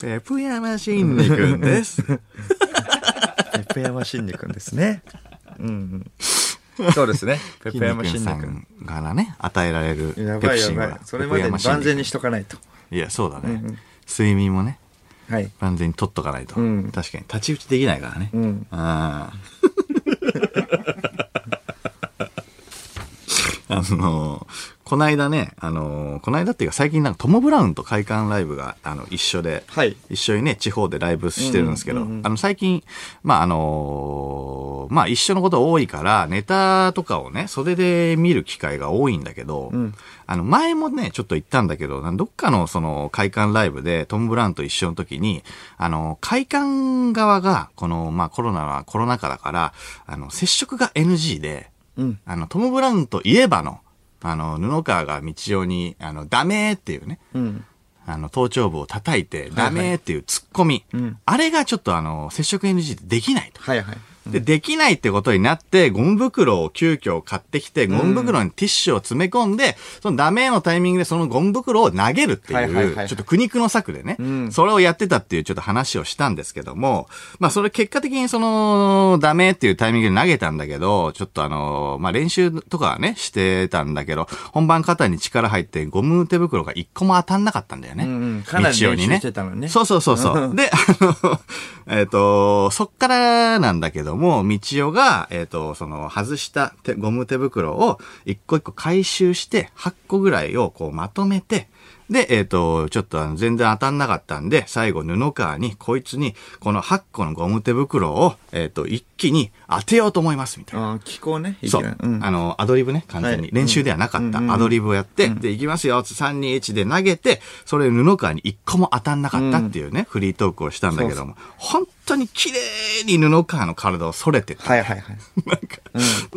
Speaker 1: ペプヤマシンニ君 です。
Speaker 2: ペプヤマシン肉ですね。うんうん。そうですね。ペ
Speaker 1: 筋肉さんからね、与えられる
Speaker 2: や
Speaker 1: ペ
Speaker 2: ば
Speaker 1: プ
Speaker 2: い
Speaker 1: シ
Speaker 2: や
Speaker 1: ン
Speaker 2: ばい
Speaker 1: は。。
Speaker 2: それまでに万全にしとかないと。
Speaker 1: いや、そうだね。睡眠もね、
Speaker 2: はい。
Speaker 1: 万全に取っとかないと。
Speaker 2: ん
Speaker 1: 確かに、太刀打ちできないからね。
Speaker 2: ん
Speaker 1: あー あのーこないだね、あのーこないだっていうか最近なんかトム・ブラウンと会館ライブがあの一緒で、
Speaker 2: はい
Speaker 1: 一緒にね、地方でライブしてるんですけど、あの最近、まああのーまあ一緒のこと多いから、ネタとかをね、袖で見る機会が多いんだけど、あの前もね、ちょっと言ったんだけど、なんどっかのその会館ライブでトム・ブラウンと一緒の時に、あの、会館側が、この、まあコロナはコロナ禍だから、あの、接触が NG で、
Speaker 2: うん
Speaker 1: あの、トム・ブラウンといえばの、あの、布川が道上に、あの、ダメーっていうね、
Speaker 2: うん。
Speaker 1: あの、頭頂部を叩いて、ダメーっていうツッコミ。あれがちょっとあの、接触 NG でできないと。
Speaker 2: はいはい。
Speaker 1: で、できないってことになって、ゴム袋を急遽買ってきて、ゴム袋にティッシュを詰め込んで、そのダメーのタイミングでそのゴム袋を投げるって
Speaker 2: はいはいはい
Speaker 1: い
Speaker 2: は
Speaker 1: う、
Speaker 2: い
Speaker 1: ちょっと苦肉の策でね、
Speaker 2: ん
Speaker 1: それをやってたっていうちょっと話をしたんですけども、まあそれ結果的にその、ダメーっていうタイミングで投げたんだけど、ちょっとあの、まあ練習とかはね、してたんだけど、本番肩に力入ってゴム手袋が一個も当たんなかったんだよね。
Speaker 2: うんうんかなり
Speaker 1: 日曜に
Speaker 2: 練習してたのにね
Speaker 1: そうそうそうそう。で、あの、 えっ、と、そっからなんだけども、道夫が、えっ、と、その、外した手ゴム手袋を一個一個回収して、8個ぐらいをこうまとめて、で、えっ、と、ちょっとあの全然当たんなかったんで、最後布川に、こいつに、この8個のゴム手袋を、えっ、と、一気に当てようと思います、みたいな。
Speaker 2: ああ、気候ね。
Speaker 1: そ
Speaker 2: いいうね。うん。
Speaker 1: あの、アドリブね、完全に。
Speaker 2: はい
Speaker 1: 練習ではなかった。アドリブをやって、で、行きますよ、つって3、2、1で投げて、それ布川に一個も当たんなかったっていうね、フリートークをしたんだけども、本当に綺麗に布川の体を反れてて、
Speaker 2: はいはいはい。
Speaker 1: なんか、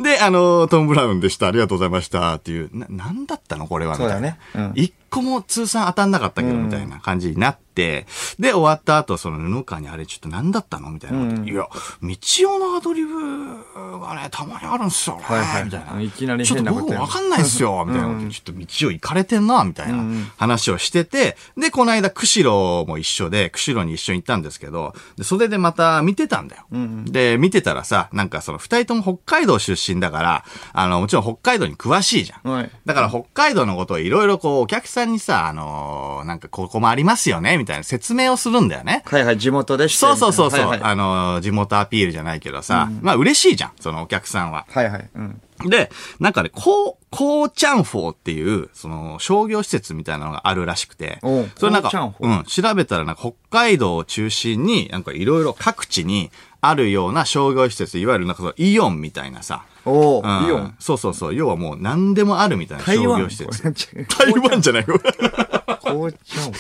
Speaker 1: で、あの、トム・ブラウンでした、ありがとうございました、っていう、な、なんだったのこれは、みたいな。
Speaker 2: そうだねうん
Speaker 1: 一個も通算当たんなかったけど、
Speaker 2: うん
Speaker 1: みたいな感じになって、で、終わった後、その布川にあれちょっと何だったのみたいなこと、
Speaker 2: うん
Speaker 1: いや、道夫のアドリブがね、たまにあるんすよね、
Speaker 2: はいはい
Speaker 1: みたいな。
Speaker 2: いきなり
Speaker 1: ちょっ
Speaker 2: 変
Speaker 1: と
Speaker 2: なこと
Speaker 1: 僕
Speaker 2: やる
Speaker 1: わかんないっすよ、みたいなこと、ちょっと道を行かれてんな、みたいな話をしてて、で、この間、釧路も一緒で、釧路に一緒に行ったんですけど、で、袖でまた見てたんだよ。で、見てたらさ、なんかその二人とも北海道出身だから、あの、もちろん北海道に詳しいじゃん。
Speaker 2: はい
Speaker 1: だから北海道のことをいろいろこう、お客さんにさ、あのーなんかここもありますよね、みたいな説明をするんだよね。
Speaker 2: はいはい、地元でして
Speaker 1: そうそうそうそう、
Speaker 2: はいはい。
Speaker 1: あのー地元アピールじゃないけどさ、まあ嬉しいじゃん、そのお客さんは。
Speaker 2: はいはい。うん。
Speaker 1: で、なんかね、こう、こうちゃんフォーっていう、その、商業施設みたいなのがあるらしくて
Speaker 2: おう、
Speaker 1: それなん
Speaker 2: こうちゃん
Speaker 1: か、
Speaker 2: フォ
Speaker 1: うん、調べたらなんか北海道を中心に、なんかいろいろ各地にあるような商業施設、いわゆるなんかそのイオンみたいなさ、
Speaker 2: おお、
Speaker 1: うん
Speaker 2: イオン。
Speaker 1: そうそうそう、要はもう何でもあるみたいな商
Speaker 2: 台湾
Speaker 1: 業施 設。 台湾じゃないよ。
Speaker 2: こうちゃん。お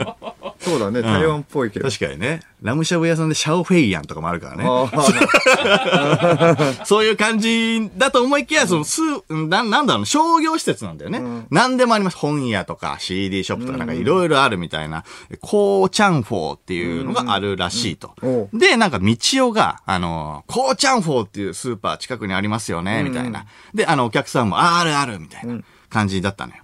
Speaker 2: ーそうだね、台湾っぽいけど。
Speaker 1: 確かにね。ラムシャブ屋さんでシャオフェイヤンとかもあるからね。
Speaker 2: あー
Speaker 1: そういう感じだと思いきや、その、す、な、なんだろう、商業施設なんだよね。何でもあります。本屋とか CD ショップとかなんかいろいろあるみたいな、こうちゃんフォーっていうのがあるらしいと。
Speaker 2: うんう
Speaker 1: で、なんか、道夫が、あの、こうちゃんフォーっていうスーパー近くにありますよね、みたいな。で、あの、お客さんも、ああるある、みたいな感じだったのよ。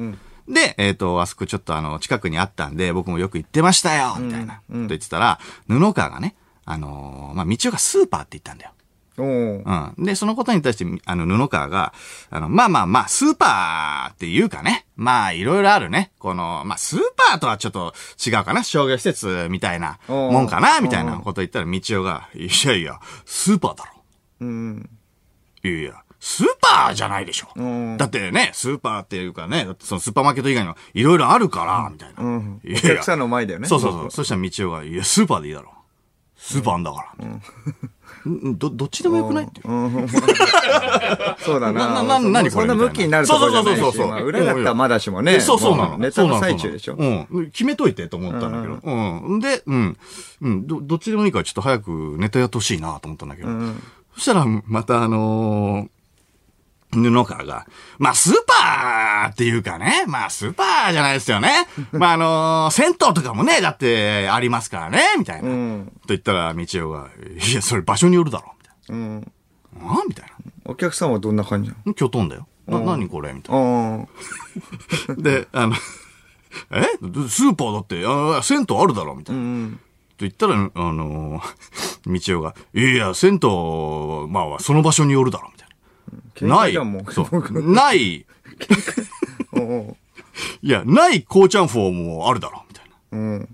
Speaker 1: で、えっ、と、あそこちょっとあの、近くにあったんで、僕もよく行ってましたよみたいな、と言ってたら、布川がね、あのーまあ、道夫がスーパーって言ったんだよ。
Speaker 2: おおー
Speaker 1: うん。で、そのことに対して、あの、布川が、あの、まあまあまあ、スーパーっていうかね。まあ、いろいろあるね。この、まあ、スーパーとはちょっと違うかな。商業施設みたいなもんかな、みたいなこと言ったら、道夫が、いやいや、スーパーだろ。
Speaker 2: うん。
Speaker 1: いやいや、スーパーじゃないでしょ。
Speaker 2: うん
Speaker 1: だってね、スーパーっていうかね、だってそのスーパーマーケット以外のいろいろあるから、みたいな。
Speaker 2: うん。
Speaker 1: い
Speaker 2: お
Speaker 1: やいや
Speaker 2: 客さんの前だよね。
Speaker 1: そうそうそう。そしたら道夫が、いや、スーパーでいいだろ。スーパーんだから。んど、どっちでもよくないっていう。
Speaker 2: そうだ
Speaker 1: な
Speaker 2: な。
Speaker 1: なななにこ
Speaker 2: そ
Speaker 1: れ
Speaker 2: んな向きになるところじゃないし。
Speaker 1: そうそうそうそうそう
Speaker 2: まあ裏だったらまだしもね。
Speaker 1: えそうそうな
Speaker 2: ま
Speaker 1: の。
Speaker 2: あネタの最中でしょ
Speaker 1: そう。なのうん。決めといてと思ったんだけど。うん。で、うん。うん。ど、どっちでもいいからちょっと早くネタやってほしいなと思ったんだけど。そしたら、またあのー布川が、まあ、スーパーっていうかね、まあ、スーパーじゃないです よね。まあ、あのー銭湯とかもね、だってありますからね、みたいな。
Speaker 2: ん
Speaker 1: と言ったら、道夫が、いや、それ場所によるだろ、みたい
Speaker 2: うん。
Speaker 1: な。あみたい
Speaker 2: お客さんはどんな感じな
Speaker 1: な。きょとんだよ。な、何これみたいな。
Speaker 2: の
Speaker 1: で、あの、 えスーパーだって、あ銭湯あるだろみたいな。と言ったら、あの、道夫が、いやいや、銭湯、まあ、その場所によるだろみたい
Speaker 2: うん。
Speaker 1: な。な
Speaker 2: 喧嘩じゃんも
Speaker 1: い、
Speaker 2: う。
Speaker 1: そう、ない、
Speaker 2: うん
Speaker 1: いや、ない紅ちゃんフォーもあるだろみたいな。
Speaker 2: うん。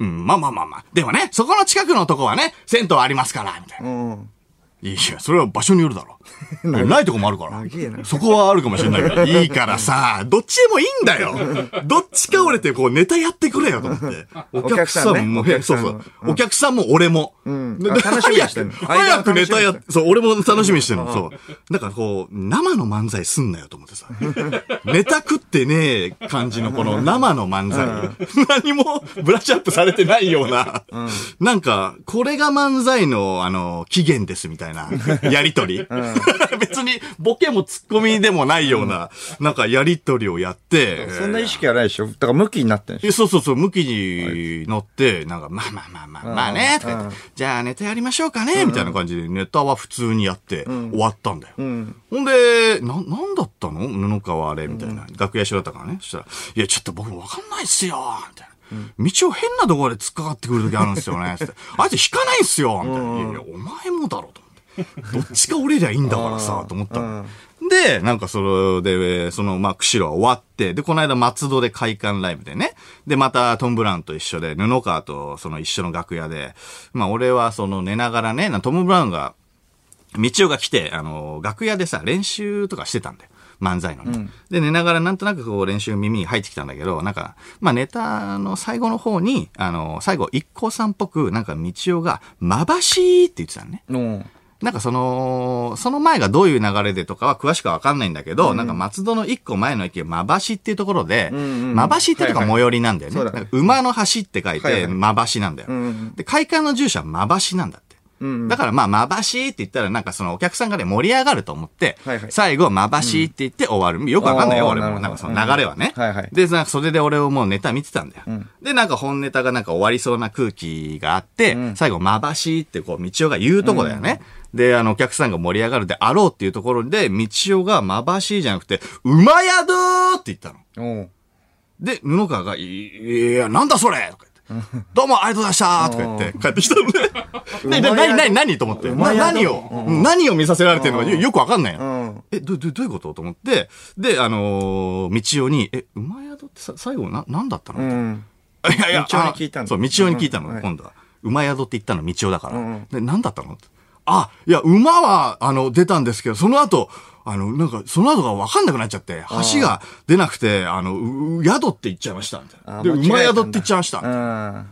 Speaker 1: うん、まあまあまあまあ。でもね、そこの近くのとこはね、銭湯ありますから、みたいな。
Speaker 2: うん。
Speaker 1: いや、それは場所によるだ ろ。いやないとこもあるから
Speaker 2: 長え。な
Speaker 1: そこはあるかもしれないけ ど、いいからさ、どっちでもいいんだよ。どっちか俺ってこうネタやってくれよと思って。お
Speaker 2: 客さんね
Speaker 1: も、
Speaker 2: お客さん
Speaker 1: そ
Speaker 2: も
Speaker 1: うそう。お客さんも俺も。
Speaker 2: ん
Speaker 1: で
Speaker 2: あ楽しみにしてんの
Speaker 1: 早く
Speaker 2: 間
Speaker 1: 早
Speaker 2: は
Speaker 1: くネ
Speaker 2: 楽しみにしてんの
Speaker 1: タや、そう、俺も楽しみにしてるの。そう。だからこう、生の漫才すんなよと思ってさ。 ネタ食ってねえ感じのこの生の漫才。何も ブラッシュアップされてないような。なんか、これが漫才の、あの、起源ですみたいな、やりとり。 別に、ボケもツッコミでもないような、なんかやりとりをやって。
Speaker 2: そんな意識はないでしょ。だから向きになってんでしょ。
Speaker 1: えそうそうそう、向きに乗って、なんか、まあまあまあまあ、まあね、とか言ってじゃあネタやりましょうかね、みたいな感じで、ネタは普通にやって、終わったんだよ。ほんで、な、なんだったの布川あれ、みたいな。楽屋一緒だったからね。そしたら、いや、ちょっと僕わかんないっすよ、みたいな。道を変なところで突っかかってくる時あるんですよね。つってあいつ引かないんすよみたいな。いやいや、お前もだろ、と思 って。どっちか俺りゃいいんだからさ、と思ったの。で、なんかそれで、その、まあ、釧路は終わって、で、この間松戸で開館ライブでね。で、またトム・ブラウンと一緒で、布川とその一緒の楽屋で、まあ、俺はその寝ながらね、なトム・ブラウンが、道夫が来て、あの、楽屋でさ、練習とかしてたんだよ。漫才のね。で、寝ながらなんとなくこう練習耳に入ってきたんだけど、なんか、まあネタの最後の方に、あの、最後、一行さんっぽく、なんか道夫が、まばしいって言ってたのね。
Speaker 2: うん。
Speaker 1: なんかその、その前がどういう流れでとかは詳しくはわかんないんだけど、なんか松戸の一個前の駅、まばしっていうところで、
Speaker 2: ん
Speaker 1: まばしってとか最寄りなんだよね。
Speaker 2: はいはいそうだね
Speaker 1: なんか馬の橋って書い
Speaker 2: はい
Speaker 1: て、
Speaker 2: はい
Speaker 1: まばしなんだよ。
Speaker 2: ん
Speaker 1: で、会館の住所はまばしなんだって。
Speaker 2: うん。
Speaker 1: だからまあ、まばしいって言ったら、なんかそのお客さんがね、盛り上がると思って、
Speaker 2: はいはい
Speaker 1: 最後、まばしいって言って終わる。よくわかんないよ、
Speaker 2: あー
Speaker 1: 俺
Speaker 2: なる
Speaker 1: も。
Speaker 2: ほ
Speaker 1: な
Speaker 2: ど
Speaker 1: んかその流れはね。
Speaker 2: うんはいはい
Speaker 1: で、なんかそれで俺をもうネタ見てたんだよ。で、なんか本ネタがなんか終わりそうな空気があって、最後、まばしいってこう、道夫が言うとこだよね。で、あの、お客さんが盛り上がるであろうっていうところで、道夫がまばしいじゃなくて、うまやどーって言ったの。
Speaker 2: うん。
Speaker 1: で、布川が、いいや、なんだそれとか言って、どうもありがとうございましたとか言って、帰ってきたのね。で、な、
Speaker 2: うまい
Speaker 1: な、
Speaker 2: や
Speaker 1: な、何と思って。
Speaker 2: ま
Speaker 1: ない
Speaker 2: や
Speaker 1: 何を、何を見させられてるのかよよくわかんないの
Speaker 2: うん。
Speaker 1: え、ど、ど、どういうことと思って、で、あのー、道夫に、え、馬宿ってさ、最後な、なんだったの、
Speaker 2: う
Speaker 1: い
Speaker 2: ん。
Speaker 1: やいや、
Speaker 2: 道夫に
Speaker 1: あ
Speaker 2: 聞いたの
Speaker 1: そう、道夫に聞いたの、
Speaker 2: うんはい
Speaker 1: 今度は。馬宿って言ったの、道夫だから。
Speaker 2: うんうん
Speaker 1: で、なんだったのってあ、いや、馬は、あの、出たんですけど、その後、あの、なんか、その後がわかんなくなっちゃって、橋が出なくて、あの、うう宿って言っちゃいました、みたいな。
Speaker 2: あ
Speaker 1: で、
Speaker 2: 間違えたん
Speaker 1: 馬
Speaker 2: だ
Speaker 1: 宿って言っちゃいました。
Speaker 2: うん。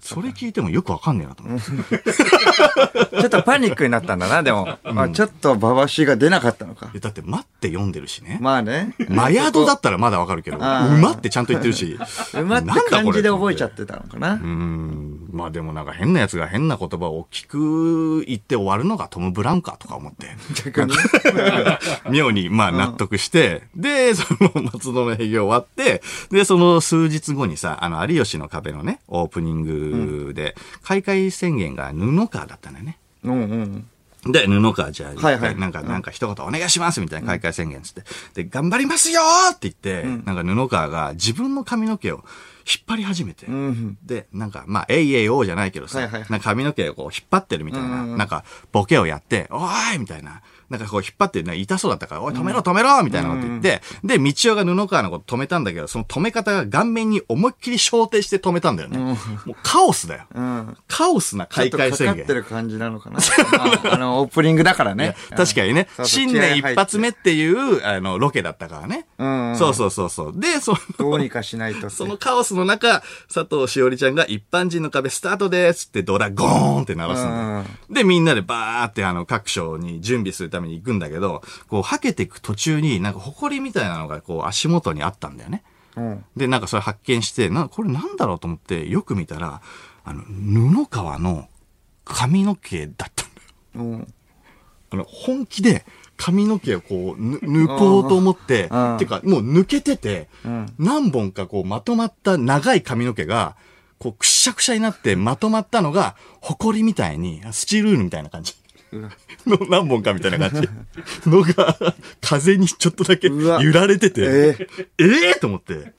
Speaker 1: それ聞いてもよくわかんねえなと思って。
Speaker 2: ちょっとパニックになったんだな、でも。まあちょっと馬場しが出なかったのか
Speaker 1: え。だって、待って読んでるしね。
Speaker 2: まあね。
Speaker 1: マヤドだったらまだわかるけど、
Speaker 2: あー
Speaker 1: 馬ってちゃんと言ってるし。
Speaker 2: 馬って
Speaker 1: なんだ
Speaker 2: 感
Speaker 1: これ
Speaker 2: じで覚えちゃってたのかな
Speaker 1: う。ーんまあでもなんか変な奴が変な言葉を大きく言って終わるのがトム・ブラウンかとか思って、
Speaker 2: 逆に。
Speaker 1: 妙にまあ納得して、で、その 松戸の営業終わって、で、その数日後にさ、あの、有吉の壁のね、オープニングで、開会宣言が布川だったんだよね。
Speaker 2: うんうん。
Speaker 1: で、布川じゃあ、
Speaker 2: はいはい
Speaker 1: なんか、なんか一言お願いしますみたいな開会宣言つって、で、頑張りますよーって言って、なんか布川が自分の髪の毛を引っ張り始めて。
Speaker 2: うん。
Speaker 1: で、なんか、まあ、えいえいおうじゃないけどさ、
Speaker 2: はいはいはい
Speaker 1: なんか髪の毛をこう引っ張ってるみたいな、なんか、ボケをやって、おーいみたいな、なんかこう引っ張ってる、なんか痛そうだったから、おい、止めろ止めろみたいなこと言って、で、道夫が布川のこと止めたんだけど、その止め方が顔面に思いっきり焦点して止めたんだよね。もうカオスだよ。
Speaker 2: うん。
Speaker 1: カオスな
Speaker 2: ちょっ
Speaker 1: 開
Speaker 2: とか
Speaker 1: 会
Speaker 2: か
Speaker 1: 宣
Speaker 2: っ
Speaker 1: 言
Speaker 2: て。る感じなのかな。 ああの、オープニングだからね。
Speaker 1: 確かにね、
Speaker 2: そうそう
Speaker 1: 新年一発目っていう、あの、ロケだったからね。
Speaker 2: うんうん
Speaker 1: そうそうそうそう。で、 その、
Speaker 2: どうにかしない と。
Speaker 1: そのカオスの中、佐藤しおりちゃんが一般人の壁スタートですってドラゴーンって鳴らすんだよで、みんなでバーってあの各所に準備するために行くんだけど、こう、はけていく途中になんか埃みたいなのがこう足元にあったんだよね。
Speaker 2: うん。
Speaker 1: で、なんかそれ発見して、な、これなんだろうと思ってよく見たら、あの、布川の髪の毛だったんだよ。
Speaker 2: うん。
Speaker 1: あの、本気で髪の毛をこう、ぬ抜こうと思って、
Speaker 2: うん
Speaker 1: っていうか、もう抜けてて、
Speaker 2: うん
Speaker 1: 何本かこう、まとまった長い髪の毛が、こう、くしゃくしゃになってまとまったのが、ホコリみたいに、スチールールみたいな感じ。
Speaker 2: うわ
Speaker 1: の何本かみたいな感じ。のが、風にちょっとだけ
Speaker 2: うわ
Speaker 1: 揺られて
Speaker 2: え
Speaker 1: て、
Speaker 2: え
Speaker 1: ええと思って、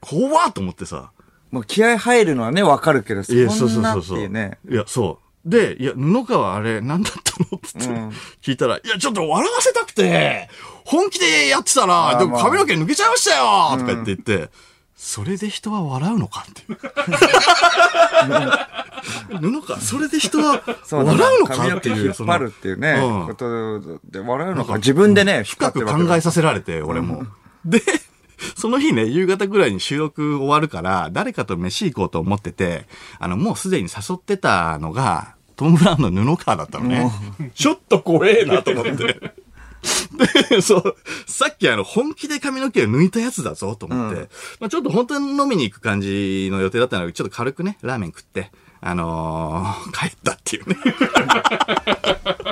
Speaker 1: 怖っと思ってさ。
Speaker 2: もう気合入るのはね、わかるけど、そ
Speaker 1: いや、そうそ
Speaker 2: ん
Speaker 1: う
Speaker 2: な
Speaker 1: そう
Speaker 2: って
Speaker 1: そう。
Speaker 2: いうね。
Speaker 1: いや、そう。で、いや、布川あれ、何だったのって言って
Speaker 2: うん
Speaker 1: 聞いたら、いや、ちょっと笑わせたくて、本気でやってたら、
Speaker 2: あー
Speaker 1: でも
Speaker 2: まあ
Speaker 1: 髪の毛抜けちゃいましたよとか言って言って、それで人は笑うのか っていう。 布川、それで人は
Speaker 2: そう
Speaker 1: 笑うのかって
Speaker 2: 髪
Speaker 1: い
Speaker 2: の
Speaker 1: う、
Speaker 2: 毛
Speaker 1: そ
Speaker 2: 引っ
Speaker 1: の
Speaker 2: 張るっていうね、
Speaker 1: うん
Speaker 2: ことで、笑うのか。自分でね、
Speaker 1: 深く考えさせられて、俺も。で、その日ね、夕方ぐらいに収録終わるから、誰かと飯行こうと思ってて、あの、もうすでに誘ってたのが、トム・ブラウンの布川だったのね。ちょっと怖えなと思って。 で、そう、さっきあの、本気で髪の毛を抜いたやつだぞと思って、
Speaker 2: うん
Speaker 1: まあちょっと本当に飲みに行く感じの予定だったので、ちょっと軽くね、ラーメン食って、あのー帰ったっていうね。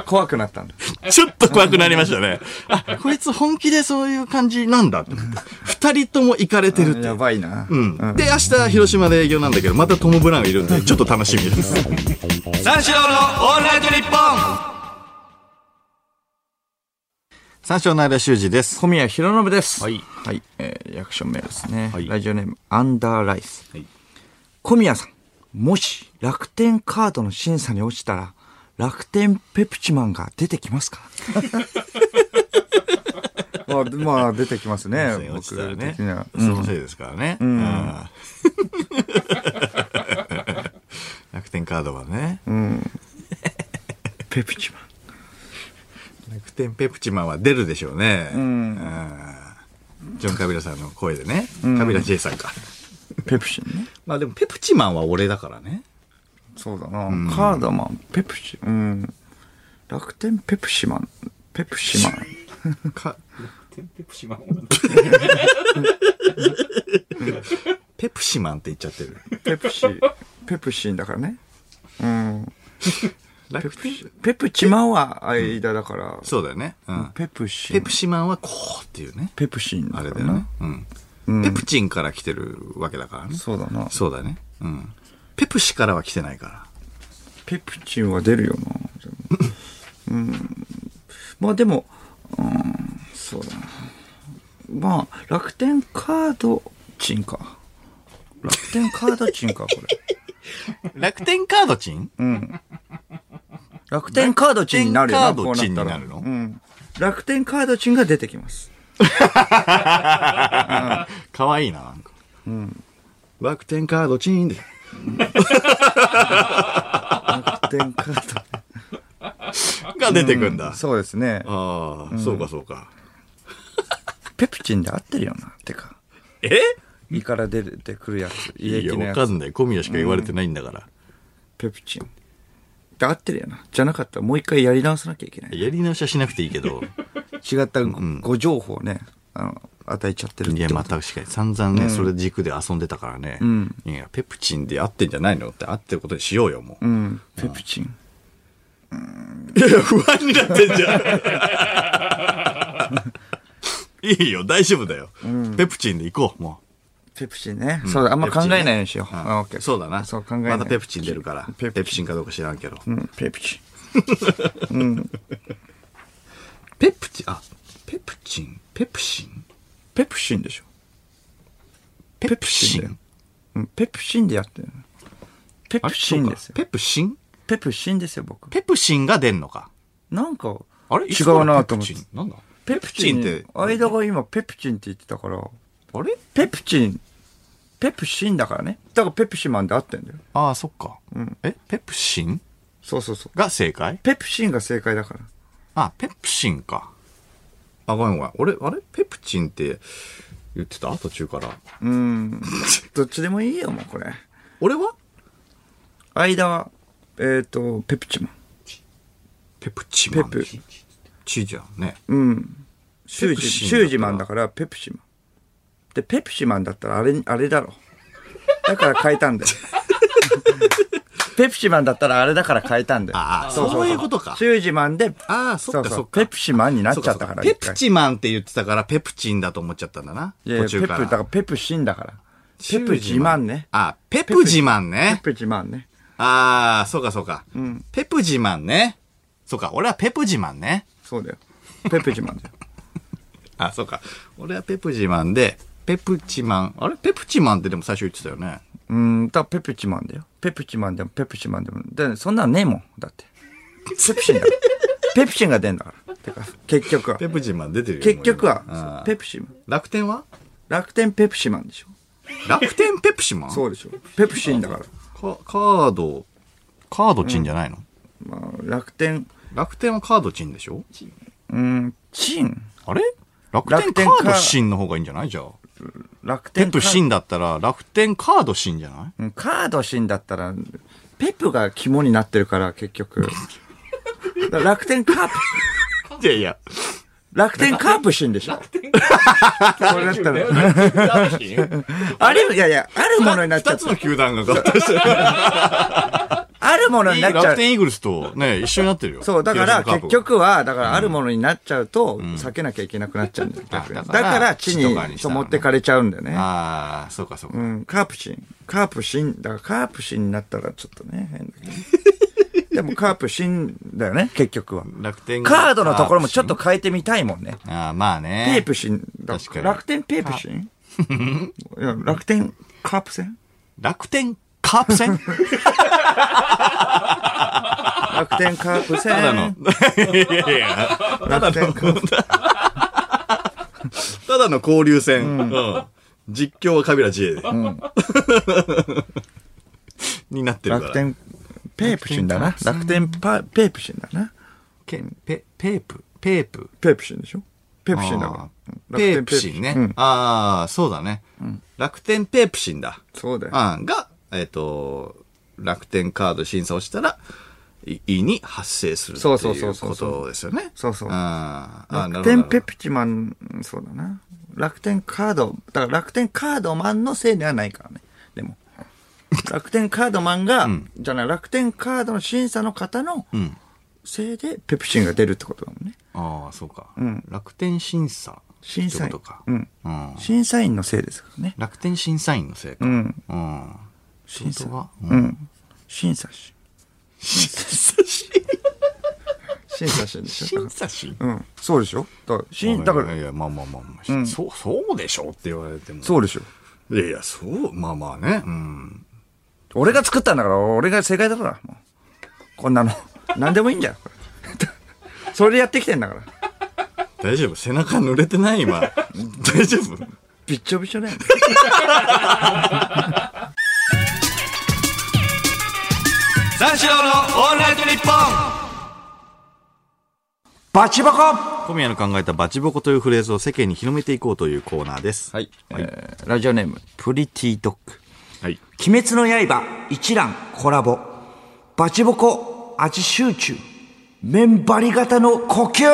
Speaker 2: 怖くなったんだ。
Speaker 1: ちょっと怖くなりましたね。 あ、こいつ本気でそういう感じなんだと思って。二人とも行かれてるって。
Speaker 2: やばいな。
Speaker 1: うん。で、明日広島で営業なんだけど、またトム・ブラウンいるん で、ちょっと楽しみです。三四郎のオールナイトニッポン三四郎の間修二です。
Speaker 2: 小宮宏信です。
Speaker 1: はい
Speaker 2: はい。えー、リアクション名ですね。
Speaker 1: はい
Speaker 2: ラジオネーム、アンダーライス。
Speaker 1: はい
Speaker 2: 小宮さん、もし楽天カードの審査に落ちたら、楽天ペプチマンが出てきますか まあ、まあ、出てきますね
Speaker 1: そう落ちたらね。
Speaker 2: 的には
Speaker 1: そのせいですからね。うん。 楽天カードはね。
Speaker 2: ペプチマン。
Speaker 1: 楽天ペプチマンは出るでしょうね。うんジョン・カビラさんの声でね。カビラ J さんか。
Speaker 2: ペプチンね。
Speaker 1: まあでも、ペプチマンは俺だからね。
Speaker 2: そうだな、カードマン、ペプシ、うん。楽天ペプシマン、ペプシ マン。
Speaker 1: か
Speaker 3: テンペプシマン。
Speaker 1: ペプシマンって言っちゃってる。
Speaker 2: ペプシ、ペプシンだからね。うん。ペ
Speaker 1: 楽
Speaker 2: プ
Speaker 1: 天
Speaker 2: シ、ペプチマンは間だから、
Speaker 1: そうだよね。うん。
Speaker 2: ペプシン。
Speaker 1: ペプシマンはこうっていうね。
Speaker 2: ペプシン
Speaker 1: あ
Speaker 2: だか
Speaker 1: れだよ
Speaker 2: らな
Speaker 1: ね。。うん。ペプチンから来てるわけだからね。
Speaker 2: そうだな。
Speaker 1: そうだね。うん。ペプシからは来てないから。
Speaker 2: ペプチンは出るよな。でも うん。まあでも、うん、そうだな。まあ、楽天カードチンか。楽天カードチンか、これ。
Speaker 1: 楽天カードチン
Speaker 2: うん。 楽天カードチンになるよな、
Speaker 1: 楽天カードチンに
Speaker 2: こうった
Speaker 1: な
Speaker 2: ら
Speaker 1: るの
Speaker 2: うん。楽天カードチンが出てき ます。
Speaker 1: かわいいな、なんか。うん。楽天カードチンで。
Speaker 2: 楽天カー
Speaker 1: が出てくんだ。
Speaker 2: ド。そうですね。
Speaker 1: ああ、そうかそうか。
Speaker 2: ペプチンで合ってるよな、てか。
Speaker 1: え
Speaker 2: 胃から出てくるやつ。
Speaker 1: い
Speaker 2: 胃液
Speaker 1: や、
Speaker 2: の
Speaker 1: わ
Speaker 2: や
Speaker 1: か
Speaker 2: つ。
Speaker 1: んない。小宮しか言われてないんだから。
Speaker 2: ペプチン。で合ってるよな。じゃなかったらもう一回やり直さなきゃいけない。
Speaker 1: やり直しはしなくていいけ ど。
Speaker 2: 違ったご,、情報をね、あの、与えちゃってるっ
Speaker 1: いや、
Speaker 2: て
Speaker 1: ま
Speaker 2: こ
Speaker 1: あ
Speaker 2: と。
Speaker 1: 確かに散々ね、それ軸で遊んでたからね。
Speaker 2: ん
Speaker 1: いや、ペプチンで合ってんじゃないのって合ってることにしようよ、もう。
Speaker 2: うん。ペプチン。
Speaker 1: いや、 不安になってんじゃん。いいよ、大丈夫だよ。ペプチンで行こう、も
Speaker 2: ペプチンね。そうだ、あんま考えないようにしよう。
Speaker 1: う。
Speaker 2: あオッケー
Speaker 1: そうだな。
Speaker 2: そう考えない。
Speaker 1: またペプチン出るから。ペプチンかどうか知らんけど。
Speaker 2: うん、ペプチン。
Speaker 1: ペプチン、あ、ペプチン、ペプシン、
Speaker 2: ペプシンでしょ。
Speaker 1: ペプシ
Speaker 2: ペプシンだよ
Speaker 1: ン。
Speaker 2: うんペプシンでやってる。ペプシンですよ。
Speaker 1: ペプシン
Speaker 2: ペプシンですよ、僕。
Speaker 1: ペプシンが出んのか。
Speaker 2: なんか、
Speaker 1: あれ
Speaker 2: 違うなと思って
Speaker 1: いつからペプチ。ンなんだ
Speaker 2: ペプチンっ
Speaker 1: ペプチ、ン
Speaker 2: て
Speaker 1: って
Speaker 2: 間が今ペプチンって言ってたから、
Speaker 1: あれ
Speaker 2: ペプチン、ペプシンだからね。だからペプシマンで合ってんだよ。
Speaker 1: ああ、そっか。え、ペプシン
Speaker 2: そうそうそう。
Speaker 1: が正解
Speaker 2: ペプシンが正解だから。
Speaker 1: あ、ペプシンか。あ、ごめんごめん。俺、あれペプチンって言ってた途中から。
Speaker 2: うん。どっちでもいいよ、もうこれ。
Speaker 1: 俺は
Speaker 2: 間は、えっ、と、ペプチマン。
Speaker 1: ペプチマン。
Speaker 2: ペプ
Speaker 1: チじゃんね。
Speaker 2: うん。シュー
Speaker 1: ペプ
Speaker 2: ジ、
Speaker 1: シン
Speaker 2: シュージマンだから、ペプシマン。で、ペプシマンだったら、あれ、あれだろ。だから変えたんだよ。 ペプシマンだったら、あれだから変えたんだよ。
Speaker 1: ああ、そういうことか。
Speaker 2: シュージマンで、
Speaker 1: ああ、そっかそっか。
Speaker 2: ペプシマンになっちゃったから、
Speaker 1: ペ
Speaker 2: 一回
Speaker 1: プチマンって言ってたから、ペプチンだと思っちゃったんだな。
Speaker 2: いやいや
Speaker 1: 途中
Speaker 2: ペプ、
Speaker 1: か
Speaker 2: だ
Speaker 1: ら。
Speaker 2: からペプシンだから。
Speaker 1: シ
Speaker 2: ペ
Speaker 1: ュー
Speaker 2: プ
Speaker 1: ジ
Speaker 2: ジ
Speaker 1: マ
Speaker 2: マ
Speaker 1: ン
Speaker 2: ンね。
Speaker 1: あ、ペプジマン
Speaker 2: ペ
Speaker 1: ね。
Speaker 2: プジマンね。
Speaker 1: ああ、そうかそうか。ペプジマンね。そうか、俺はペプジマンね。
Speaker 2: そうだよ。ペプジマンだよ。
Speaker 1: あ、そうか。俺はペプジマンで、ペプチマン。あれペプチマンってでも最初言ってたよね。
Speaker 2: うーん、だからペプチマンだよ。ペプチマンでもペプチマンでも。で、そんなのねえもん。だって。ペプシンだから。ペプシンが出んだから。てか、結局は
Speaker 1: ペ。プチマン出てるよ。
Speaker 2: 結局
Speaker 1: もう今
Speaker 2: は
Speaker 1: あ、ー
Speaker 2: ペプシマン。
Speaker 1: 楽天は
Speaker 2: 楽天ペプシマンでしょ。
Speaker 1: 楽天ペプシマン
Speaker 2: そうでしょ。ペプシンだから。
Speaker 1: かカード、カードチンじゃないの、
Speaker 2: まあ、楽天、
Speaker 1: 楽天はカードチンでしょ
Speaker 2: うーん、チン。
Speaker 1: あれ楽天
Speaker 2: 楽
Speaker 1: カ
Speaker 2: 天カ
Speaker 1: ードシンの方がいいんじゃないじゃあ。
Speaker 2: 楽
Speaker 1: ペ
Speaker 2: 天
Speaker 1: プシンだったら楽天カードシンじゃない
Speaker 2: うんカードシンだったら、ペプが肝になってるから、結局。だから楽天カープ、
Speaker 1: いやいや。
Speaker 2: 楽天カープシンでしょ。これだったら、あれ、いやいや、あるものになっちゃ
Speaker 1: 二
Speaker 2: っ
Speaker 1: つ
Speaker 2: た。
Speaker 1: の球団が合体してる
Speaker 2: あるものになっちゃ
Speaker 1: 楽
Speaker 2: う。
Speaker 1: 天イーグルスと ね、一緒になってるよ。
Speaker 2: そう、だから
Speaker 1: 広島カープ
Speaker 2: 結局は、だからあるものになっちゃうと、避けなきゃいけなくなっちゃうんだよ、逆に
Speaker 1: あだ
Speaker 2: だ
Speaker 1: から
Speaker 2: から、地
Speaker 1: 地とかに
Speaker 2: に
Speaker 1: した
Speaker 2: そう
Speaker 1: のね
Speaker 2: 持ってかれちゃうんだよね。
Speaker 1: ああ、そうかそうか。
Speaker 2: うん、カープシン。カープシン、だからカープシンになったらちょっとね、変だ けど。でもカープシンだよね、結局は。
Speaker 1: 楽天
Speaker 2: カードのところもちょっと。変えてみたいもんね。
Speaker 1: ああ、まあね。
Speaker 2: ペープシン。だ
Speaker 1: 確かに
Speaker 2: 楽天ペープシンいや楽天カープ戦
Speaker 1: 楽天カープ 戦
Speaker 2: 楽天カープ戦。
Speaker 1: ただの。いやいや
Speaker 2: 楽天カープ
Speaker 1: ただの交流戦。うん実況はカビラ J で。 になってるから。
Speaker 2: 楽天ペープシンだな。楽天パペープシンだな。
Speaker 1: けペ、ペープ、ペープ。
Speaker 2: ペープシンでしょペープシンだ
Speaker 1: あ
Speaker 2: か
Speaker 1: ー
Speaker 2: ら。
Speaker 1: ペープシンね。
Speaker 2: うん
Speaker 1: ああ、そうだね。楽天ペープシンだ。
Speaker 2: そうだよ。
Speaker 1: あんが、えっ、と、楽天カード審査をしたら、い胃に発生するってい
Speaker 2: そうそうそう
Speaker 1: う
Speaker 2: そう
Speaker 1: ことですよね。
Speaker 2: そうそう
Speaker 1: あーあー、な
Speaker 2: 楽
Speaker 1: るほど
Speaker 2: 天ペプチマン、うんそうだな。楽天カード、だから楽天カードマンのせいではないからね。で も。楽天カードマンが、じゃない、楽天カードの審査の方の
Speaker 1: ん
Speaker 2: せいでペプシンが出るってことだもんね。
Speaker 1: ああ、そうか。
Speaker 2: ん
Speaker 1: 楽天審査。
Speaker 2: 審査
Speaker 1: って
Speaker 2: 員。
Speaker 1: ことか。
Speaker 2: うん。
Speaker 1: うん
Speaker 2: 審査員のせいですからね。
Speaker 1: 楽天審査員のせいか。
Speaker 2: うん。
Speaker 1: うん。
Speaker 2: 審査
Speaker 1: 本当はう
Speaker 2: うんん。審査し。
Speaker 1: 審査員
Speaker 2: 審査しでしょ。
Speaker 1: 審査員
Speaker 2: うん。そうでしょだから、しだか
Speaker 1: いや
Speaker 2: ら、
Speaker 1: いや、まあまあまあまあ、そう、そうでしょうって言われても。
Speaker 2: そうでしょ。
Speaker 1: う。いやいや、そう、まあまあね。うん。
Speaker 2: 俺が作ったんだから、俺が正解だから、もう。こん なの。何でもいいんだよ、 これそれでやってきてんだから。
Speaker 1: 大丈夫背中濡れてない今。 大丈夫
Speaker 2: びっちょびちょだよ。
Speaker 1: 三四郎のオールナイトニッポン
Speaker 2: バチボコ
Speaker 1: 小宮の考えたバチボコというフレーズを世間に広めていこうというコーナーです。
Speaker 2: はい、えーラジオネーム、プリティドッグ。
Speaker 1: はい。
Speaker 2: 鬼滅の刃、一覧、コラボ。バチボコ、味集中。メンバリ型の呼吸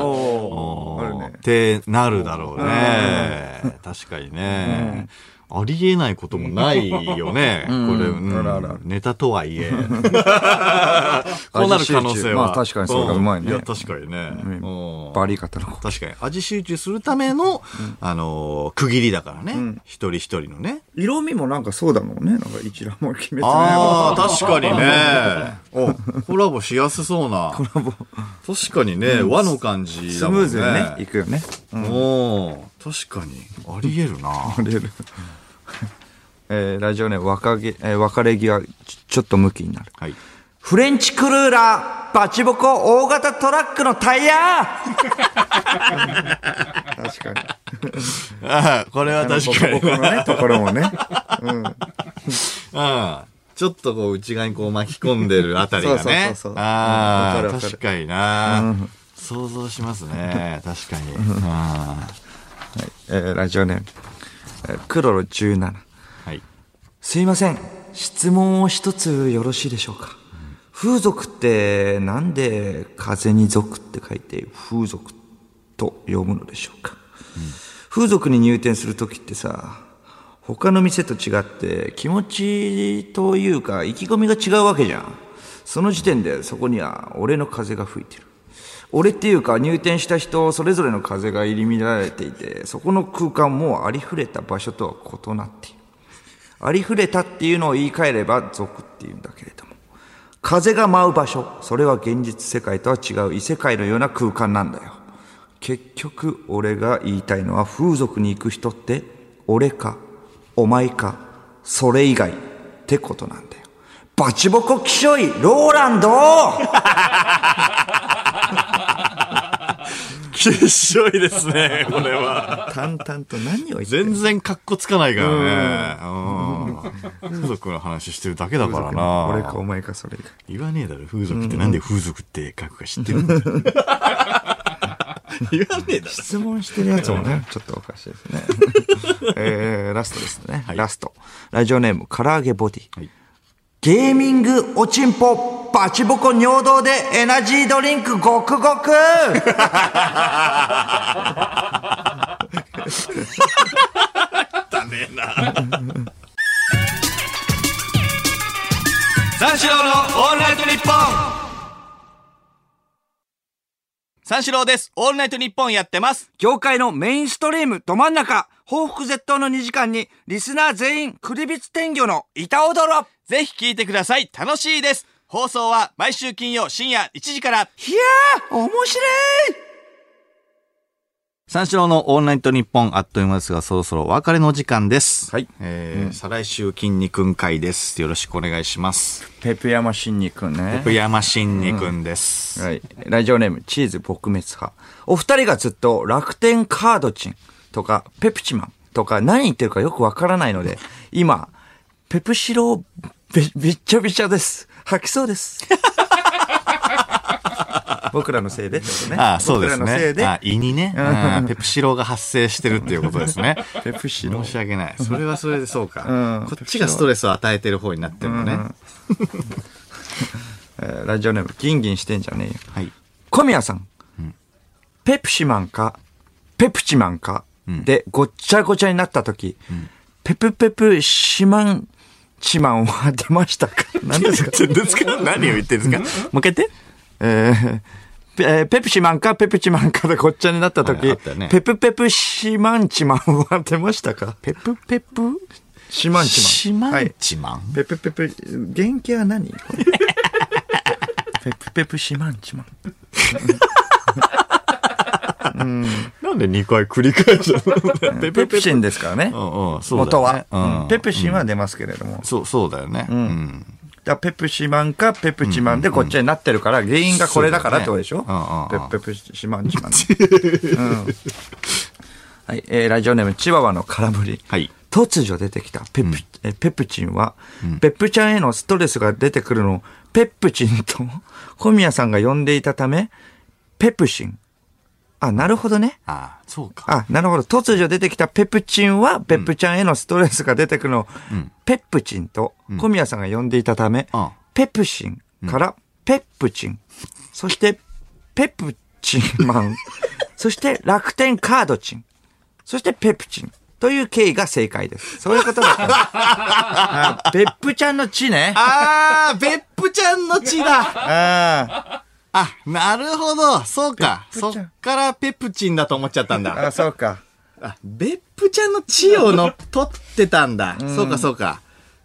Speaker 2: おーあるね。
Speaker 1: ってなるだろうね。確かにね。ありえないこともないよね。これ、 うん
Speaker 2: あらあら
Speaker 1: ネタと はいえ。こうなる可能性は。
Speaker 2: まあ確かにそれがうまいね
Speaker 1: んいや、確かにね。うん
Speaker 2: バリ型の呼吸。
Speaker 1: 確かに味集中するための、あのー区切りだからね、一人一人のね
Speaker 2: 色味もなんかそうだもんね。なんか一覧も鬼滅の刃。
Speaker 1: ああ確かに ねおコラボしやすそうなコラボ確かにね、和の感じ
Speaker 2: ス
Speaker 1: だもん
Speaker 2: ム
Speaker 1: ね
Speaker 2: ーズにね、いくよね。
Speaker 1: うん、おー確かに。ありえ るな。
Speaker 2: レールえーラジオネーム若げ、えー別れ際ちょちょっと向きになる
Speaker 1: はい。
Speaker 2: フレンチクルーラーバチボコ大型トラックのタイヤ確かに
Speaker 1: ああ、これは確かに
Speaker 2: ボコ。ボコのねところもね、うん、
Speaker 1: ああ。ちょっとこう内側にこう巻き込んでるあたりが
Speaker 2: そうそう
Speaker 1: ね
Speaker 2: そうそう。
Speaker 1: あ
Speaker 2: うん
Speaker 1: あ、
Speaker 2: わかるわかる
Speaker 1: 確かにな。想像しますね。確かに。あ
Speaker 2: えーラジオネーム、えークロロ17
Speaker 1: あはい。
Speaker 2: すいません質問を一つよろしいでしょうか風俗ってなんで風に俗って書いて風俗と読むのでしょうか、風俗に入店する時ってさ他の店と違って気持ちというか意気込みが違うわけじゃんその時点でそこには俺の風が吹いてる俺っていうか入店した人それぞれの風が入り乱れていてそこの空間もありふれた場所とは異なっているありふれたっていうのを言い換えれば俗っていうんだけれども風が舞う場所それは現実世界とは違う異世界のような空間なんだよ結局俺が言いたいのは風俗に行く人って俺かお前かそれ以外ってことなんだよバチボコきしょいローランド
Speaker 1: きっしょいですね、これは。
Speaker 2: 淡々と何を言って
Speaker 1: 全然カッコつかないからね。うん風俗の話してるだけだからな。
Speaker 2: 俺かお前かそれ以外
Speaker 1: 言わねえだろ、風俗ってなんで風俗って書くか知って るんだよ言わねえだろ。
Speaker 2: 質問してるやつもね、ちょっとおかしいですね。 えー、ラストですね、ラスト。ラジオネーム、唐揚げボディ。
Speaker 1: はい
Speaker 2: ゲーミングおちんぽ、バチボコ尿道でエナジードリンクごくごく
Speaker 1: 三四郎のオールナイトニッポン 三四郎です。オールナイトニッポンやってます。
Speaker 2: 業界のメインストリームど真ん中、報復絶倒の2時間に、リスナー全員、クリビツ天魚の板踊ろ
Speaker 1: ぜひ聞いてください。楽しいです。放送は毎週金曜深夜1時から。
Speaker 2: いやー、面白い
Speaker 1: 三四郎のオールナイトニッポンあっという間ですが、そろそろお別れの時間です。
Speaker 2: はい
Speaker 1: えー再来週筋肉ん会です。よろしくお願いします。
Speaker 2: ペペヤマシンニ君ね
Speaker 1: 福山新肉んです。
Speaker 2: はい。ラジオネーム、チーズ撲滅派。お二人がずっと楽天カードチンとか、ペプチマンとか、何言ってるかよくわからないので、今、ペプシロべ、びっちゃびちゃです。吐きそ うです。僕らのせいでって ことね。
Speaker 1: ああ、そうですね。
Speaker 2: 僕らのせいで。
Speaker 1: あ胃に ね、うんペプシローが発生してるっていうことですね。
Speaker 2: ペプシロ
Speaker 1: 申し訳ない。それはそれでそう
Speaker 2: う
Speaker 1: か
Speaker 2: ん。
Speaker 1: こっちがストレスを与えてる方になってるのね。
Speaker 2: えーラジオネーム、ギンギンしてんじゃねえよ。
Speaker 1: はい。
Speaker 2: 小宮さん、ペプシマンか、ペプチマンか、で、ごっちゃごちゃになった時、ペプペプシマン、チマンは出まし たか何ですか
Speaker 1: ですか何を言ってるんですかもう一回言って。
Speaker 2: えーペえーペプシマンかペプチマンかでごっちゃになった時、
Speaker 1: ああったね
Speaker 2: ペプペプシマンチマンは出ましたか
Speaker 1: ペプペプ
Speaker 2: シマンチマン。
Speaker 1: シマ
Speaker 2: は
Speaker 1: ン
Speaker 2: い
Speaker 1: チマン。
Speaker 2: ペプペプ、原型は何こ れペプペプシマンチマン。
Speaker 1: なんで2回繰り返したのペ
Speaker 2: ペプシンですからね。
Speaker 1: うんうん、そうだ
Speaker 2: 元
Speaker 1: よね
Speaker 2: は。うんペプ
Speaker 1: シ。
Speaker 2: シンは出ますけれども。
Speaker 1: そう、そうだよね。うん。
Speaker 2: だからペプシマンかペプチマンでこっちになってるから、原因がこれだからってことでしょ、
Speaker 1: そうだねうんうんうん
Speaker 2: ペペプシマンチマン。うんはい、えーラジオネーム、チワワの空振り。
Speaker 1: はい
Speaker 2: 突如出てきたペプ,、えペプチンは、ペプちゃんへのストレスが出てくるのを、ペプチンと小宮さんが呼んでいたため、ペプシン。あ、なるほどね。
Speaker 1: ああ、そうか。
Speaker 2: あ、なるほど。突如出てきたペプチンは、ペプちゃんへのストレスが出てくるのを、ペプチンと小宮さんが呼んでいたため、
Speaker 1: うん
Speaker 2: ペプシンからペプチン、そしてペプチンマ ン、そして楽天カードチン、そしてペプチンという経緯が正解です。そういうことだったんです あ。ペプちゃんの地ね。
Speaker 1: ああ、ベップちゃんの血だ
Speaker 2: あ
Speaker 1: あ、なるほど。そうか。
Speaker 2: ペッ
Speaker 1: そ
Speaker 2: プちゃん
Speaker 1: っからペプチンだと思っちゃったんだ。
Speaker 2: あ、そうか。
Speaker 1: あ、ベップちゃんの血をの取ってたんだ。そうか、そうか。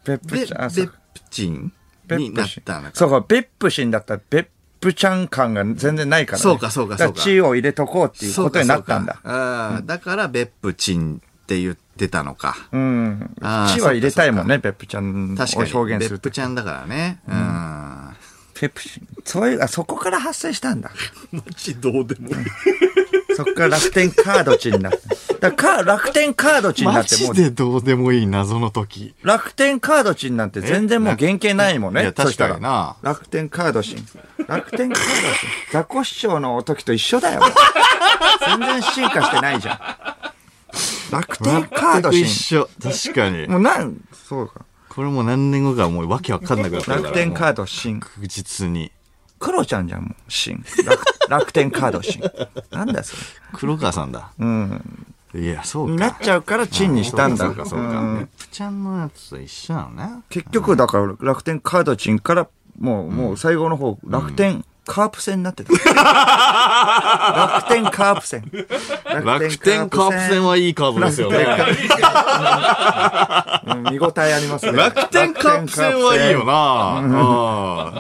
Speaker 2: ペ
Speaker 1: ベ
Speaker 2: プ
Speaker 1: ベ
Speaker 2: ちゃん、あそう
Speaker 1: ッ
Speaker 2: か。
Speaker 1: プチン
Speaker 2: ペ
Speaker 1: に
Speaker 2: ッ
Speaker 1: な
Speaker 2: プ
Speaker 1: っ
Speaker 2: シン
Speaker 1: たのか。
Speaker 2: そうか、ペップシンだったらペップちゃん感が全然ないから、ね。
Speaker 1: そうかそうかそうか
Speaker 2: だらチを入れとこうっていうことになったんだ。
Speaker 1: そうかそうかあーだから、別府チンって言ってたのか。
Speaker 2: うん。
Speaker 1: あー
Speaker 2: チは入れたいもんね、ペップちゃんを
Speaker 1: 確かに。
Speaker 2: 表現する
Speaker 1: 別
Speaker 2: と
Speaker 1: 府。ちゃんだからね。うん。マ
Speaker 2: ペップちそういう、あ、そこから発生したんだ。
Speaker 1: ジどうでもいい。
Speaker 2: そこから楽天カードチに なった。だからか楽天カードチにな
Speaker 1: マ
Speaker 2: って、も
Speaker 1: ジ
Speaker 2: う、
Speaker 1: でどうでもいい謎の時。
Speaker 2: 楽天カードチになって全然もう原型ないもんね。
Speaker 1: いや
Speaker 2: そしたら
Speaker 1: 確かにな
Speaker 2: 楽天カードチン。楽天カードチン。 ザコシショウの時と一緒だよ。 全然進化してないじゃん。楽天カード
Speaker 1: 全
Speaker 2: チ
Speaker 1: く一
Speaker 2: ン。
Speaker 1: 緒。確かに。
Speaker 2: もうなん、そうか。
Speaker 1: これもう何年後かもうわけわかんなくなったから。
Speaker 2: 楽天カードチン。
Speaker 1: 確実に。
Speaker 2: クロちゃんじゃん、もう、シン。楽楽天カードシン。なんだよそれ。
Speaker 1: 黒川さんだ。
Speaker 2: うん。
Speaker 1: いや、そう
Speaker 2: な
Speaker 1: か
Speaker 2: っ。ちゃうからチンにしたんだ。
Speaker 1: そうか、そうか。
Speaker 2: うん
Speaker 1: 別府ちゃんのやつと一緒なのね。
Speaker 2: 結局、だから楽天カードチンから、もう、もう最後の方、楽天カープ戦にな ってた。楽天カープ戦。
Speaker 1: 楽天カープ戦はいいカーブですよね。
Speaker 2: うん見応えありますね。
Speaker 1: 楽天カップ戦はいいよな。う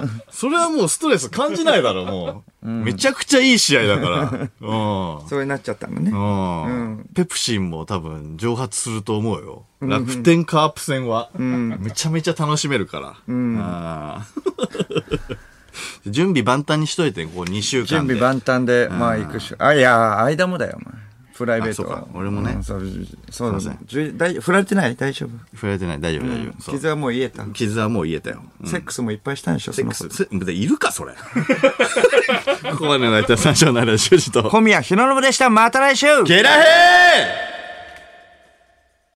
Speaker 1: んそれはもうストレス感じないだろ、もう。めちゃくちゃいい試合だ から。うん
Speaker 2: 楽天カープ戦。それになっちゃったのね。
Speaker 1: うん。ペプシンも多分蒸発すると思うよ。楽天カープ戦は。めちゃめちゃ楽しめるから。あ ー準備万端にしといて、こう2週
Speaker 2: 準
Speaker 1: 間で。
Speaker 2: 備万端で、まあ行くし。あ、いや、間もだよ、お前。プライベート
Speaker 1: あ
Speaker 2: は
Speaker 1: そう。か俺もね
Speaker 2: うんそう、そうだ
Speaker 1: すいま
Speaker 2: ね。じゅ大振られてない大丈夫。
Speaker 1: 触れてない、大丈夫、大丈夫。そう
Speaker 2: 傷はもう癒えた。
Speaker 1: 傷はもう言えたよ。うん
Speaker 2: セックスもいっぱいしたんでしょ、
Speaker 1: セ
Speaker 2: そ
Speaker 1: ッ
Speaker 2: の
Speaker 1: ク
Speaker 2: 子
Speaker 1: ス、セでいるか、それ。 ここまでの間、三章なら、主人と。
Speaker 2: 小宮浩信でした。また来週
Speaker 1: ゲラヘー